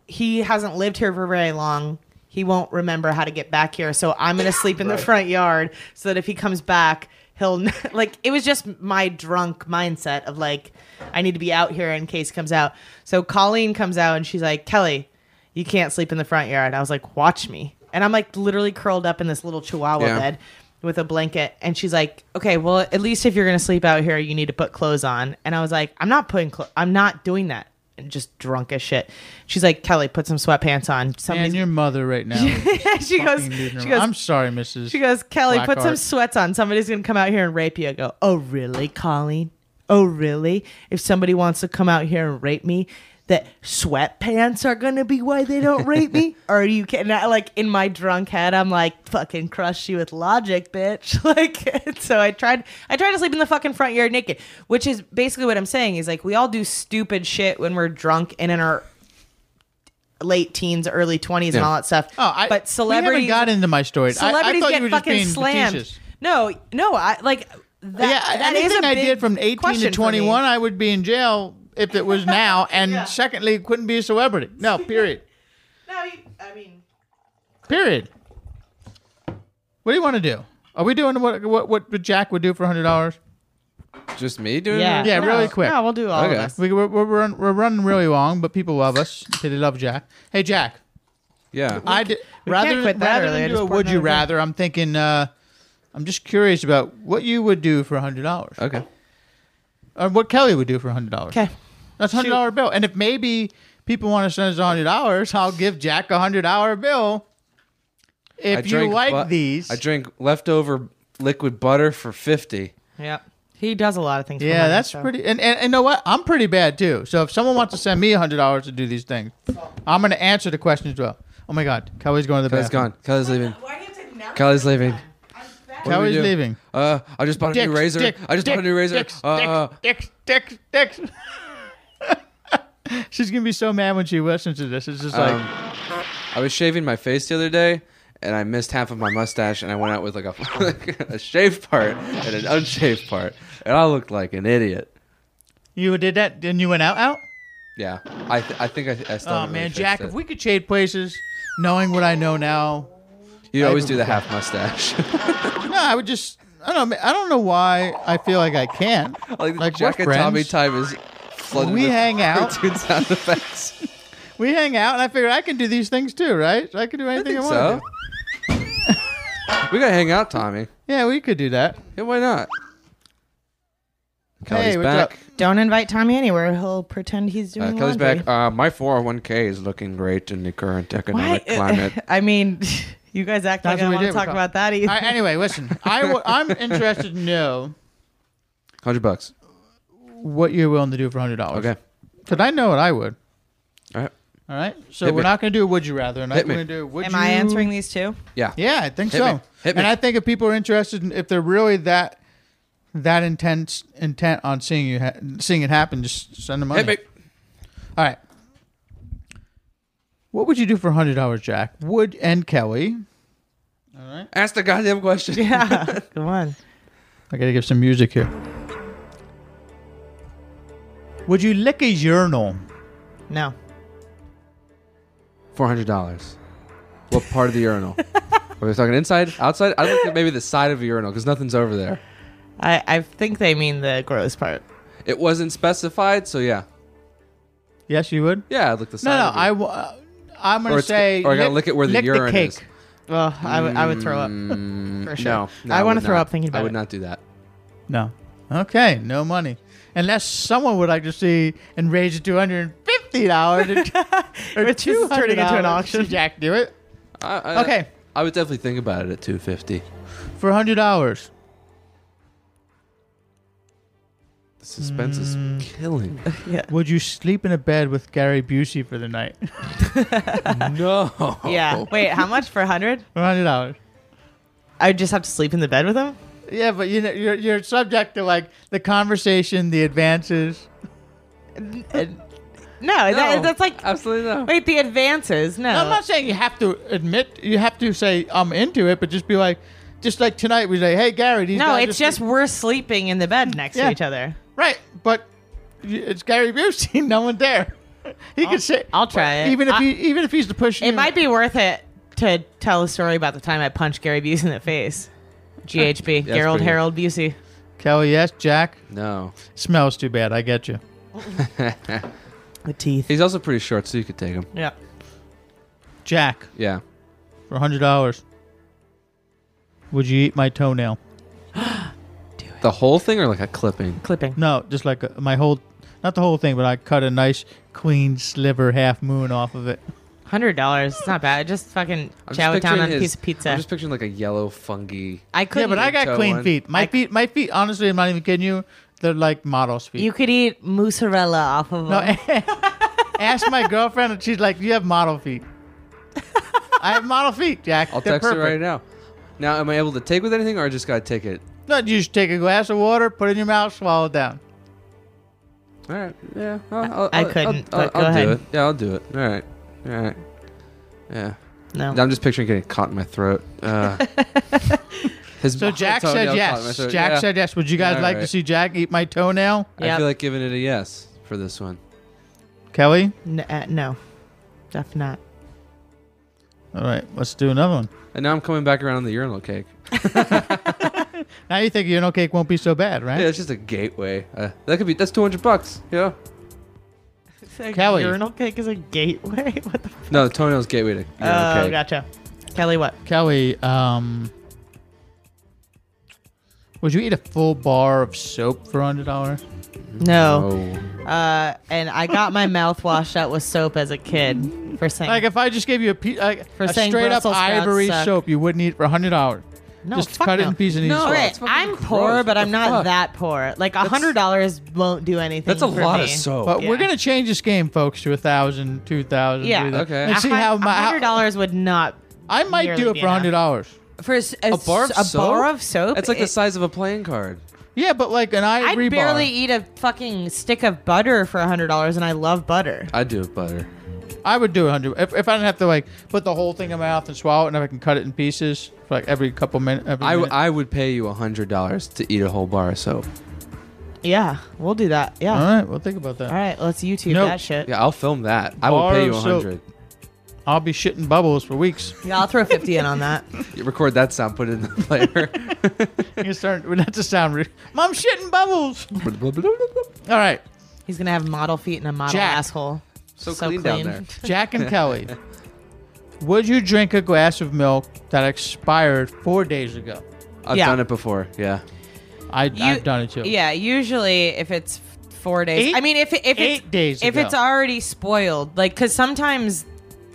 He hasn't lived here for very long. He won't remember how to get back here. So I'm gonna sleep in
Right.
the front yard so that if he comes back, he'll like. It was just my drunk mindset of like, I need to be out here in case he comes out. So Colleen comes out and she's like, Kelly, you can't sleep in the front yard. I was like, watch me. And I'm like literally curled up in this little chihuahua
Yeah.
bed with a blanket. And she's like, okay, well, at least if you're going to sleep out here, you need to put clothes on. And I was like, I'm not putting clothes, I'm not doing that. And just drunk as shit. She's like, Kelly, put some sweatpants on.
and
Somebody's-
your mother right now.
she goes, she
She
goes,
I'm sorry, Mrs.
she goes, Kelly, put some
Blackheart."
sweats on. Somebody's gonna come out here and rape you. I go, Oh really, Colleen? Oh really? If somebody wants to come out here and rape me, that sweatpants are gonna be why they don't rape me? Or are you kidding? I, like in my drunk head, I'm like, fucking crush you with logic, bitch. Like so I tried I tried to sleep in the fucking front yard naked, which is basically what I'm saying is like we all do stupid shit when we're drunk and in our late teens, early twenties and
Yeah.
all that stuff.
Oh, I,
but
we
celebrities
haven't got into my story. I-
celebrities
I, thought
get
you were just
fucking
being
slammed.
facetious.
No, no, I like that.
yeah,
that is
anything
a
I
big
did from 18 to
question for me.
21, I would be in jail if it was now. And secondly, couldn't be a celebrity. No, period.
No, you- I mean,
Period. What do you want to do? Are we doing what what what Jack would do for hundred dollars?
Just me doing
yeah,
that?
really quick.
no, we'll do all of Okay. us.
We, we're, we're, run- we're running really long, but people love us. They love Jack. Hey, Jack.
Yeah.
I did,
we
rather
can't quit that
rather
early. I
than do
just
a
poured
would you
another drink.
rather. I'm thinking. Uh, I'm just curious about what you would do for hundred dollars.
Okay.
Or what Kelly would do for hundred dollars.
Okay.
That's hundred dollar bill. And if maybe people want to send us hundred dollars, I'll give Jack a hundred dollar bill.
I
If you
drink
like
bu-
these,
I drink leftover liquid butter for fifty.
yeah, he does a lot of things. for
Yeah,
money,
that's
so.
pretty. And, and and know what? I'm pretty bad too. So if someone wants to send me hundred dollars to do these things, I'm gonna answer the question as well. Oh my God, Kelly's going to the
Kelly's
bathroom.
gone. Kelly's leaving. Kelly's leaving. What do we
Kelly's
do?
leaving.
Uh, I just bought a new
Dicks,
razor.
dicks,
I just bought a
dicks,
new razor.
dicks,
uh,
dicks, dicks, dicks, dicks. She's gonna be so mad when she listens to this. It's just like
Um, I was shaving my face the other day, and I missed half of my mustache, and I went out with like a, a shaved part and an unshaved part, and I looked like an idiot.
you did that, and you went out out.
Yeah, I th- I think I, I still.
Oh
haven't really
man, Jack,
fixed
if
it.
we could trade places, knowing what I know now,
you always
I-
do the half mustache.
no, I would just. I don't. know I don't know why I feel like I can't.
like
like
Jack
we're
and Tommy
friends.
time is flooded.
We
with
hang out.
cartoon sound effects.
we hang out, and I figured I can do these things too, right? So I can do anything I,
think
want.
so.
to.
we gotta hang out, Tommy.
Yeah, we could do that.
Yeah, why not? Kelly's
hey, what's
back.
up?
Don't invite Tommy anywhere. He'll pretend he's
Uh,
doing
Kelly's
laundry.
back. Uh, my 401k is looking great in the current
Why?
uh,
economic climate.
I mean, you guys act
That's
like I
what we
want
did.
to
We
talk
call-
about that either.
All right, anyway, listen. I w- I'm interested to know
Hundred bucks.
what you're willing to do for hundred dollars.
Okay.
Because I know what I would.
All right.
All right. So
Hit me.
we're not going to do would you rather. and
Hit
I'm
me.
going to do would
Am
you.
I answering these two?
Yeah.
Yeah, I think
Hit
so.
me. Hit
And
me.
I think if people are interested, in, if they're really that that intense intent on seeing you ha- seeing it happen, just send them money.
Hit me.
All right. What would you do for hundred dollars, Jack? Wood and Kelly.
Ask the goddamn question.
Yeah. Come on.
I got to give some music here. Would you lick a urinal?
No.
Four hundred dollars. What part of the urinal? Are we talking inside, outside? I look at maybe the side of the urinal because nothing's over there.
I, I think they mean the gross part.
It wasn't specified, so yeah,
Yes, you would.
yeah. I look the side.
No, no.
of the-
I w- uh, I'm
Or
gonna
it's-
say.
or I gotta lick it where the urine
cake.
is. Mm.
Well, I would I would throw up. for sure.
no, no,
I wanna
would
throw
not.
up thinking about
I would
it.
not do that.
No. Okay, no money. Unless someone would like to see and raise it two hundred and fifty dollars or
Which is turning into an
$200.
auction.
Jack, do it
I, I-
Okay.
I would definitely think about it at two fifty.
for hundred dollars.
The suspense
Mm.
is killing.
Would you sleep in a bed with Gary Busey for the night?
no.
Oh.
Yeah. Wait, how much for a hundred?
For hundred dollars.
I would just have to sleep in the bed with him.
Yeah, but you know you're you're subject to like the conversation, the advances.
No, that, that's like
absolutely no.
wait the advances. No,
I'm not saying you have to admit you have to say I'm into it, but just be like, just like tonight we say, hey Gary, these
no.
guys
It's
are
just we're sleeping in the bed next
Yeah.
to each other.
Right, but y- it's Gary Busey. No one there. He could say,
I'll try it.
Even if
I-
he, even if he's the push,
It might be worth it to tell a story about the time I punched Gary Busey in the face. GHB,
That's
Gerald
pretty-
Harold Busey.
Kelly. Yes, Jack.
No.
Smells too bad. I get you.
The teeth.
He's also pretty short, so you could take him.
Yeah.
Jack,
Yeah.
for hundred dollars, would you eat my toenail?
The whole thing or like a clipping?
Clipping.
No, just like uh, my whole, not the whole thing, but I cut a nice clean sliver, half moon off of it.
Hundred dollars. It's not bad. Just fucking
I'm just
chow it down
picturing
on a
his-
piece of pizza.
I'm just picturing like a yellow fungi.
I
Yeah,
couldn't.
but I
eat-
got
Toe
clean
one.
feet. My
I-
feet, my feet. Honestly, I'm not even kidding you. They're like model's feet.
You could eat mozzarella off of
No, eh.
them.
ask my girlfriend, and she's like, "You have model feet." I have model feet, Jack.
I'll
They're
text her
perfect.
right now. Now, am I able to take with anything, or I just gotta take it?
No, you just take a glass of water, put it in your mouth, swallow it down.
All right. Yeah. I'll, I'll,
I
I'll-
couldn't,
I'll,
but go
I'll do
ahead.
it. Yeah, I'll do it. All right. All right. Yeah.
No.
I'm just picturing getting caught in my throat. Uh, his
So Jack said
toenail caught in my
yes.
throat.
Jack
Yeah.
said yes. Would you guys
All
like to
right.
see Jack eat my toenail?
I
Yep.
feel like giving it a yes for this one.
Kelly.
N- uh, no. Definitely not.
All right, let's do another one.
And now I'm coming back around on the urinal cake.
Now you think urinal cake won't be so bad,
Yeah,
right?
it's just a gateway. Uh, that could be. That's 200 bucks. Yeah.
Kelly.
Urinal cake is a gateway. What the? F-
No, the toenail's gateway to urinal
oh,
cake.
gotcha. Kelly, what?
Kelly, um, would you eat a full bar of soap for hundred dollars?
No.
Oh.
Uh, and I got my mouth washed out with soap as a kid for saying
Like if I just gave you a, pe- like
For
a
saying
straight up
Brussels sprouts
ivory
suck.
soap, you wouldn't eat for hundred dollars.
no,
just
fuck
cut it
no.
in pieces and eat
No.
soap.
All
it's
right,
fucking
I'm
gross.
poor,
What
but
the
I'm not
fuck?
that poor. Like a hundred dollars won't do anything.
That's a
for
lot
me.
of soap.
But we're
Yeah.
gonna change this game, folks, to a thousand, two thousand.
Yeah.
Okay.
A
And see how
hun-
my
a hundred
how,
dollars would not.
I might
nearly
do it
be
for
enough.
hundred dollars.
for a, s- a s- a bar of soap.
It's like the
It-
size of a playing card.
Yeah, but like an
I'd
ivory bar.
barely eat a fucking stick of butter for hundred dollars, and I love butter.
I do it butter.
I would do 100 if, if I didn't have to like put the whole thing in my mouth and swallow it, and if I can cut it in pieces for like every couple minutes. Every
I, w-
minute.
I would pay you hundred dollars to eat a whole bar of soap.
Yeah, we'll do that. Yeah.
All right, we'll think about that.
All right, let's YouTube
Nope.
that shit.
Yeah, I'll film that. I will
Bar
pay you
of
a
soap.
hundred.
I'll be shitting bubbles for weeks.
Yeah, I'll throw fifty in on that.
You record that sound, put it in the player.
you start not to sound rude. Mom shitting bubbles. All right,
He's gonna have model feet and a model
Jack.
asshole.
So clean down there.
Jack and Kelly. Would you drink a glass of milk that expired four days ago?
I've
Yeah.
done it before. Yeah.
I,
You-
I've done it too.
Yeah, usually if it's f- four days.
Eight-
I mean, if it- if it's,
eight days
if
ago.
it's already spoiled, like because sometimes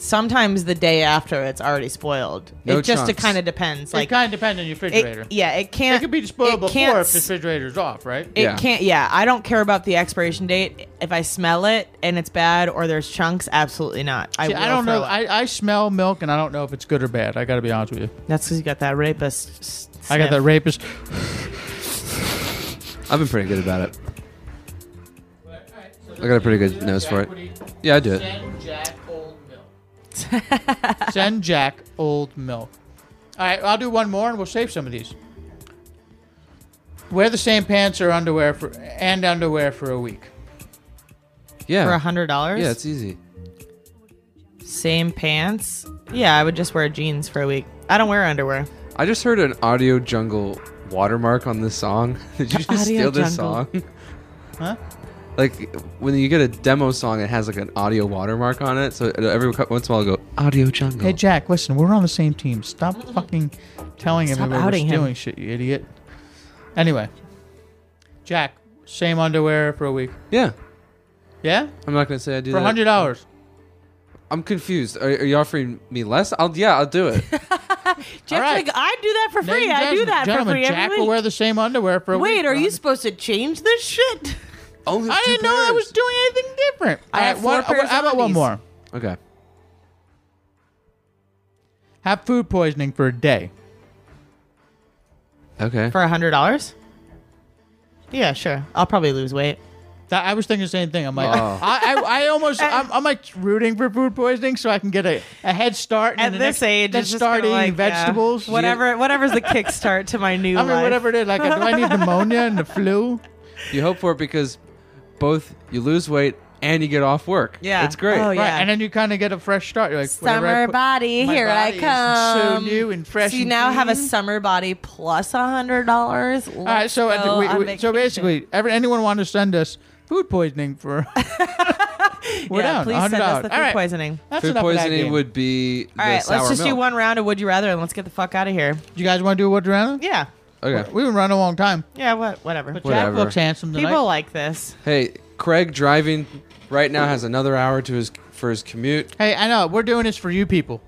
sometimes the day after it's already spoiled.
No
it just
chunks.
it kind of depends.
It
Like
kind of depends on your
it-
refrigerator.
yeah, it can't.
it could be spoiled
it
before
can't
if the
s-
refrigerator's off, right?
It
Yeah.
can't. Yeah, I don't care about the expiration date. If I smell it and it's bad or there's chunks, absolutely not. I,
See,
will
I don't know.
throw it.
I, I smell milk, and I don't know if it's good or bad. I got to be honest with you.
That's because you got that rapist. s-
I got that
sniff.
rapist.
I've been pretty good about it. I got a pretty good nose for it. Yeah, I do it.
Jack old milk. Send Jack old milk. All right, I'll do one more, and we'll save some of these. Wear the same pants or underwear for and underwear for a week.
Yeah.
for a hundred dollars.
Yeah, it's easy.
Same pants. Yeah, I would just wear jeans for a week. I don't wear underwear.
I just heard an audio jungle watermark on this song. Did you just
Audio
steal this
Jungle.
song?
Huh?
Like when you get a demo song, it has like an audio watermark on it. So it'll- every cou- once in a while, it'll go audio jungle.
Hey Jack, listen, we're on the same team. Stop fucking telling
Stop
him we're
outing him.
stealing shit, you idiot. Anyway, Jack, same underwear for a week.
yeah,
Yeah,
I'm not gonna say I do
for
that.
hundred dollars.
I'm confused. Are, are you offering me less? I'll yeah, I'll do it.
Jack's
right.
like, I do that for free.
Ladies and
I do
gentlemen-
that for
gentlemen,
free
Jack
every
will
week.
wear the same underwear for a week.
Wait,
for
are you
100.
supposed to change this shit?
Only
I
two
didn't know I was
pairs.
doing anything different.
I have
All right,
four
one,
pairs
how
of
about one
undies.
more?
Okay.
Have food poisoning for a day.
Okay.
For a hundred dollars? Yeah, sure. I'll probably lose weight.
That, I was thinking the same thing. I'm like,
Oh.
I, I, I almost, I'm, I'm like rooting for food poisoning so I can get a, a head start. And
At
the
this
next-
age,
then
it's just
start
kinda
eating
like, yeah,
vegetables.
whatever, whatever's the kickstart to my new
I mean,
life.
whatever it is. Like, do I need pneumonia and the flu?
You hope for it because both you lose weight and you get off work.
Yeah.
It's great.
Oh, yeah.
Right, and then you kind of get a fresh start. You're like, whatever I
Summer
put-
body,
my
here
body
I
is
come.
so new and fresh
So you
and
now have a
clean.
summer body plus a hundred dollars. All
All right, so, I think we, we, so basically, every, anyone want to send us food poisoning for? we're
yeah,
down.
Please send us the
$100.
food
All right,
poisoning.
That's
Food
enough of that
poisoning
game.
would be.
All
the
right, let's
sour
just do
milk.
one round of Would You Rather, and let's get the fuck out of here.
You guys want to do a round?
Yeah,
Okay.
We've been running a long time.
yeah, what, whatever.
But
Whatever.
Jack looks handsome tonight.
People like this.
Hey, Craig driving right now has another hour to his for his commute.
hey, I know we're doing this for you people.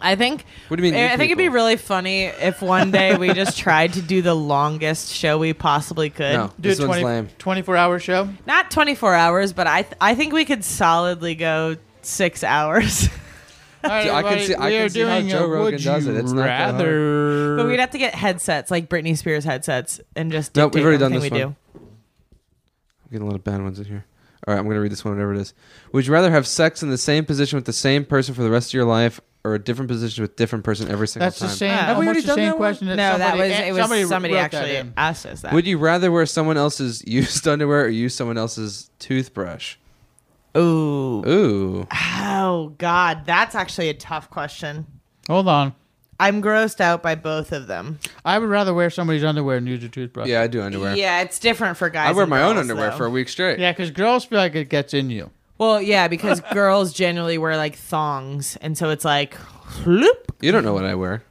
I think.
What do you mean,
I,
you
I think it'd be
people?
really funny if one day we just tried to do the longest show we possibly could.
No,
Do
this
a
one's lame.
24 hour show.
Not 24 hours, but I th- I think we could solidly go six hours.
All right,
Dude, I can
everybody,
see- I
we
can
are
see how
doing
Joe
a
Rogan
would
does
you
it. It's not that hard.
rather.
but we'd have to get headsets, like Britney Spears headsets, and just
No,
dictate
we've already done
everything
this
we
one. I'm getting a lot of bad ones in here. All right, I'm going to read this one, whatever it is. Would you rather have sex in the same position with the same person for the rest of your life or a different position with different person every single
That's
time?
the same.
Uh, Have we
almost
already
the
done
same
that one?
question.
do. No, that
somebody-
was
eh,
it was somebody,
wrote that
actually
in.
asked us that.
Would you rather wear someone else's used underwear or use someone else's toothbrush?
Ooh.
Ooh.
Oh God, that's actually a tough question.
Hold on.
I'm grossed out by both of them.
I would rather wear somebody's underwear than use a toothbrush.
Yeah, I do underwear.
Yeah, it's different for guys.
I wear
and
my own
girls,
underwear
though.
for a week straight.
Yeah, because girls feel like it gets in you.
Well, yeah, because girls generally wear like thongs, and so it's like, loop.
You don't know what I wear.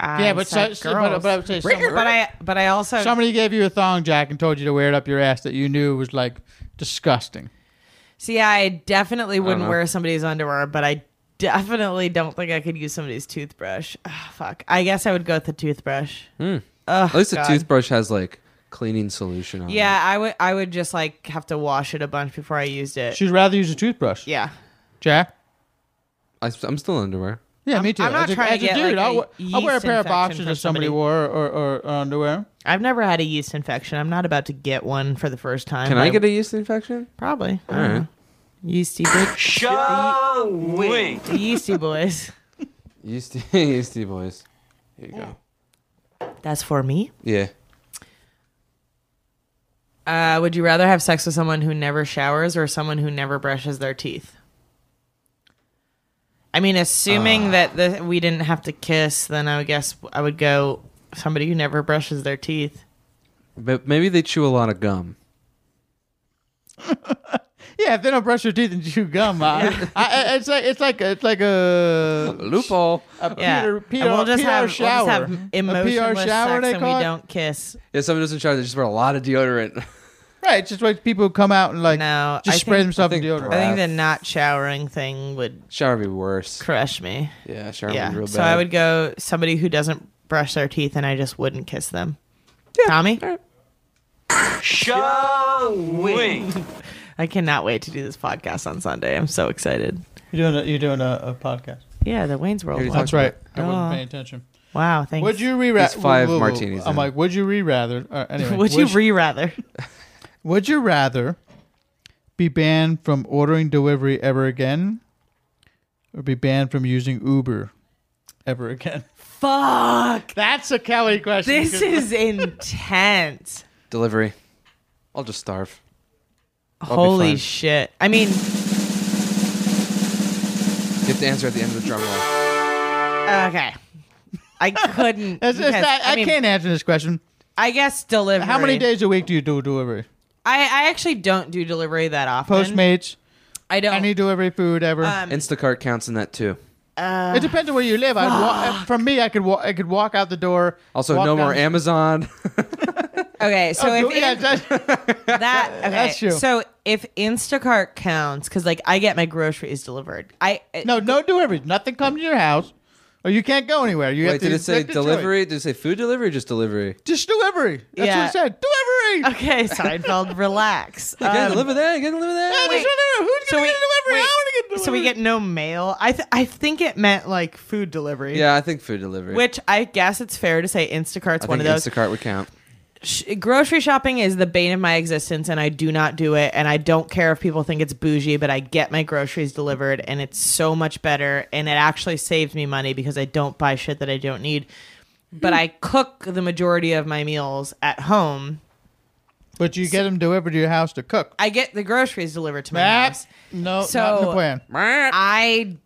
Yeah, but so- so- but- but I would say some-
but I, but I also,
Somebody gave you a thong, Jack, and told you to wear it up your ass that you knew was like disgusting.
see, I definitely wouldn't
know.
wear somebody's underwear, but I definitely don't think I could use somebody's toothbrush. Ah, fuck, I guess I would go with the toothbrush.
Hmm. At least
God.
a toothbrush has like cleaning solution on it.
Yeah, I would, I would just like have to wash it a bunch before I used it.
She'd rather use a toothbrush.
Yeah,
Jack.
I, I'm still underwear.
Yeah, me too.
I'm not
As a-
trying to
as a
get, like,
dude,
a
I'll, wear- I'll wear a
yeast
pair of
infection
boxers
from
if somebody,
somebody.
wore or, or, or underwear.
I've never had a yeast infection. I'm not about to get one for the first time.
Can I
but
get a yeast infection?
Probably. I
All
don't
right.
know. Yeasty bitch.
Shall we?
The yeasty boys.
Yeasty, yeasty boys. Here you go.
That's for me.
Yeah.
Uh, would you rather have sex with someone who never showers or someone who never brushes their teeth? I mean, assuming
Ah.
that the, we didn't have to kiss, then I would guess I would go somebody who never brushes their teeth.
But maybe they chew a lot of gum.
Yeah, if they don't brush their teeth and chew gum, I, I, I- it's like it's like it's like a
Loophole.
a
Yeah.
Peter,
And
Peter,
we'll just
PR
have- we'll just
shower,
have
a
emotionless
PR shower
sex
they
and
call
we
it?
don't kiss.
Yeah, someone doesn't try. They just wear a lot of deodorant.
Right, it's just like people who come out and like
No,
just
I
spray
think-
themselves in
I think
deodorant.
I think the
Breath.
not showering thing would
Shower would be worse.
crush me.
Yeah, shower would be
yeah.
real bad.
So I would go somebody who doesn't brush their teeth and I just wouldn't kiss them. Tommy?
Shall we?
I cannot wait to do this podcast on Sunday. I'm so excited.
You're doing a, you're doing a, a podcast.
Yeah, the Wayne's World.
Here's
one.
That's right. I
Duh.
wasn't paying attention.
Wow, thanks.
Would you re rather?
He's five martinis
I'm
in.
like, would you re rather? Uh, anyway,
would you re rather?
Would you rather be banned from ordering delivery ever again, or be banned from using Uber ever again?
Fuck.
That's a Kelly question.
This is intense.
Delivery. I'll just starve. be
Holy
fine.
shit. I mean,
You have to answer at the end of the drum roll.
okay. I couldn't.
It's- it's
because,
not- I,
mean,
can't answer this question.
I guess delivery.
How many days a week do you do delivery?
I, I actually don't do delivery that often.
Postmates,
I don't.
any delivery food ever.
Um,
Instacart counts in that too.
it depends on where you live. I'd walk, from me, I could walk. I could walk out the door.
Also,
walk
no more
down-
Amazon.
okay, so if
Oh, Yeah,
in-
that's-
that okay,
That's true.
So if Instacart counts, because like I get my groceries delivered. I
no, no delivery. Nothing comes to your house, or you can't go anywhere. You have
Wait,
to
did it say
restrict your choice.
delivery? Did it say food delivery or just delivery?
Just delivery. That's what
Yeah. Uh,
it said. Delivery.
Okay, Seinfeld, relax.
Uh,
You gotta
Um,
deliver that? You gotta deliver that?
wait.
Who's
so
gonna
we,
get
wait,
delivery? I want to get delivery.
Uh, so we get no mail. I th- I think it meant like food delivery.
Yeah, I think food delivery.
Which I guess it's fair to say Instacart's
I
one of
think
those.
Instacart would count.
Sh- grocery shopping is the bane of my existence, and I do not do it. And I don't care if people think it's bougie, but I get my groceries delivered, and it's so much better. And it actually saves me money because I don't buy shit that I don't need. But I cook the majority of my meals at home.
But you get them delivered to your house to cook.
I get the groceries delivered to my
That
house.
no, not in the
So-
plan.
I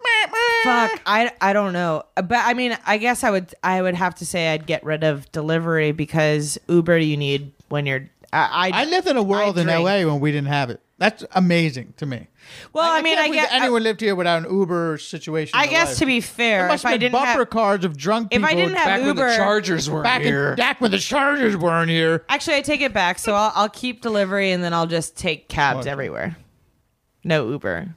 fuck. I I don't know, but I mean, I guess I would I would have to say I'd get rid of delivery because Uber you need when you're. I, I,
I lived in a world
I
in
drink.
LA when we didn't have it. That's amazing to me.
Well, I, mean,
can't
I
believe
guess
that anyone lived here without an Uber situation.
I
in
guess
life.
to be fair,
There must
if I
have been
didn't have
bumper cards of drunk
if
people.
I didn't have
Back when
Uber,
the Chargers were
back
here.
in, back when the Chargers weren't here.
actually, I take it back. So I'll I'll keep delivery and then I'll just take cabs everywhere. No Uber,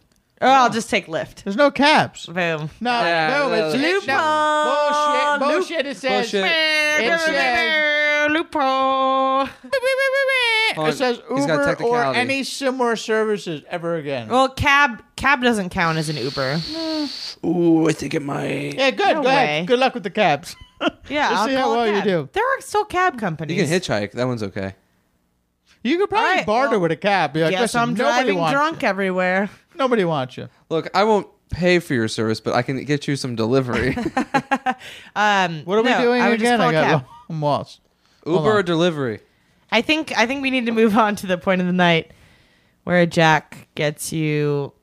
or I'll just take Lyft.
There's no cabs.
Boom.
No,
Yeah,
no,
no,
it's
no.
it's- no. bullshit. Bullshit. It says.
Bullshit.
It says
Loophole.
on.
It says
He's got
Uber or
technicality.
any similar services ever again.
Well, cab cab doesn't count as an Uber.
Ooh, I think it might.
yeah, good.
no
go
way.
ahead. Good luck with the cabs.
Yeah,
Let's
I'll
see how
call a
well you
cab.
do.
There are still cab companies.
You can hitchhike. That one's okay.
You could probably
All right,
barter
well,
with a cab. Be like,
Guess
"Listen,
I'm
nobody
driving
wants
drunk everywhere.
You. Nobody wants you.
Look, I won't pay for your service, but I can get you some delivery.
What are
No,
we doing
I would just
again?
call
I
a
got.
cab.
I'm lost.
Uber or delivery?
I think I think we need to move on to the point of the night where Jack gets you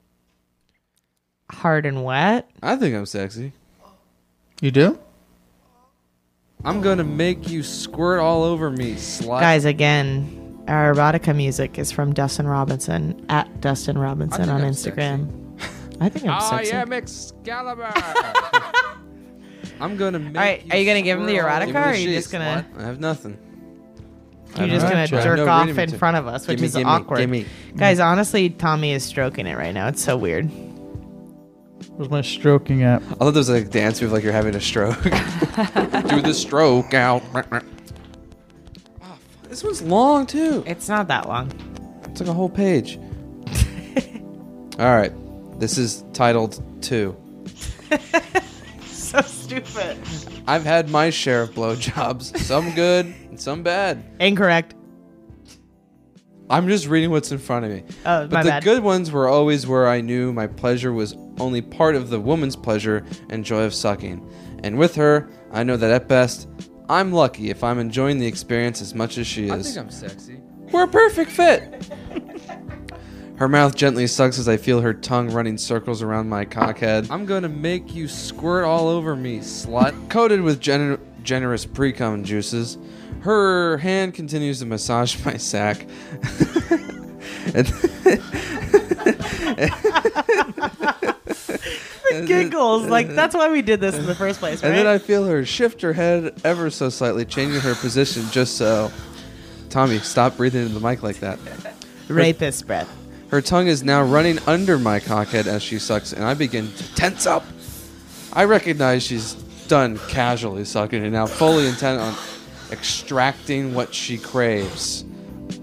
hard and wet.
I think I'm sexy.
You do?
I'm gonna make you squirt all over me, slut.
Guys, again, our erotica music is from Dustin Robinson at Dustin Robinson
think
on
I'm Ah,
Instagram. I think I'm
I
sexy.
am Excalibur. I'm gonna make.
right, are you gonna give him the
squirt all
erotica,
over
or are
the
you
sheets,
just gonna-
slut. I have nothing.
You're just
Alright,
gonna
Jack.
jerk
No,
off
read him
in
to-
front of us, which
Gimme,
is
gimme,
awkward.
gimme.
Guys, honestly, Tommy is stroking it right now. It's so weird.
Where's my stroking app?
I love those like dance moves, like you're having a stroke. Do the stroke out. Oh, fuck, this one's long too.
It's not that long.
It's like a whole page. All right, this is titled two.
stupid.
I've had my share of blowjobs, some good and some bad.
Incorrect.
I'm just reading what's in front of me.
Oh,
but
my
the
bad.
good ones were always where I knew my pleasure was only part of the woman's pleasure and joy of sucking. And with her, I know that at best, I'm lucky if I'm enjoying the experience as much as she is.
I think I'm sexy.
We're a perfect fit. Her mouth gently sucks as I feel her tongue running circles around my cockhead. I'm gonna make you squirt all over me, slut. Coated with gener- generous pre-cum juices, her hand continues to massage my sack. and
The giggles. Like that's why we did this in the first place, right?
And then I feel her shift her head ever so slightly, changing her position just so. Tommy, stop breathing into the mic like that.
Rapist breath.
Her tongue is now running under my cockhead as she sucks, and I begin to tense up. I recognize she's done casually sucking and now fully intent on extracting what she craves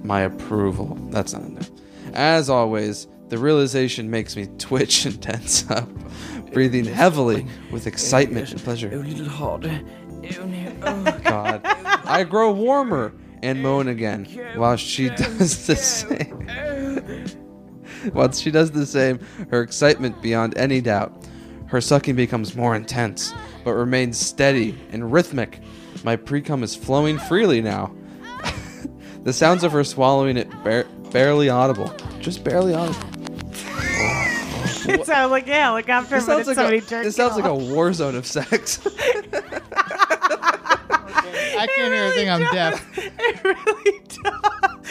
my approval. That's not in there. As always, the realization makes me twitch and tense up, breathing heavily with excitement and pleasure. God. I grow warmer and moan again while she does the same. While she does the same, her excitement beyond any doubt. Her sucking becomes more intense, but remains steady and rhythmic. My precum is flowing freely now. the sounds of her swallowing it bar- barely audible. Just barely audible.
it sounds like yeah, like after
This
a minute
sounds, like
somebody
a,
jerked
this sounds
you
like a
off.
war zone of sex.
I can't hear anything. I'm deaf.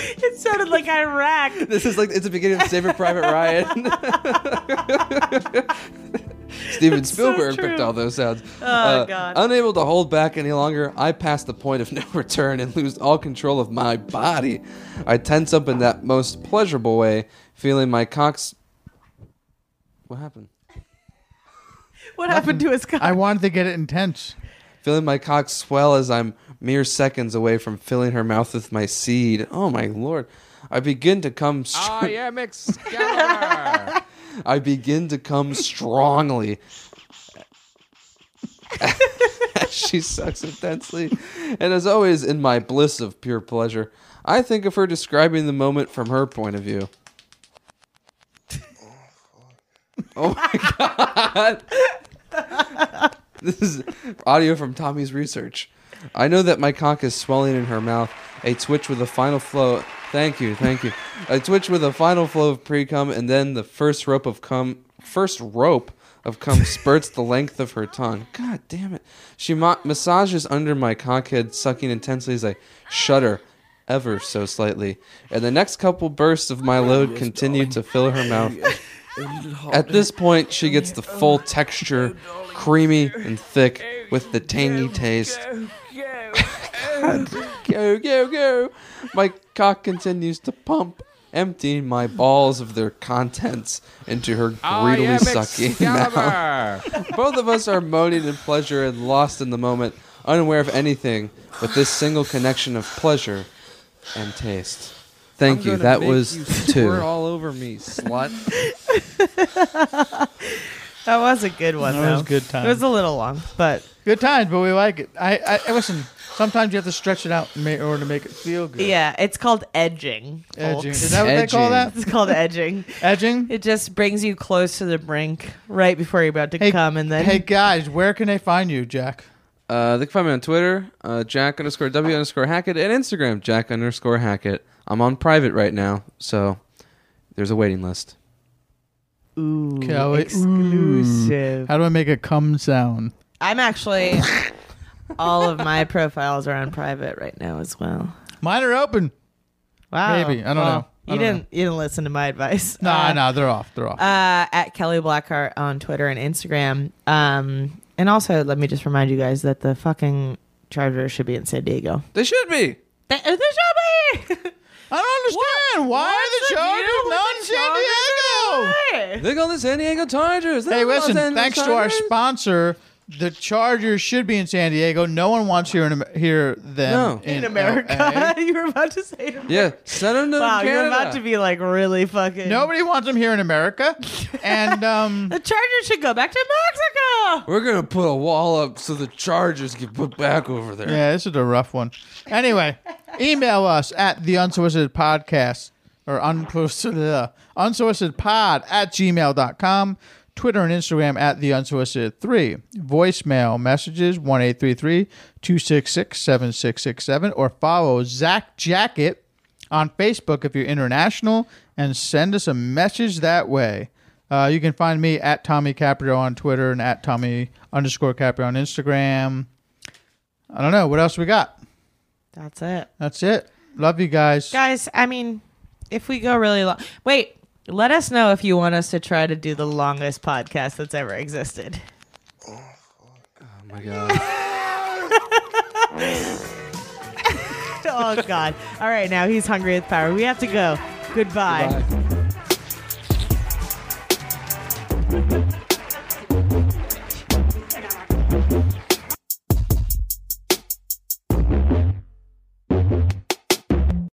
It sounded like Iraq.
this is like it's the beginning of Saving Private Ryan. Steven Spielberg picked
true.
all those sounds. Uh,
Oh, God.
Unable to hold back any longer, I pass the point of no return and lose all control of my body. I tense up in that most pleasurable way, feeling my cocks. What happened?
What happened to his cock?
I wanted to get it intense.
Feeling my cock swell as I'm mere seconds away from filling her mouth with my seed. Oh my lord. I begin to come
I
straight.
am Excalibur.
I begin to come strongly. she sucks intensely. And as always, in my bliss of pure pleasure, I think of her describing the moment from her point of view. Oh my god. This is audio from Tommy's research. I know that my cock is swelling in her mouth, a twitch with a final flow. Thank you, thank you. A twitch with a final flow of pre cum, and then the first rope of cum, first rope of cum spurts the length of her tongue. God damn it! She ma- massages under my cockhead, sucking intensely as I shudder ever so slightly. And the next couple bursts of my load continue to fill her mouth. At this point, she gets the full
Oh,
texture, creamy and thick, with the tangy taste. Go, go, go. My cock continues to pump, emptying my balls of their contents into her
I
greedily
am
sucking mouth.
Excalibur.
Both of us are moaning in pleasure and lost in the moment, unaware of anything but this single connection of pleasure and taste. Thank
I'm
you.
gonna
That
make
was
you
two.
Squirt all over me, slut.
That was a good one.
That was
though.
good time.
It was a little long, but
Good times, but we like it. I, I I- listen. Sometimes you have to stretch it out in ma- order to make it feel good.
yeah, it's called edging.
Edging.
folks.
Is that what they call Edging. that?
It's called edging.
edging.
It just brings you close to the brink, right before you're about to come, and then
Hey guys, where can they find you, Jack?
Uh, they can find me on Twitter, uh, Jack underscore W underscore Hackett, and Instagram, Jack underscore Hackett. I'm on private right now, so there's a waiting list.
Ooh,
Kelly. Ooh.
exclusive.
How do I make a cum sound?
I'm actually all of my profiles are on private right now as well.
Mine are open.
Wow.
Maybe. I don't know.
You
I don't know.
didn't you didn't listen to my advice.
Nah,
Uh,
nah, they're off. They're off.
Uh, at Kelly Blackheart on Twitter and Instagram. Um, and also, let me just remind you guys that the fucking Charger should be in San Diego.
They should be.
They, they oh, should be.
I don't understand. Why are the Chargers not in San Diego?
Diego?
They're going to San Diego Chargers.
Hey,
They're going to
listen,
San Diego
thanks to our
Chargers.
sponsor, the Chargers should be in San Diego. No one wants here in, Am- hear them
No.
in America. you were about to say. to-
Yeah, send them to
Wow, you're
Canada.
about to be like really fucking.
Nobody wants them here in America. And um,
the Chargers should go back to Mexico.
We're gonna put a wall up so the Chargers get put back over there.
Yeah, this is a rough one. Anyway, email us at the unsolicited podcast or unsolicited, uh, unsolicited pod at gmail.com. Twitter and Instagram at the unsolicited three. Voicemail messages 1 266 7667 or follow Zach Jacket on Facebook if you're international and send us a message that way. Uh, you can find me at Tommy Caprio on Twitter and at Tommy underscore Caprio on Instagram. I don't know. What else we got?
That's it.
That's it. Love you guys.
Guys, I mean, if we go really long, wait. Let us know if you want us to try to do the longest podcast that's ever existed.
Oh my god.
oh God! All right, now he's hungry with power. We have to go. Goodbye.